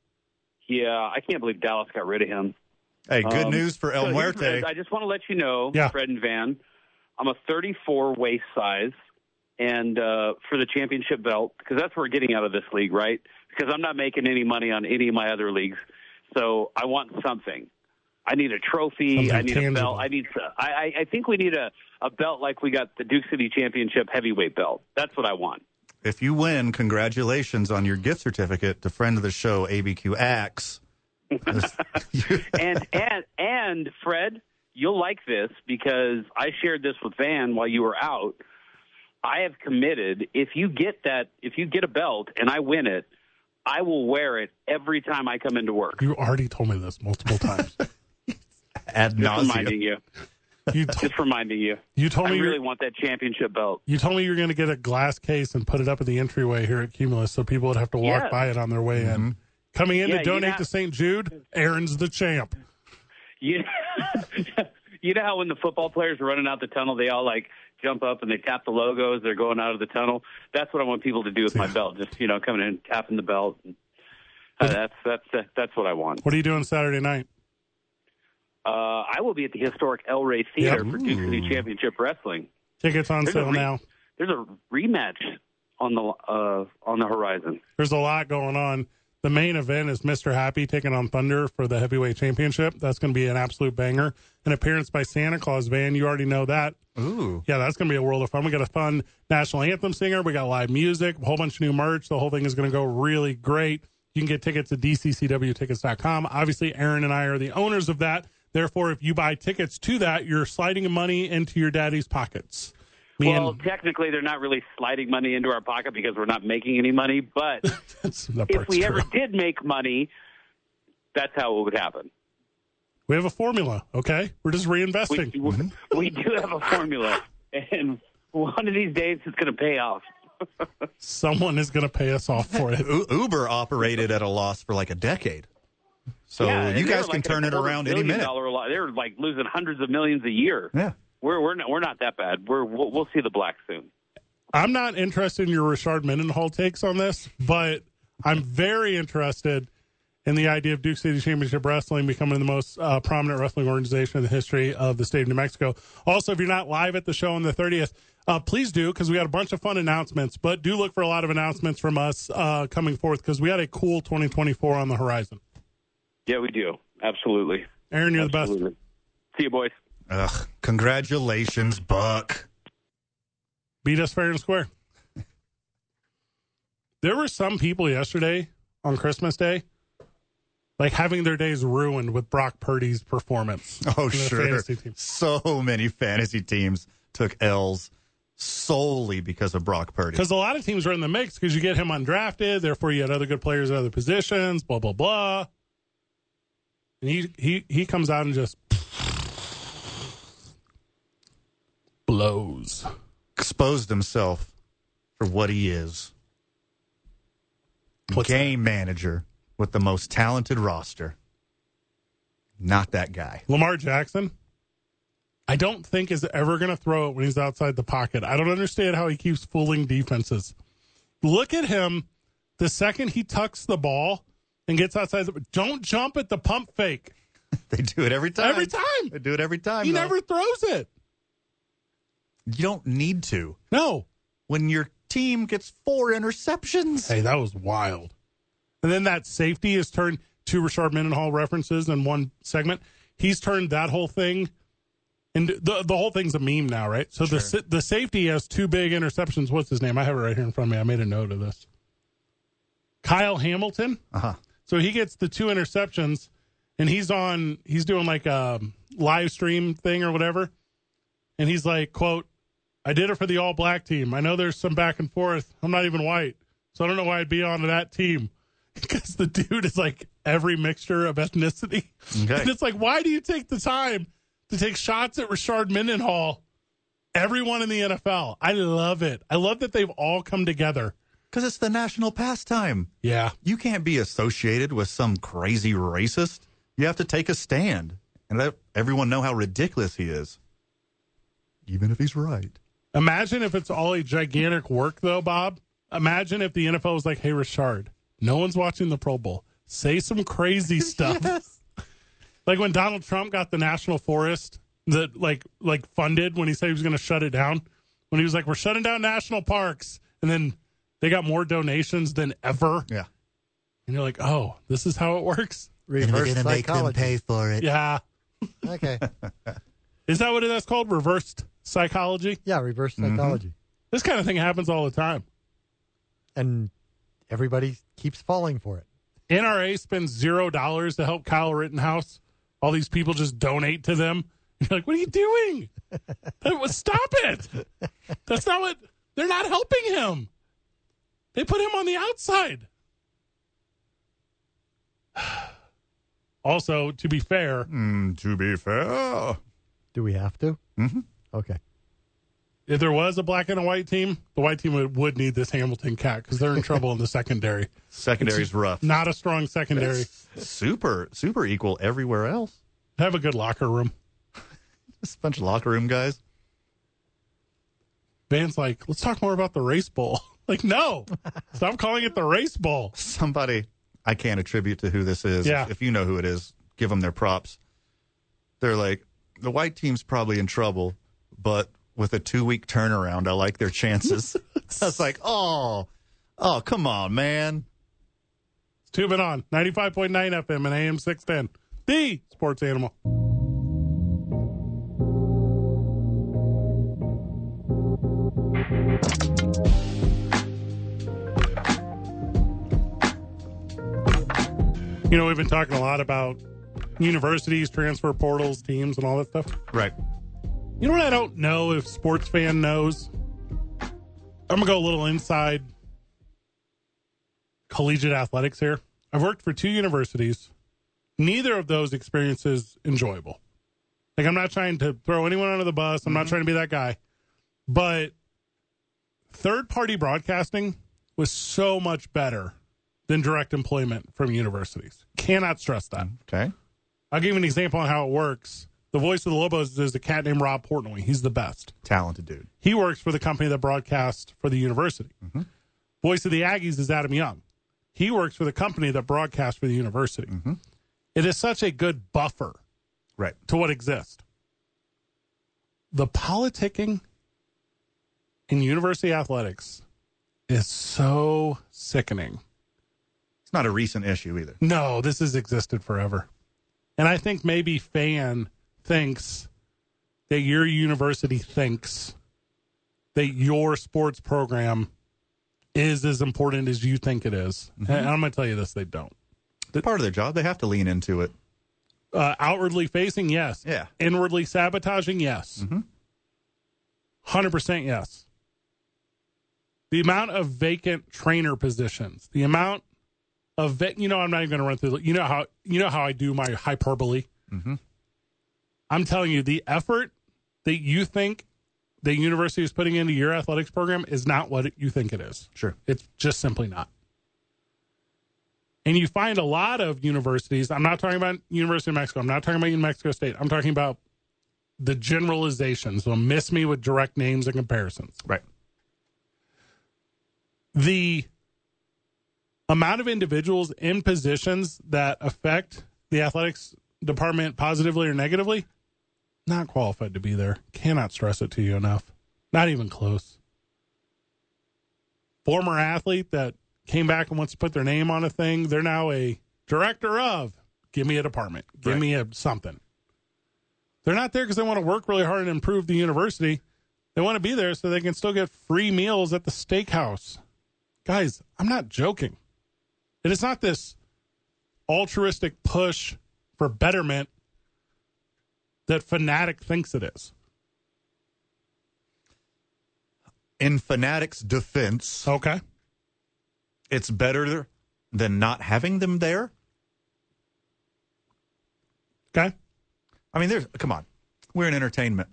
Yeah, I can't believe Dallas got rid of him.
Hey, good
Um,
news for El
so here's-
Muerte.
I just want to let you know,
Yeah.
Oh, Fred and Van, I'm a 34 waist size, and uh, for the championship belt, because that's what we're getting out of this league, right? Because I'm not making any money on any of my other leagues, so I want something. I need a trophy.
Something
I need a
tangible.
belt. I need. I, I- I think we need a, a belt like we got the Duke City Championship heavyweight belt. That's what I want.
If you win, congratulations on your gift certificate to friend of the show, ABQ Axe.
and and and Fred, you'll like this because I shared this with Van while you were out. I have committed if you get that if you get a belt and I win it, I will wear it every time I come into work.
You already told me this multiple times.
Just
Ad nauseum.
reminding you.
you, t-
Just reminding you.
you told
I
me you're-
really want that championship belt.
you told me you were going to get a glass case and put it up at the entryway here at Cumulus, so people would have to walk
Yes.
by it on their way in. Coming in
Yeah,
to
you
donate
know-
to St. Jude, Aaron's the champ.
You [laughs] You know how when the football players are running out the tunnel, they all like jump up and they tap the logos. They're going out of the tunnel. That's what I want people to do with my belt. Just you know, coming in, tapping the belt. And, uh, that's that's that, that's what I want.
What are you doing Saturday night?
Uh, I will be at the historic El Rey Theater
Yep.
for Duke City Championship Wrestling.
Tickets on
There's a
sale
re-
now.
There's a rematch on the uh, on the horizon.
There's a lot going on. The main event is Mr. Happy taking on Thunder for the heavyweight championship. That's going to be an absolute banger. An appearance by Santa Claus Van. You already know that.
Ooh.
Yeah, that's going to be a world of fun. We got a fun national anthem singer. We got live music, a whole bunch of new merch. The whole thing is going to go really great. You can get tickets at dccwtickets.com. Obviously, Aaron and I are the owners of that. Therefore, if you buy tickets to that, you're sliding money into your daddy's pockets. Me
well,
and
technically, they're not really sliding money into our pocket
[laughs]
because we're not making any money. But
[laughs] that's, that
if
part's
we ever
true.
did make money, that's how it would happen.
We have a formula, okay? We're just reinvesting.
We, we,
Mm-hmm.
we do have a formula, and one of these days it's going to pay off.
Someone is going to pay us off for it.
U- Uber operated at a loss for like a decade. So
Yeah, and
you
they
guys
were
can
like
turn
a
it
quarter
around any
billion
minute.
dollar lo- They're like losing hundreds of millions a year.
Yeah.
We're we're not we're not that bad. We're we'll, we'll see the black soon.
I'm not interested in your Richard Mendenhall takes on this, but I'm very interested in the idea of Duke City Championship Wrestling becoming the most uh, prominent wrestling organization in the history of the state of New Mexico. Also, if you're not live at the show on the 30th, uh, please do because we got a bunch of fun announcements. But do look for a lot of announcements from us uh, coming forth because we got a cool 2024 on the horizon.
Yeah, we do. Absolutely.
Aaron, you're the best.
Absolutely. See you, boys.
Ugh, congratulations, Buck.
Beat us fair and square. there were some people yesterday on Christmas Day, like having their days ruined with Brock Purdy's performance.
[laughs] Oh,
in the
sure.
fantasy team.
So many fantasy teams took L's solely because of Brock Purdy.
Because a lot of teams are in the mix because you get him undrafted, therefore you had other good players at other positions, blah blah blah. And he he he comes out and just [sniffs] blows.
Exposed himself for what he is.
What's
Game manager with the most talented roster. Not that guy. [laughs]
Lamar Jackson, I don't think is ever going to throw it when he's outside the pocket. I don't understand how he keeps fooling defenses. Look at him. The second he tucks the ball and gets outside, the, don't jump at the pump fake.
They do it every time.
Every time.
They do it every time.
He
though.
never throws it.
You don't need to
No.
when your team gets four interceptions.
Hey, that was wild. And then that safety is turned two Richard Mendenhall references in one segment. He's turned that whole thing, and the the whole thing's a meme now, right? So the the the safety has two big interceptions. What's his name? I have it right here in front of me. I made a note of this. Kyle Hamilton.
Uh huh.
So he gets the two interceptions, and he's on. He's doing like a live stream thing or whatever, and he's like, "quote I did it for the all black team. I know there's some back and forth. I'm not even white, so I don't know why I'd be on that team." [laughs] Because the dude is like every mixture of ethnicity,
Okay.
and it's like, why do you take the time to take shots at Richard Mendenhall? Everyone in the NFL, I love it. I love that they've all come together.
Because it's the national pastime.
Yeah,
You can't be associated with some crazy racist. You have to take a stand and let everyone know how ridiculous he is, even if he's right.
Imagine if it's all a gigantic work, though, Bob. Imagine if the NFL was like, hey, Richard, no one's watching the Pro Bowl. Say some crazy
[laughs]
stuff. Like when Donald Trump got the national forest that like like funded when he said he was going to shut it down. When he was like, we're shutting down national parks. And then they got more donations than ever.
Yeah.
And you're like, oh, this is how it works?
And we're
Reverse
going to make them
psychology.
pay for it.
Yeah.
[laughs] Okay.
Is that what that's called? Reversed psychology?
Yeah, reverse psychology.
This kind of thing happens all the time.
And everybody keeps falling for it.
NRA spends zero dollars to help Kyle Rittenhouse. All these people just donate to them. [laughs] You're like, what are you doing? That was- Stop it. That's not what they're not helping him. They put him on the outside. [sighs] Also, to be fair,
Hmm, to be fair,
Do we have to?
Mhm.
Okay.
if there was a black and a white team, the white team would, would need this Hamilton cat because they're in trouble in the secondary.
secondary's rough.
Not a strong secondary.
Super, super equal everywhere else.
Have a good locker room.
Just a bunch of locker room guys.
Van's like, let's talk more about the race bowl. [laughs] Like, no, stop calling it the race bowl.
Somebody I can't attribute to who this is.
Yeah.
If you know who it is, give them their props. They're like, the white team's probably in trouble, but with a two week turnaround, I like their chances. I was like, oh, oh, come on, man.
It's tubing on 95.9 FM and AM 610, the sports animal. You know, we've been talking a lot about universities, transfer portals, teams, and all that stuff.
Right.
You know what I don't know if sports fan knows? I'm gonna go a little inside collegiate athletics here. I've worked for two universities Neither of those experiences enjoyable. Like I'm not trying to throw anyone under the bus. I'm not trying to be that guy. But third party broadcasting was so much better than direct employment from universities. Cannot stress that.
Okay.
I'll give you an example on how it works. The voice of the Lobos is a cat named Rob Portnoy. He's the best.
Talented dude.
He works for the company that broadcasts for the university. Voice of the Aggies is Adam Young. He works for the company that broadcasts for the university. It is such a good buffer
Right.
to what exists. The politicking in university athletics is so sickening.
It's not a recent issue either.
No, this has existed forever. And I think maybe fan thinks that your university thinks that your sports program is as important as you think it is. And I'm going to tell you this they don't.
It's part of their job. They have to lean into it.
Uh, outwardly facing, yes.
Yeah.
Inwardly sabotaging, yes. 100% yes. The amount of vacant trainer positions, the amount of vet, you know, I'm not even going to run through. the- You know how you know how I do my hyperbole. I'm telling you, the effort that you think the university is putting into your athletics program is not what you think it is.
Sure.
It's just simply not. And you find a lot of universities. I'm not talking about University of Mexico. I'm not talking about New Mexico State. I'm talking about the generalizations. So miss me with direct names and comparisons.
Right.
The amount of individuals in positions that affect the athletics department positively or negatively, not qualified to be there. Cannot stress it to you enough. Not even close. Former athlete that came back and wants to put their name on a thing, they're now a director of. Give me a department. Give
Right.
me a something. They're not there because they want to work really hard and improve the university. They want to be there so they can still get free meals at the steakhouse. Guys, I'm not joking. It is not this altruistic push for betterment that Fanatic thinks it is.
In Fanatic's defense,
Okay.
it's better than not having them there.
Okay.
I mean, there's come on. We're in entertainment.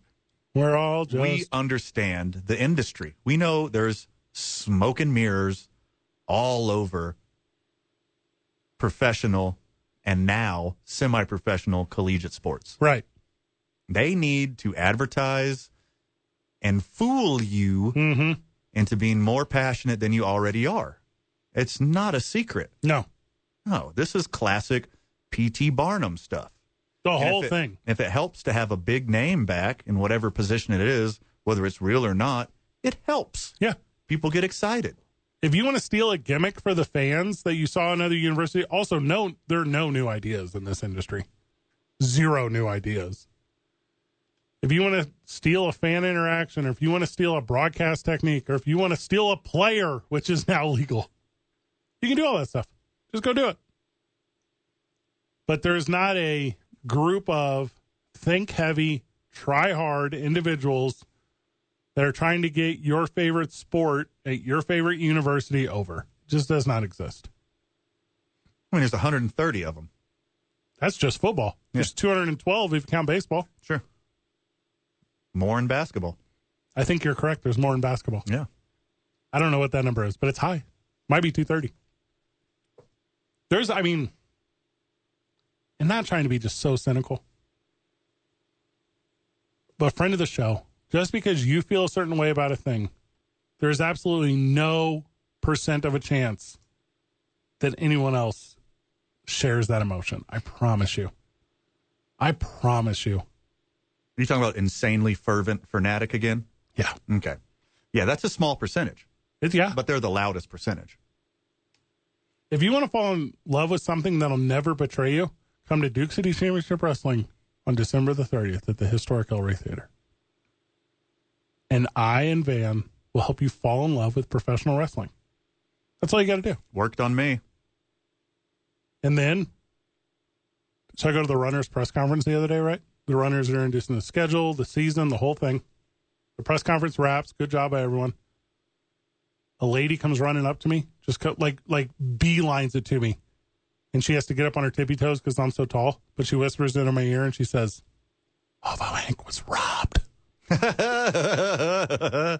We're all just
we understand the industry. We know there's smoke and mirrors all over professional and now semi-professional collegiate sports.
right.
They need to advertise and fool you
Mm-hmm.
into being more passionate than you already are. It's not a secret.
No,
No, this is classic P.T. Barnum stuff.
the
And
whole
if it-
thing.
If it helps to have a big name back in whatever position it is, whether it's real or not, it helps.
Yeah.
People get excited.
If you want to steal a gimmick for the fans that you saw in other university, also no, there are no new ideas in this industry. Zero new ideas. If you want to steal a fan interaction, or if you want to steal a broadcast technique, or if you want to steal a player, which is now [laughs] legal, you can do all that stuff. Just go do it. But there's not a group of think heavy, try hard individuals that are trying to get your favorite sport at your favorite university over. Just does not exist.
I mean, there's 130 of them.
That's just football. There's 212 if you count baseball.
Sure. More in basketball.
I think you're correct. There's more in basketball.
Yeah.
I don't know what that number is, but it's high. Might be 230. There's, I mean, and not trying to be just so cynical, but friend of the show, just because you feel a certain way about a thing, there is absolutely no percent of a chance that anyone else shares that emotion. I promise you. I promise you.
Are you talking about insanely fervent fanatic again?
Yeah.
Okay. Yeah, that's a small percentage,
It's, yeah.
but they're the loudest percentage.
If you want to fall in love with something that'll never betray you, come to Duke City Championship Wrestling on December the 30th at the historic El Rey Theater. And I and Van will help you fall in love with professional wrestling. That's all you got to do.
Worked on me. [laughs]
And then, so I go to the runners press conference the other day, right? The runners are introducing the schedule, the season, the whole thing. The press conference wraps. Good job by everyone. A lady comes running up to me, just co- like like beelines it to me, and she has to get up on her tippy toes because I'm so tall. But she whispers into my ear and she says, "Although Hank was robbed,
Uh,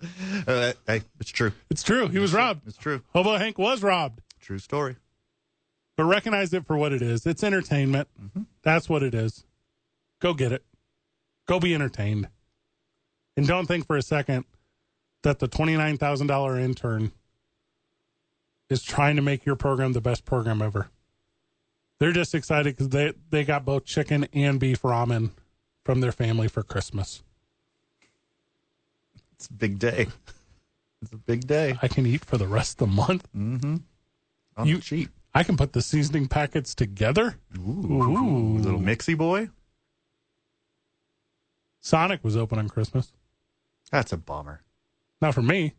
hey, it's true.
it's true. He was robbed.
It's true.
Although Hank was robbed,
True story.
but recognize it for what it is. It's entertainment. That's what it is. Go get it. Go be entertained, and don't think for a second that the twenty nine thousand dollar intern is trying to make your program the best program ever. They're just excited because they they got both chicken and beef ramen from their family for Christmas.
It's a big day. It's a big day.
I can eat for the rest of the month.
On
You-
the cheap.
I can put the seasoning packets together.
Ooh, little mixy boy.
Sonic was open on Christmas.
That's a bummer
Not for me.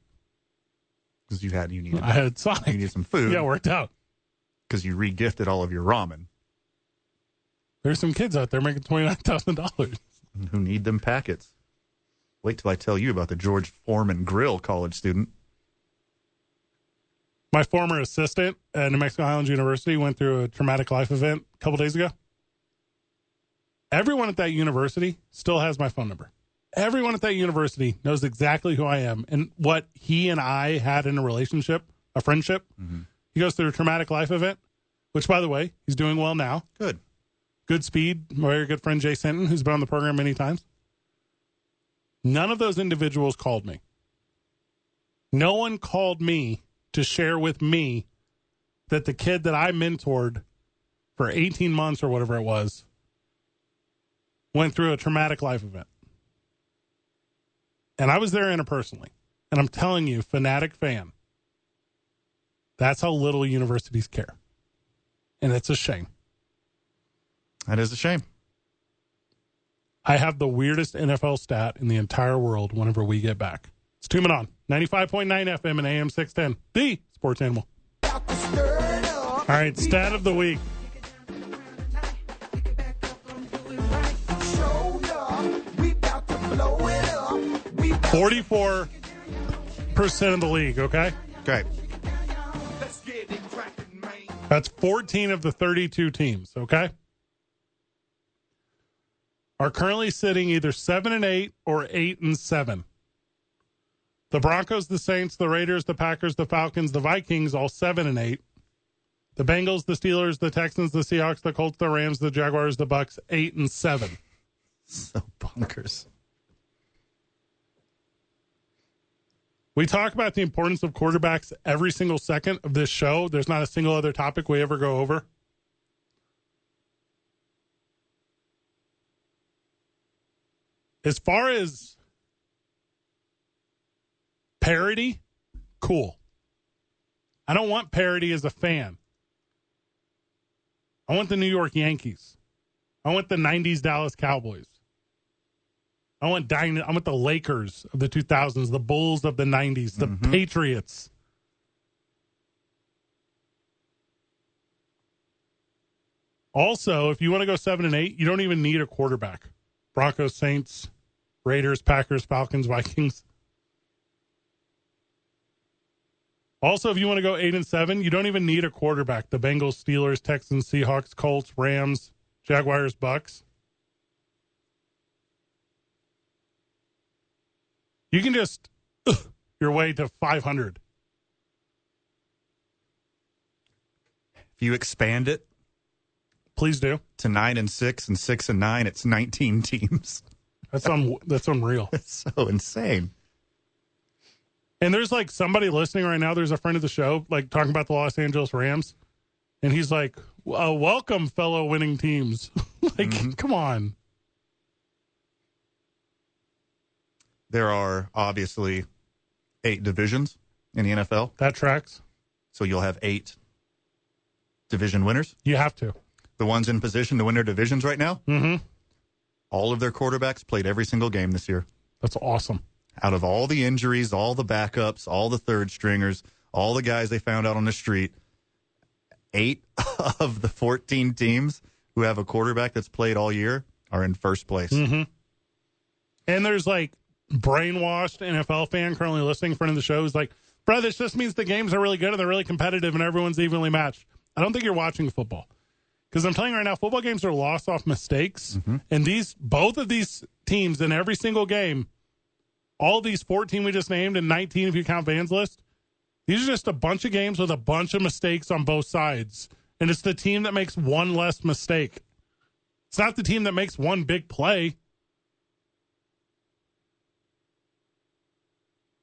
because you had you needed
[laughs] I had Sonic.
you needed some food
Yeah, it worked out.
because you regifted all of your ramen.
There's some kids out there making twenty nine thousand dollars.
Who need them packets? Wait till I tell you about the George Foreman Grill college student.
My former assistant at New Mexico Highlands University went through a traumatic life event a couple days ago. Everyone at that university still has my phone number. Everyone at that university knows exactly who I am and what he and I had in a relationship, a friendship. He goes through a traumatic life event, which, by the way, he's doing well now.
Good.
Good Speed, my very good friend Jay Sinton, who's been on the program many times. None of those individuals called me. No one called me to share with me that the kid that I mentored for 18 months or whatever it was went through a traumatic life event. And I was there interpersonally. And I'm telling you, fanatic fan, that's how little universities care. And it's a shame.
That is a shame.
I have the weirdest NFL stat in the entire world whenever we get back. It's Tumen On, 95.9 FM and AM 610, the sports animal. All right, stat of the week. Forty-four percent of the league. Okay,
Okay.
that's fourteen of the thirty-two teams. Okay, are currently sitting either seven and eight or eight and seven. The Broncos, the Saints, the Raiders, the Packers, the Falcons, the Vikings, all seven and eight. The Bengals, the Steelers, the Texans, the Seahawks, the Colts, the Rams, the Jaguars, the Bucks, eight and seven.
[laughs] So bonkers.
We talk about the importance of quarterbacks every single second of this show. There's not a single other topic we ever go over. As far as parody, cool. I don't want parody as a fan. I want the New York Yankees. I want the 90s Dallas Cowboys. I want dyna- I want the Lakers of the 2000s, the Bulls of the 90s, the Patriots. Also, if you want to go 7 and 8, you don't even need a quarterback. Broncos, Saints, Raiders, Packers, Falcons, Vikings. Also, if you want to go 8 and 7, you don't even need a quarterback. The Bengals, Steelers, Texans, Seahawks, Colts, Rams, Jaguars, Bucks. you can just ugh, your way to 500
If you expand it
please do
to nine and six and six and nine, it's 19 [laughs] teams.
that's un- [laughs] that's unreal
It's so insane.
and there's like somebody listening right now there's a friend of the show like talking about the los angeles rams and he's like uh, welcome fellow winning teams [laughs] like come on
There are obviously eight divisions in the NFL.
that tracks
So you'll have eight division winners.
you have to
The ones in position to win their divisions right now,
Mhm.
all of their quarterbacks played every single game this year.
that's awesome
out of all the injuries, all the backups, all the third stringers, all the guys they found out on the street, eight [laughs] of the 14 teams who have a quarterback that's played all year are in first place.
Mm-hmm. and there's like brainwashed nfl fan currently listening friend of the show is like bro this just means the games are really good and they're really competitive and everyone's evenly matched i don't think you're watching football Because I'm telling you right now, football games are lost off mistakes, and these both of these teams in every single game, all these 14 we just named and 19 if you count Van's list, these are just a bunch of games with a bunch of mistakes on both sides, and it's the team that makes one less mistake. It's not the team that makes one big play.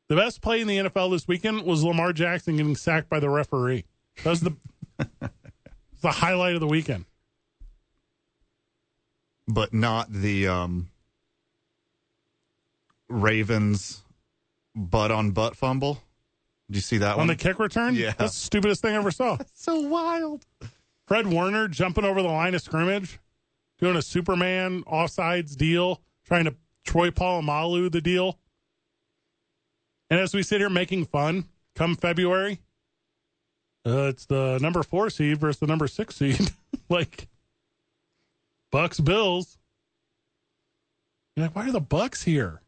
The best play in the NFL this weekend was Lamar Jackson getting sacked by the referee. That was
[laughs]
the, it's the highlight of the weekend.
but not the um, Ravens butt on butt fumble. Did you see that
On
one?
the kick return?
Yeah.
That's the stupidest thing I ever saw.
so wild.
Fred Warner jumping over the line of scrimmage, doing a Superman offsides deal, trying to Troy Polamalu the deal. And as we sit here making fun, come February, uh, it's the number four seed versus the number six seed, [laughs] like Bucks Bills. You're like, why are the Bucks here?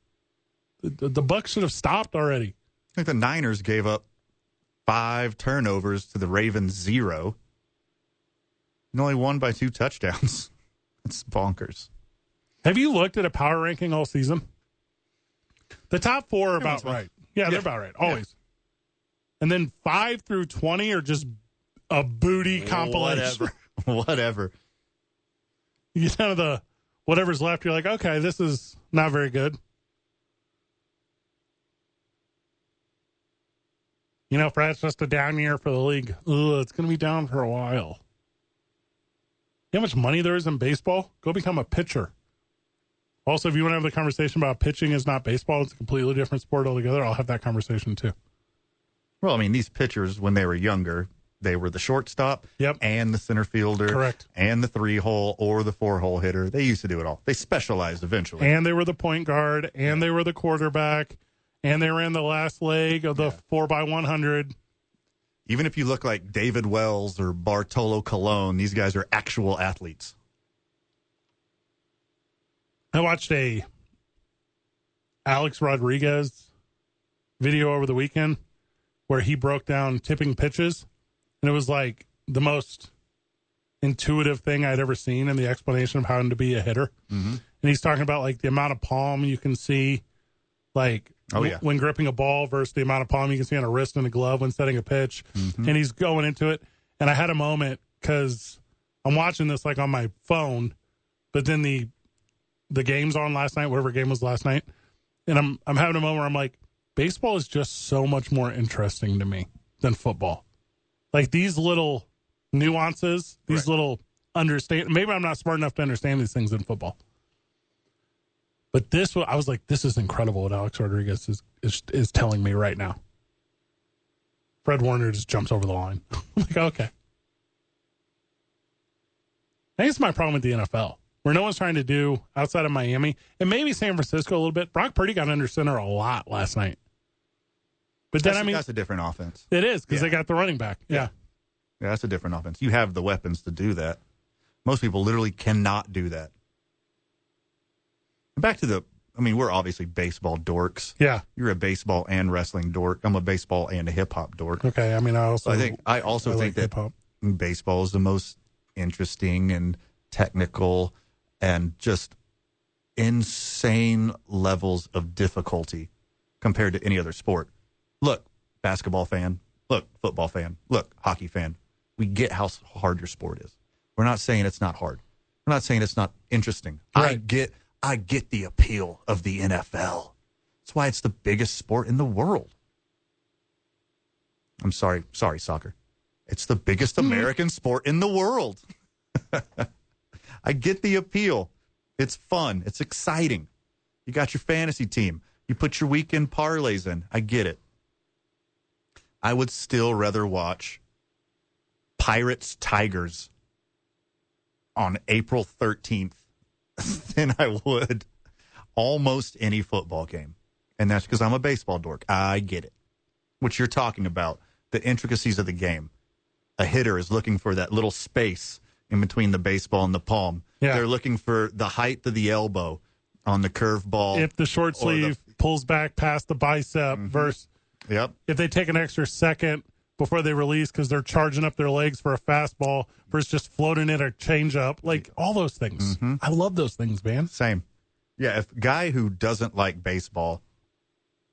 The, the, the Bucks should have stopped already.
I think the Niners gave up five turnovers to the Ravens zero, and only won by two touchdowns. [laughs] It's bonkers.
Have you looked at a power ranking all season? The top four are about
one's
right. Yeah, they're
Yeah.
about right. Always. And then five through 20 are just a booty compilation.
Whatever. [laughs] Whatever.
[laughs] You get down to the whatever's left. You're like, okay, this is not very good. You know, Fred's just a down year for the league. Ugh, it's going to be down for a while. You know how much money there is in baseball? Go become a pitcher. Also, if you want to have the conversation about pitching is not baseball, it's a completely different sport altogether, I'll have that conversation too.
Well, I mean, these pitchers, when they were younger, they were the shortstop
Yep.
and the center fielder
Correct.
and the three hole or the four hole hitter. They used to do it all. They specialized eventually.
And they were the point guard, and they were the quarterback, and they ran the last leg of the 4 by 100
Even if you look like David Wells or Bartolo Colon, these guys are actual athletes.
I watched a Alex Rodriguez video over the weekend where he broke down tipping pitches, and it was like the most intuitive thing I'd ever seen in the explanation of how to be a hitter.
Mm-hmm.
And he's talking about like the amount of palm you can see, like
Oh,
w-
yeah.
when gripping a ball versus the amount of palm you can see on a wrist and a glove when setting a pitch.
Mm-hmm.
And he's going into it, and I had a moment because I'm watching this like on my phone, but then the the games on last night, whatever game was last night, and I'm I'm having a moment where I'm like, baseball is just so much more interesting to me than football. Like these little nuances, these
Right.
little understand. Maybe I'm not smart enough to understand these things in football, but this wa- I was like, this is incredible what Alex Rodriguez is is, is telling me right now. Fred Warner just jumps over the line. [laughs] I'm like, okay. I think it's my problem with the NFL, where no one's trying to do outside of Miami and maybe San Francisco a little bit. Brock Purdy got under center a lot last night. But then,
that's,
I mean,
that's a different offense.
it is because
Yeah.
they got the running back. Yeah.
Yeah, that's a different offense. You have the weapons to do that. Most people literally cannot do that. Back to the, I mean, we're obviously baseball dorks.
Yeah.
You're a baseball and wrestling dork. I'm a baseball and a hip hop dork.
Okay. I mean, I also
I think I also
I like
think that
hip-hop.
baseball is the most interesting and technical and just insane levels of difficulty compared to any other sport. Look, basketball fan, look, football fan, look, hockey fan. We get how s- hard your sport is. We're not saying it's not hard. We're not saying it's not interesting. I
Right.
get I get the appeal of the NFL. That's why it's the biggest sport in the world. I'm sorry, sorry, soccer. It's the biggest American sport in the world. [laughs] I get the appeal. It's fun. It's exciting. You got your fantasy team. You put your weekend parlays in. I get it. I would still rather watch Pirates Tigers on April 13th [laughs] than I would almost any football game. And that's because I'm a baseball dork. I get it. What you're talking about, the intricacies of the game. A hitter is looking for that little space in between the baseball and the palm.
Yeah.
They're looking for the height of the elbow on the curveball.
if the short
or the- Mm-hmm.
sleeve pulls back past the bicep versus
Yep.
if they take an extra second before they release because they're charging up their legs for a fastball versus just floating in a changeup. Like all those things.
Mm-hmm.
I love those things, man.
Same. Yeah, if guy who doesn't like baseball,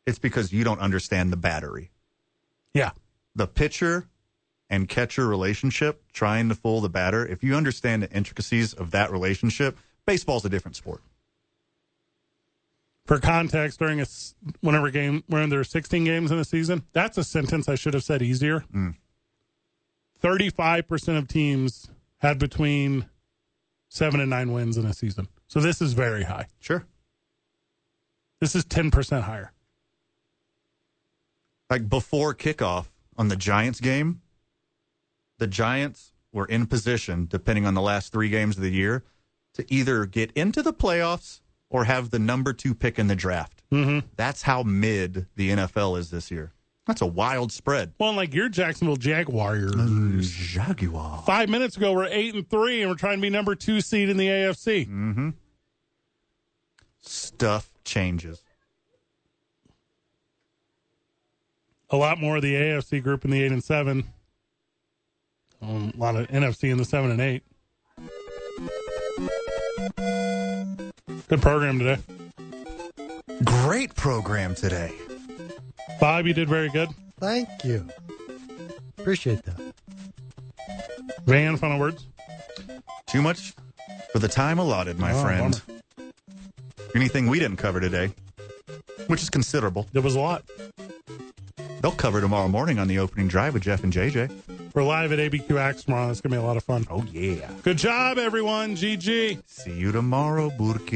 it's because you don't understand the battery.
Yeah.
The pitcher and catcher relationship, trying to fool the batter. If you understand the intricacies of that relationship, baseball's a different sport.
For context, during a s- whenever game when there are 16 games in a season, that's a sentence I should have said easier.
Mm.
35% of teams had between seven and nine wins in a season. So this is very high.
Sure.
This is 10% higher.
Like before kickoff on the Giants game, the Giants were in position, depending on the last three games of the year, to either get into the playoffs or have the number two pick in the draft.
Mm-hmm.
That's how mid the NFL is this year. That's a wild spread.
Well, and like your Jacksonville Jaguars.
Jaguar.
Five minutes ago, we're eight and three, and we're trying to be number two seed in the AFC.
Mm-hmm. Stuff changes.
a lot more of the AFC group in the eight and seven. Um, a lot of NFC in the seven and eight. Good program today,
Great program today.
Bob. You did very good.
Thank you. Appreciate that.
Van, final words.
Too much for the time allotted, my
Oh,
friend. Anything we didn't cover today, which is considerable.
There was a lot.
They'll cover tomorrow morning on the opening drive with Jeff and JJ.
We're live at ABQ Axe tomorrow. That's gonna be a lot of fun.
Oh, yeah.
Good job, everyone. GG.
See you tomorrow, Burke.